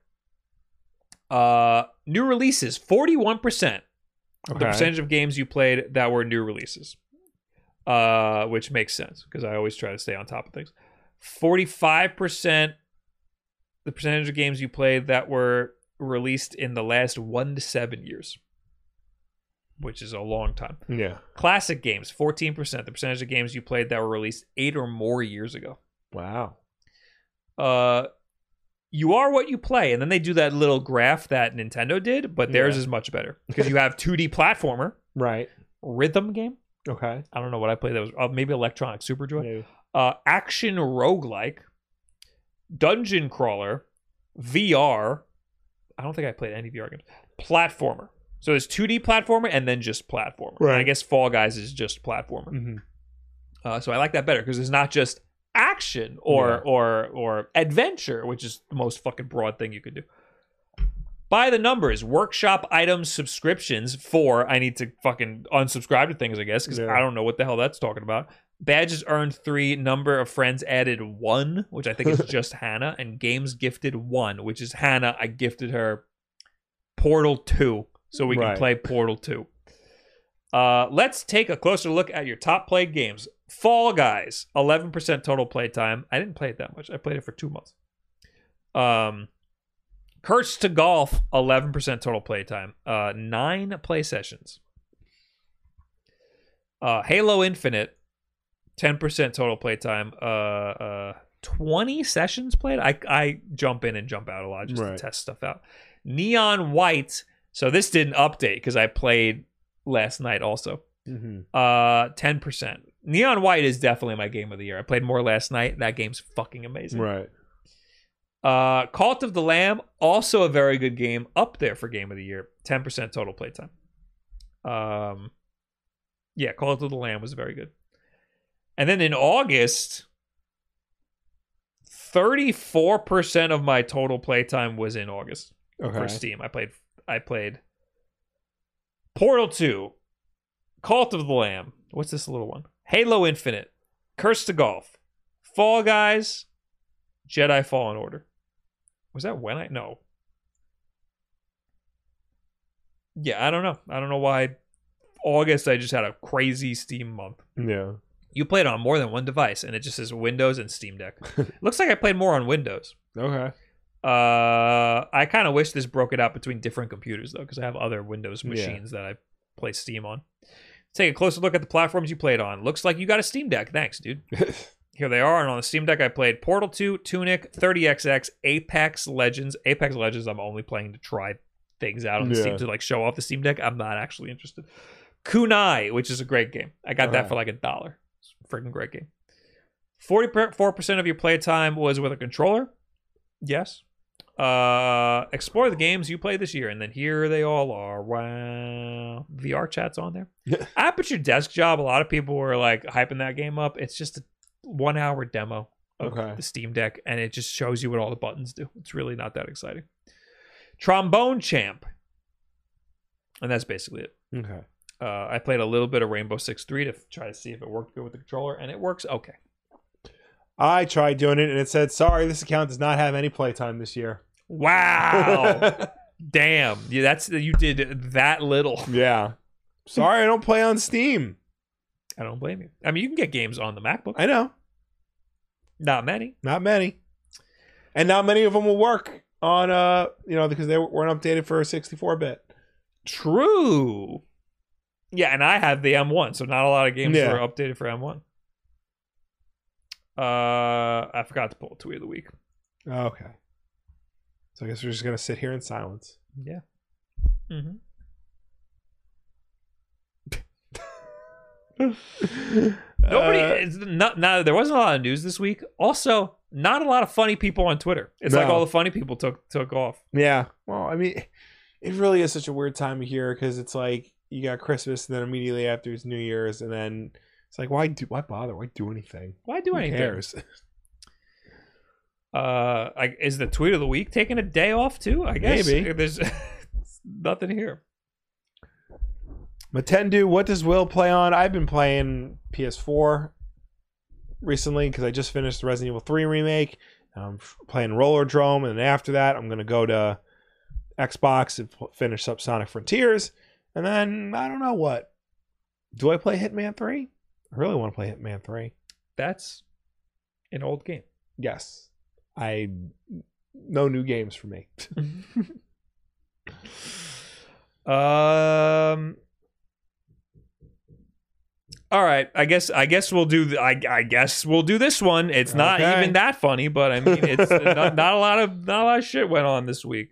S1: Uh, new releases, forty-one percent of the
S2: Okay.
S1: percentage of games you played that were new releases, uh, which makes sense because I always try to stay on top of things. Forty-five percent, the percentage of games you played that were released in the last one to seven years, which is a long time.
S2: Yeah.
S1: Classic games, 14%, the percentage of games you played that were released eight or more years ago.
S2: Wow.
S1: Uh, you are what you play. And then they do that little graph that Nintendo did, but theirs
S2: Yeah.
S1: is much better because you have 2D platformer,
S2: Right.
S1: rhythm game.
S2: Okay.
S1: I don't know what I played that was uh, maybe Electronic Super Joy.
S2: Maybe.
S1: Uh, action roguelike, dungeon crawler, VR. I don't think I played any VR games. Platformer. So there's 2D platformer and then just platformer. And I
S2: Right.
S1: guess Fall Guys is just platformer.
S2: Mhm.
S1: Uh, so I like that better because it's not just action or
S2: Yeah.
S1: or or adventure, which is the most fucking broad thing you could do. By the numbers, workshop items subscriptions for I need to fucking unsubscribe to things, I guess, because
S2: Yeah.
S1: I don't know what the hell that's talking about. Badges earned three, number of friends added one, which I think is just Hannah, and games gifted one, which is Hannah. I gifted her Portal 2 so we can
S2: Right.
S1: play Portal 2. Uh, let's take a closer look at your top played games. Fall Guys, 11% total play time. I didn't play it that much. I played it for two months. Um, Curse to Golf, 11% total play time. Uh, nine play sessions. Uh, Halo Infinite, 10% total play time. Uh, uh, 20 sessions played. I, I jump in and jump out a lot just
S2: Right.
S1: to test stuff out. Neon White. So this didn't update because I played last night also.
S2: Mhm.
S1: Uh, 10%. Neon White is definitely my game of the year. I played more last night. That game's fucking amazing.
S2: Right.
S1: Uh, Cult of the Lamb, also a very good game, up there for game of the year. Ten percent total playtime. Um, yeah, Cult of the Lamb was very good. And then in August, thirty-four percent of my total playtime was in August for
S2: Okay.
S1: Steam. I played I played Portal 2, Cult of the Lamb. What's this little one? Halo Infinite, Curse to Golf, Fall Guys, Jedi Fallen Order. Was that when I no? Yeah, I don't know. I don't know why August I just had a crazy Steam month.
S2: Yeah.
S1: You played on more than one device and it just says Windows and Steam Deck. Looks like I played more on Windows.
S2: Okay.
S1: Uh, I kind of wish this broke it out between different computers though, because I have other Windows
S2: Yeah.
S1: machines that I play Steam on. Take a closer look at the platforms you played on. Looks like you got a Steam Deck. Thanks, dude. Here they are. And on the Steam Deck, I played Portal 2, Tunic, 30XX, Apex Legends. Apex Legends, I'm only playing to try things out on the
S2: Yeah.
S1: Steam to like show off the Steam Deck. I'm not actually interested. Kunai, which is a great game. I got that
S2: Okay.
S1: for like a dollar. It's a freaking great game. 44% of your playtime was with a controller. Yes. Uh, explore the games you played this year, and then here they all are. Wow, VR chat's on there. Aperture Desk Job. A lot of people were like hyping that game up. It's just a one-hour demo of
S2: Okay.
S1: the Steam Deck, and it just shows you what all the buttons do. It's really not that exciting. Trombone Champ, and that's basically it.
S2: Okay.
S1: Uh, I played a little bit of Rainbow Six Three to try to see if it worked good with the controller, and it works okay.
S2: I tried doing it and it said, "Sorry, this account does not have any playtime this year."
S1: Wow. Damn, yeah, that's you did that little.
S2: yeah. Sorry, I don't play on Steam.
S1: I don't blame you. I mean, you can get games on the MacBook.
S2: I know,
S1: Not many.
S2: not many, and not many of them will work on uh, you know, because they weren't updated for 64 bit.
S1: True. Yeah, and I have the M1, so not a lot of games
S2: Yeah.
S1: were updated for M1. Uh, I forgot to pull a tweet of the week.
S2: Oh, Okay. So I guess we're just gonna sit here in silence.
S1: Yeah. Mm-hmm. Nobody.
S2: Uh, Uh,
S1: it's not, no, there wasn't a lot of news this week. Also, not a lot of funny people on Twitter. It's like
S2: No.
S1: all the funny people took took off.
S2: Yeah. Well, I mean, it really is such a weird time of year because it's like you got Christmas, and then immediately after is New Year's, and then it's like, why do why bother? Why do anything?
S1: Why do
S2: Who
S1: anything?
S2: cares?
S1: Uh, I, is the tweet of the week taking a day off too? I guess
S2: Maybe.
S1: there's nothing here.
S2: Matendu, what does Will play on? I've been playing PS4 recently because I just finished the Resident Evil 3 remake. I'm f- playing Roller Drome, and then after that, I'm gonna go to Xbox and pl- finish up Sonic Frontiers, and then I don't know what. Do I play Hitman 3? I really want to play Hitman 3.
S1: That's an old game.
S2: Yes, I no new games for me.
S1: Um. All right, I guess I guess we'll do. th- I I guess we'll do this one. It's not
S2: Okay.
S1: even that funny, but I mean, it's not, not a lot of not a lot of shit went on this week.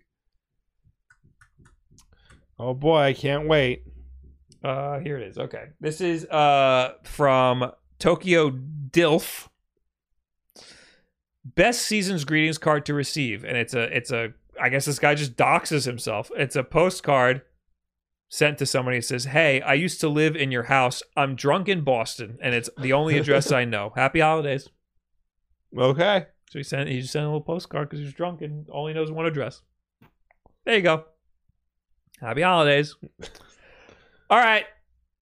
S2: oh boy, I can't wait.
S1: Uh, here it is. Okay, this is uh from Tokyo Dilf. Best season's greetings card to receive, and it's a it's a I guess this guy just doxes himself. It's a postcard sent to somebody that says, "Hey, I used to live in your house. I'm drunk in Boston, and it's the only address I know. Happy holidays."
S2: Okay,
S1: So he sent he just sent a little postcard because he was drunk and only knows one address. There you go. Happy holidays. All right.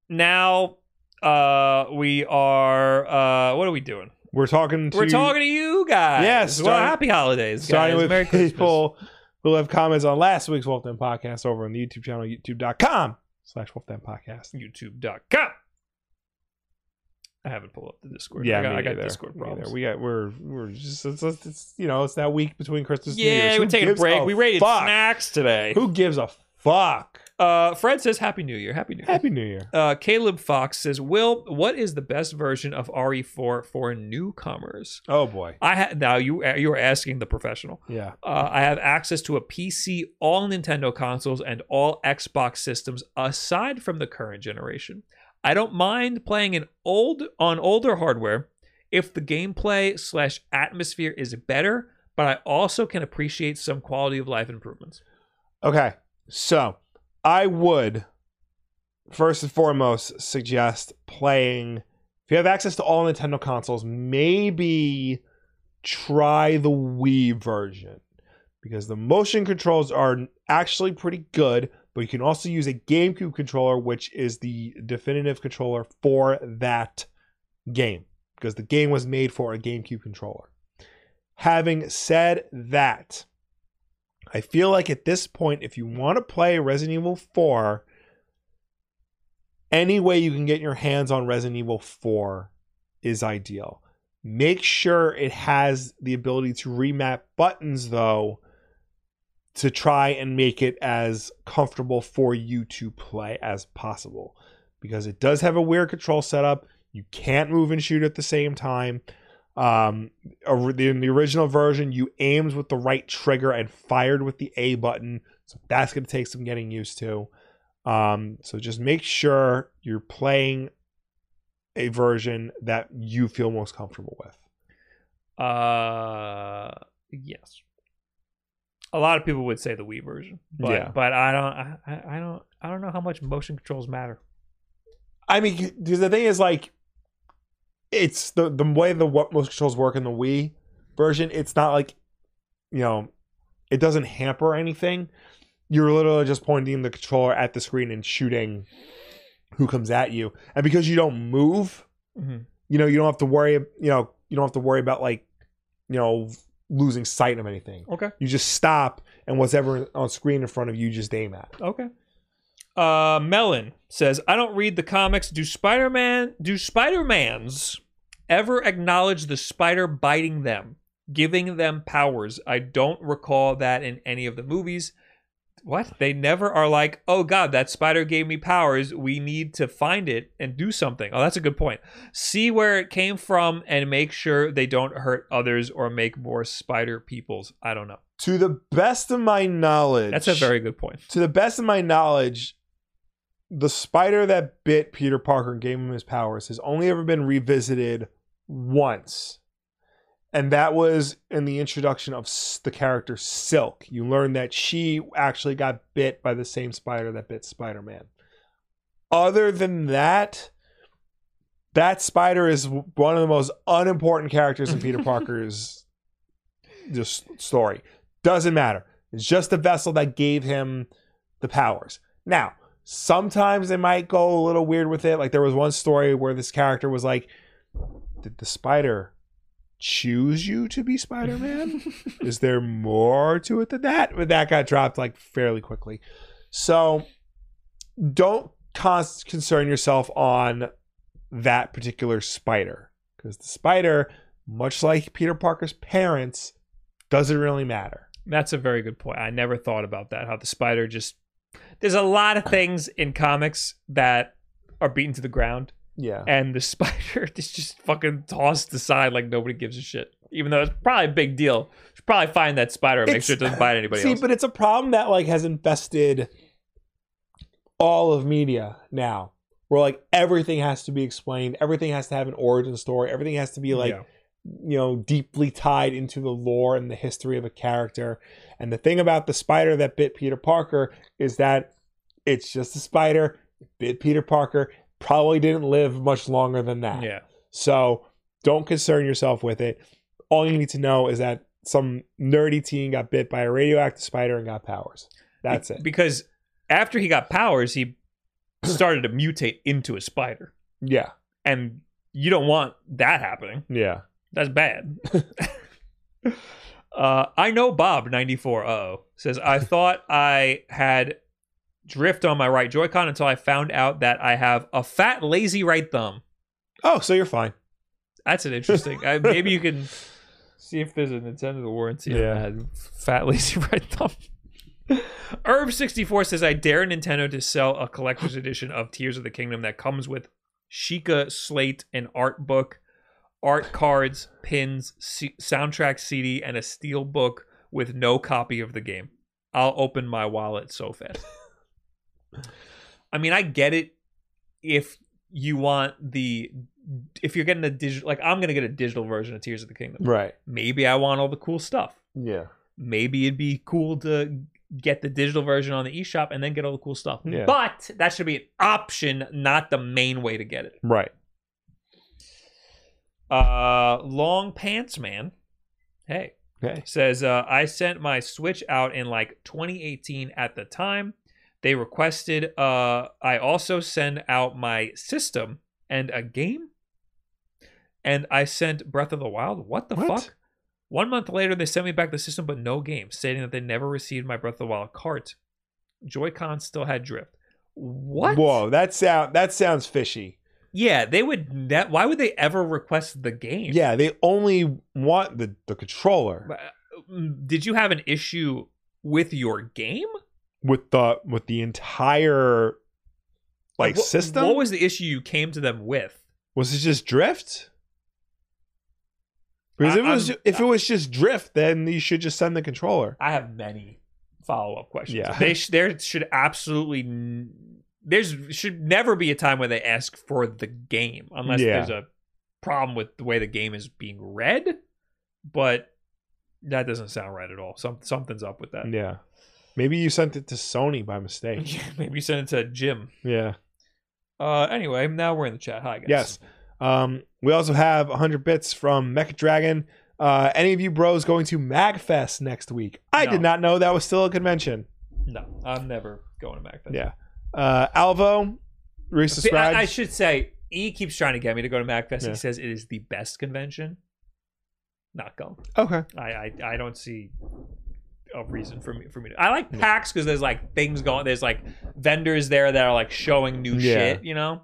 S1: Now uh we are uh what are we doing?
S2: we're talking. To
S1: We're talking to you guys.
S2: Yes,
S1: Well,
S2: starting-
S1: happy holidays.
S2: starting
S1: guys.
S2: with
S1: Merry Christmas.
S2: people who have comments on last week's Wolfden podcast over on the YouTube channel, youtube.com slash Wolfden podcast.
S1: YouTube.com. I haven't pulled up the Discord. I got,
S2: me
S1: I got
S2: neither.
S1: Discord
S2: Me neither.
S1: problems.
S2: We got we're we're just it's, it's, it's, you know it's that week between Christmas. and New
S1: yeah,
S2: Year's.
S1: we're
S2: Who
S1: taking a
S2: gives
S1: break. we rated
S2: fuck?
S1: snacks today.
S2: Who gives a fuck?
S1: Uh, Fred says Happy New Year. Happy New Year.
S2: Happy New Year.
S1: Uh, Caleb Fox says, "Will, what is the best version of RE4 for newcomers?"
S2: Oh boy.
S1: I ha- now you you are asking the professional.
S2: Yeah.
S1: Uh, I have access to a PC, all Nintendo consoles, and all Xbox systems aside from the current generation. I don't mind playing an old on older hardware if the gameplay slash atmosphere is better, but I also can appreciate some quality of life improvements.
S2: Okay. So I would first and foremost suggest playing if you have access to all Nintendo consoles, maybe try the Wii version. Because the motion controls are actually pretty good, but you can also use a GameCube controller, which is the definitive controller for that game. Because the game was made for a GameCube controller. Having said that, I feel like at this point, if you want to play Resident Evil 4, any way you can get your hands on Resident Evil 4 is ideal. Make sure it has the ability to remap buttons, though, to try and make it as comfortable for you to play as possible. Because it does have a weird control setup. You can't move and shoot at the same time. Um, or- in the original version, you aimed with the right trigger and fired with the A button. So that's going to take some getting used to. Um, so just make sure you're playing a version that you feel most comfortable with.
S1: Uh, yes. A lot of people would say the Wii version, but
S2: Yeah.
S1: but I don't I, I- I don't I don't know how much motion controls matter.
S2: I mean, because the thing is, like, it's the the way the what most controls work in the Wii version. It's not like, you know, it doesn't hamper anything. You're literally just pointing the controller at the screen and shooting who comes at you, and because you don't move, you know, you don't have to worry. You know, you don't have to worry about like, you know, losing sight of anything.
S1: Okay.
S2: You just stop, and whatever on screen in front of you, you just aim at.
S1: Okay. Uh, Melon says I don't read the comics. Do Spider Man do Spider Mans ever acknowledge the spider biting them, giving them powers? I don't recall that in any of the movies. What they never are like, oh god, that spider gave me powers. We need to find it and do something. Oh, that's a good point. See where it came from and make sure they don't hurt others or make more spider peoples. I don't know.
S2: To the best of my knowledge,
S1: That's a very good point.
S2: to the best of my knowledge, the spider that bit Peter Parker and gave him his powers has only ever been revisited once. and that was in the introduction of S- the character Silk. You learn that she actually got bit by the same spider that bit Spider Man. Other than that, that spider is one of the most unimportant characters in Peter Parker's just story. Doesn't matter. It's just the vessel that gave him the powers. Now, sometimes they might go a little weird with it. Like there was one story where this character was like, "Did the spider choose you to be Spider-Man? Is there more to it than that?" But that got dropped like fairly quickly. So, don't cons- concern yourself on that particular spider because the spider, much like Peter Parker's parents, doesn't really matter.
S1: That's a very good point. I never thought about that. How the spider just there's a lot of things in comics that are beaten to the ground,
S2: Yeah.
S1: and the spider is just fucking tossed aside like nobody gives a shit. Even though it's probably a big deal. Should probably find that spider and make
S2: It's-
S1: sure it doesn't bite anybody
S2: See,
S1: else.
S2: but it's a problem that like has infested all of media now. Where like everything has to be explained, everything has to have an origin story, everything has to be like
S1: Yeah.
S2: you know, deeply tied into the lore and the history of a character. And the thing about the spider that bit Peter Parker is that it's just a spider, it bit Peter Parker, probably didn't live much longer than that.
S1: yeah.
S2: So don't concern yourself with it. All you need to know is that some nerdy teen got bit by a radioactive spider and got powers. That's it.
S1: Because after he got powers, he started to mutate into a spider.
S2: Yeah.
S1: And you don't want that happening.
S2: Yeah.
S1: That's bad. uh, I know Bob ninety four oh says I thought I had drift on my right Joy-Con until I found out that I have a fat lazy right thumb.
S2: Oh, so you're fine.
S1: That's an interesting. I, maybe you can see if there's a Nintendo warranty.
S2: Yeah.
S1: Yeah, fat lazy right thumb. Herb sixty four says I dare Nintendo to sell a collector's edition of Tears of the Kingdom that comes with Sheikah slate, an art book, art cards, pins, C- soundtrack CD, and a steel book with no copy of the game. I'll open my wallet so fast. I mean, I get it if you want the if you're getting a digital like I'm gonna get a digital version of Tears of the Kingdom.
S2: Right.
S1: Maybe I want all the cool stuff.
S2: Yeah.
S1: Maybe it'd be cool to get the digital version on the eShop and then get all the cool stuff.
S2: Yeah.
S1: But that should be an option, not the main way to get it.
S2: Right.
S1: Uh long pants man. Hey.
S2: Okay.
S1: says uh, I sent my Switch out in like 2018 at the time. They requested uh, I also send out my system and a game, and I sent Breath of the Wild. What the
S2: What?
S1: fuck? One month later, they sent me back the system but no game, stating that they never received my Breath of the Wild cart. Joy-Con still had drift. What?
S2: Whoa, that sound that sounds fishy.
S1: Yeah, they would. Ne- Why would they ever request the game?
S2: Yeah, they only want the, the controller
S1: But, uh, Did you have an issue with your game?
S2: with the with the entire like
S1: what,
S2: system.
S1: What
S2: was,
S1: was the issue you came to them with?
S2: it just drift? Because
S1: I-
S2: if it was
S1: I'm-
S2: ju- if it was just drift, then you should just send the controller.
S1: I have many follow up questions.
S2: Yeah.
S1: they sh- there should absolutely n- there's should never be a time where they ask for the game unless
S2: Yeah.
S1: there's a problem with the way the game is being read. But that doesn't sound right at all. Some something's up with that.
S2: Yeah, maybe you sent it to Sony by mistake.
S1: Maybe you send it to Jim.
S2: Yeah.
S1: Uh, anyway, now we're in the chat. Hi guys.
S2: Yes. Um, we also have 100 bits from Mecha Dragon. Uh, any of you bros going to MagFest next week? I
S1: No.
S2: did not know that was still a convention.
S1: No, I'm never going back. Then.
S2: Yeah. Uh, Alvo,
S1: See,
S2: resubscribed.
S1: I, I should say, E keeps trying to get me to go to MacFest.
S2: Yeah.
S1: He says it is the best convention. Not going.
S2: okay.
S1: I, I I don't see a reason for me for me to. I like PAX because there's like things going. There's like vendors there that are like showing new
S2: Yeah.
S1: shit. You know,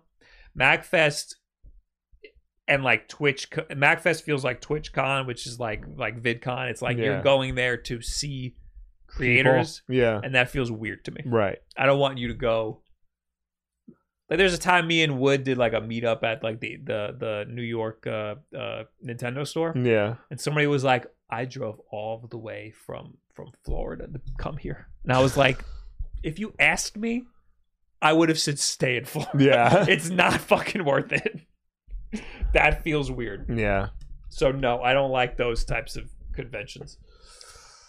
S1: MacFest and like Twitch. co- MacFest feels like TwitchCon, which is like like VidCon. It's like
S2: Yeah.
S1: you're going there to see creators,
S2: People. Yeah.
S1: and that feels weird to me.
S2: Right.
S1: I don't want you to go. Like, there's a time me and Wood did like a meetup at like the the the New York uh, uh, Nintendo store,
S2: Yeah.
S1: and somebody was like, "I drove all the way from from Florida to come here," and I was like, "If you asked me, I would have said stay in Florida.
S2: Yeah.
S1: it's not fucking worth it." that feels weird.
S2: yeah.
S1: So no, I don't like those types of conventions.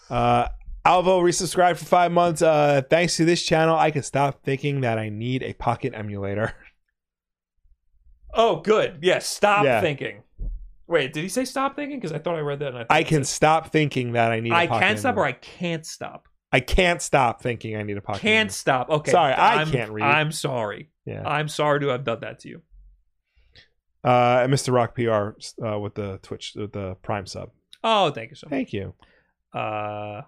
S2: Uh, Alvo resubscribed for five months. Uh, thanks to this channel, I can stop thinking that I need a pocket emulator.
S1: Oh, good. Yes. stop
S2: Yeah.
S1: thinking. Wait, did he say stop thinking? Because I thought I read that. And I, thought
S2: I
S1: it
S2: can
S1: said-
S2: stop thinking that I need. a
S1: I
S2: pocket
S1: can stop, or
S2: emulator.
S1: I can't stop.
S2: I can't stop thinking I need a pocket.
S1: Can't stop. Okay.
S2: Sorry, I
S1: I'm-
S2: can't read.
S1: I'm sorry.
S2: emulator. Yeah.
S1: I'm sorry to have done that to you.
S2: Uh, and Mr. Rock PR uh, with the Twitch, with the Prime sub.
S1: Oh, thank you so much.
S2: Thank you.
S1: Uh,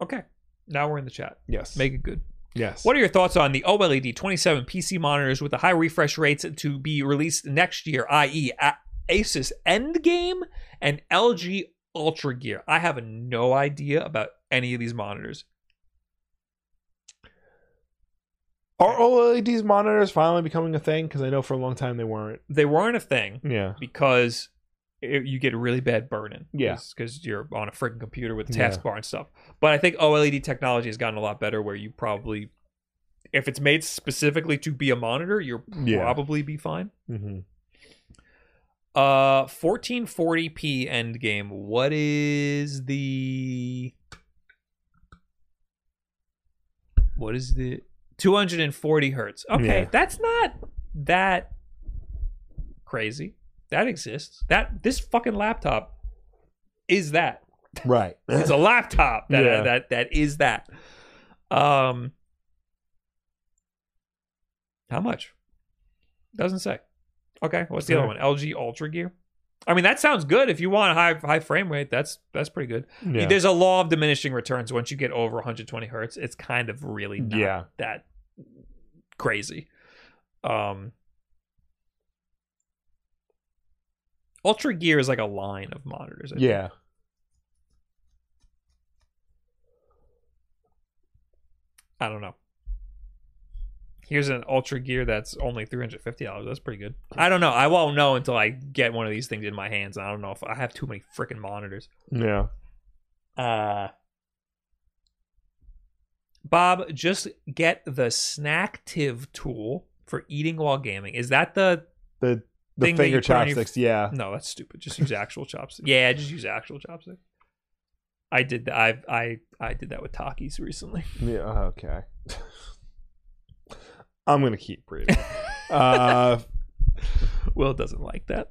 S1: okay. Now we're in the chat.
S2: Yes.
S1: Make it good.
S2: yes.
S1: What are your thoughts on the OLED 27 PC monitors with the high refresh rates to be released next year, i.e., A- Asus Endgame and LG Ultra Gear? I have no idea about any of these monitors.
S2: Are OLEDs monitors finally becoming a thing? Because I know for a long time they weren't.
S1: They weren't a thing
S2: Yeah.
S1: because it, you get really bad burn-in.
S2: Yeah.
S1: Because you're on a freaking computer with
S2: Yeah.
S1: taskbar and stuff. But I think OLED technology has gotten a lot better where you probably, if it's made specifically to be a monitor, you'll
S2: Yeah.
S1: probably be fine.
S2: Mm-hmm.
S1: Uh, 1440p endgame. What is the what is the 240 hertz? Okay,
S2: Yeah.
S1: that's not that crazy. That exists. That this fucking laptop is that.
S2: Right.
S1: It's a laptop that
S2: Yeah.
S1: that that is that. Um, how much? Doesn't say. Okay, what's the other one? LG Ultra Gear. I mean, that sounds good. If you want a high high frame rate, that's that's pretty good.
S2: Yeah.
S1: There's a law of diminishing returns. Once you get over 120 hertz, it's kind of really not
S2: Yeah.
S1: that crazy. Um, Ultra Gear is like a line of monitors. I think.
S2: Yeah.
S1: I don't know. Here's an Ultra Gear that's only three hundred fifty dollars. That's pretty good. I don't know. I won't know until I get one of these things in my hands. I don't know if I have too many freaking monitors.
S2: Yeah.
S1: Uh, Bob, just get the Snacktiv tool for eating while gaming. Is that the?
S2: The the
S1: Thing that
S2: finger
S1: you put on your-
S2: chopsticks. Yeah.
S1: No, that's stupid. Just use actual chopsticks. Yeah, just use actual chopsticks. I did that. I I I did that with Takis recently.
S2: Yeah. Oh, Okay. I'm gonna keep reading. uh,
S1: Will doesn't like that.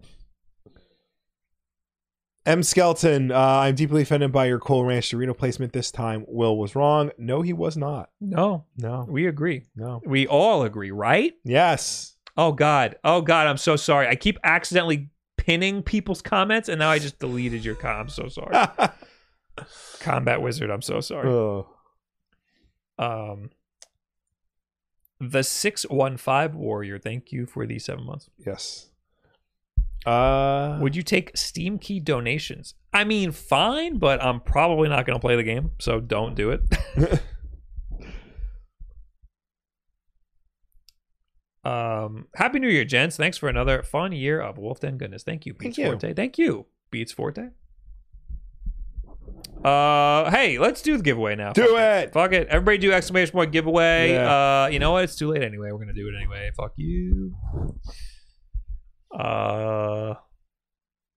S2: M. Skelton, uh, I'm deeply offended by your Cole Ranch Dorito placement this time. Will was wrong. No, he was not.
S1: No,
S2: No,
S1: we agree.
S2: no.
S1: We all agree, right?
S2: Yes.
S1: Oh God. Oh God, I'm so sorry. I keep accidentally pinning people's comments and now I just deleted your com. I'm so sorry.
S2: Ah.
S1: Combat Wizard, I'm so sorry.
S2: oh.
S1: Um The 615 Warrior, thank you for the 7 months.
S2: Yes. Uh,
S1: Would you take Steam key donations? I mean, fine, but I'm probably not going to play the game, so don't do it. um, Happy New Year, gents. Thanks for another fun year of Wolf Den Goodness. Thank you, Beats
S2: Thank you.
S1: Forte. Thank you, Beats Forte. Uh, hey, let's do the giveaway now.
S2: do
S1: Fuck
S2: it?
S1: Fuck it. Everybody do exclamation point giveaway.
S2: Yeah.
S1: Uh, you know what? It's too late anyway. We're going to do it anyway. Fuck you. Uh,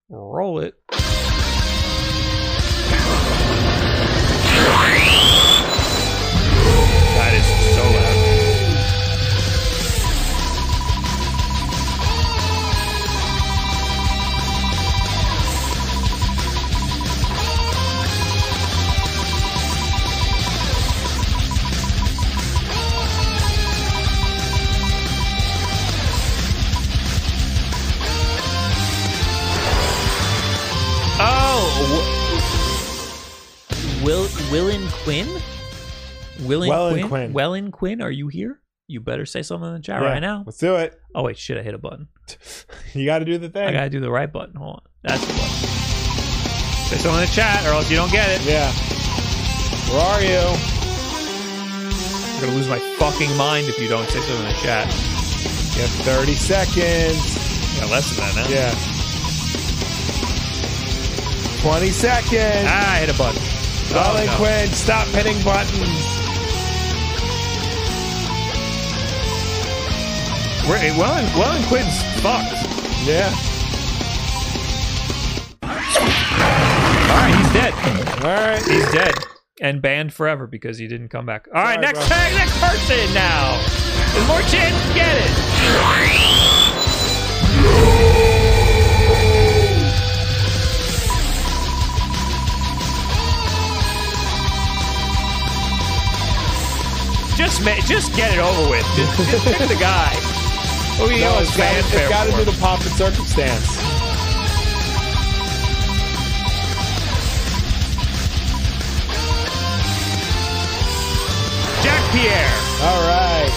S1: roll it. That is so loud. Oh, w- Will Willin Quinn? Willin
S2: Wellen
S1: Quinn?
S2: Quinn.
S1: Wellen Quinn, are you here? You better say something in the chat
S2: Yeah,
S1: right now.
S2: Let's do it.
S1: Oh wait, shit! I hit a button.
S2: You got to do the
S1: I
S2: thing.
S1: gotta do the right button. Hold on. That's the button. Say something in the chat, or else you don't get it.
S2: yeah. Where are you?
S1: I'm gonna lose my fucking mind if you don't say something in the chat.
S2: You have 30 seconds.
S1: Got less than that now.
S2: Yeah. 20 seconds.
S1: Ah, I hit a button. Oh,
S2: Colin
S1: no.
S2: Quinn, stop hitting buttons.
S1: We're, Wellen, Wellen Quinn's fucked.
S2: Yeah.
S1: dead.
S2: All right.
S1: He's dead and banned forever because he didn't come back. All right,
S2: Sorry,
S1: next
S2: bro.
S1: tag, next person now. There's more chance to get it. Just ma- just get it over with. Just, just pick the guy. What are you
S2: No,
S1: doing
S2: it's got,
S1: fanfare
S2: it's got to
S1: for?
S2: do the pomp and circumstance.
S1: Jack Pierre.
S2: All right.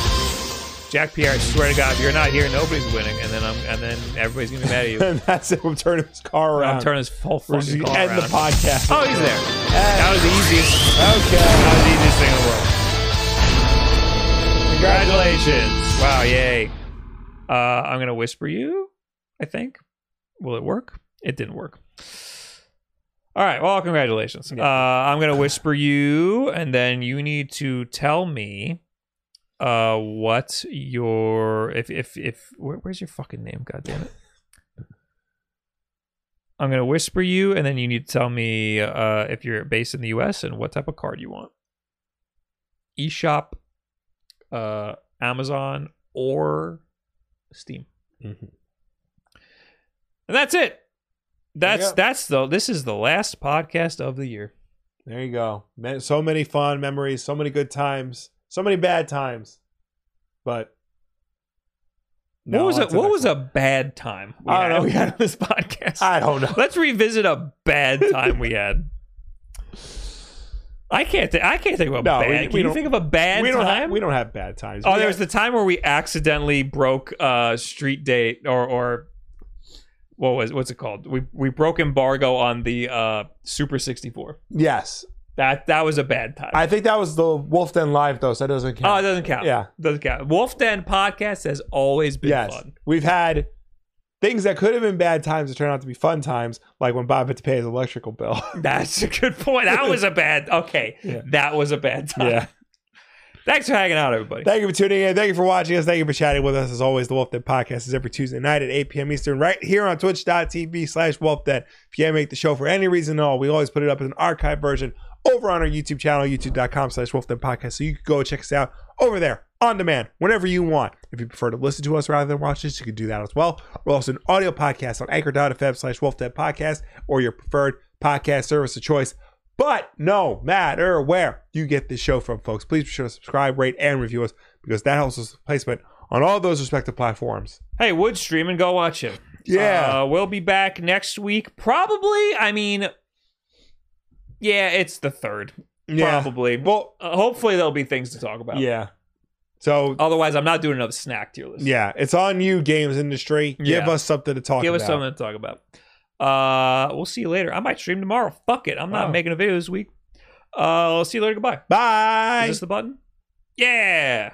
S1: Jack Pierre, I swear to God, if you're not here, nobody's winning, and then I'm, and then everybody's gonna be mad at you.
S2: And that's it. We're turning his car around.
S1: I'm turning this whole
S2: We're
S1: fucking
S2: just
S1: car
S2: gonna end
S1: around.
S2: the podcast.
S1: Oh, he's there. That was the easiest.
S2: Okay.
S1: That was the easiest thing in the world. Congratulations! Wow, yay! Uh, I'm gonna whisper you. I think. Will it work? It didn't work. All right. Well, congratulations. Uh, I'm gonna whisper you, and then you need to tell me uh what your if if if where, where's your fucking name god damn it i'm gonna whisper you and then you need to tell me uh if you're based in the us and what type of card you want eshop uh amazon or steam
S2: Mhm.
S1: and that's it that's
S2: go.
S1: that's the this is the last podcast of the year
S2: There you go. Man, so many fun memories, so many good times, so many bad times. But
S1: what was
S2: on
S1: a
S2: to the
S1: what
S2: next
S1: was
S2: one.
S1: a bad time we
S2: I don't
S1: had-
S2: know.
S1: we had on this podcast
S2: I don't know.
S1: Let's revisit a bad time we had. I can't. Th- I can't think of a
S2: No, we-
S1: bad.
S2: we
S1: Can you
S2: don't-
S1: think of a bad
S2: we don't
S1: time?
S2: have we don't have bad times.
S1: oh,
S2: We
S1: there
S2: have-
S1: was the time where we accidentally broke uh, street date or or what was what's it called? We we broke embargo on the uh, Super sixty four.
S2: yes.
S1: That that was a bad time.
S2: I think that was the Wolf Den live though, so that doesn't
S1: oh, it
S2: count.
S1: doesn't count.
S2: Yeah.
S1: doesn't count. Wolf Den podcast has always been
S2: yes,
S1: fun.
S2: we've had things that could have been bad times that turned out to be fun times, like when Bob had to pay his electrical bill.
S1: That's a good point. That was a bad. Okay,
S2: Yeah.
S1: that was a bad time.
S2: yeah.
S1: Thanks for hanging out, everybody.
S2: Thank you for tuning in. Thank you for watching us. Thank you for chatting with us. As always, the Wolf Den podcast is every Tuesday night at 8 p.m. Eastern, right here on twitch.tv slash Wolf Den. If you can't make the show for any reason at all, we always put it up as an archive version over on our YouTube channel, youtube.com slash Wolf Den podcast. So you can go check us out over there on demand whenever you want. If you prefer to listen to us rather than watch us, you can do that as well. We're also an audio podcast on anchor.fm slash Wolf Den podcast or your preferred podcast service of choice. But no matter where you get this show from, folks, please be sure to subscribe, rate, and review us because that helps us with placement on all those respective platforms.
S1: Hey, would stream and go watch him.
S2: Yeah.
S1: Uh, we'll be back next week. Probably. I mean, yeah, it's the third.
S2: Yeah.
S1: Probably.
S2: Well,
S1: Uh, hopefully, there'll be things to talk about.
S2: yeah. So,
S1: Otherwise, I'm not doing another snack tier list.
S2: yeah, it's on you, games industry. Give
S1: Yeah.
S2: us something to talk
S1: Give
S2: about.
S1: us something to talk about. Uh, we'll see you later. I might stream tomorrow. Fuck it. I'm not
S2: Wow.
S1: making a video this week. Uh, I'll see you later. Goodbye.
S2: Bye.
S1: Is this the button? Yeah.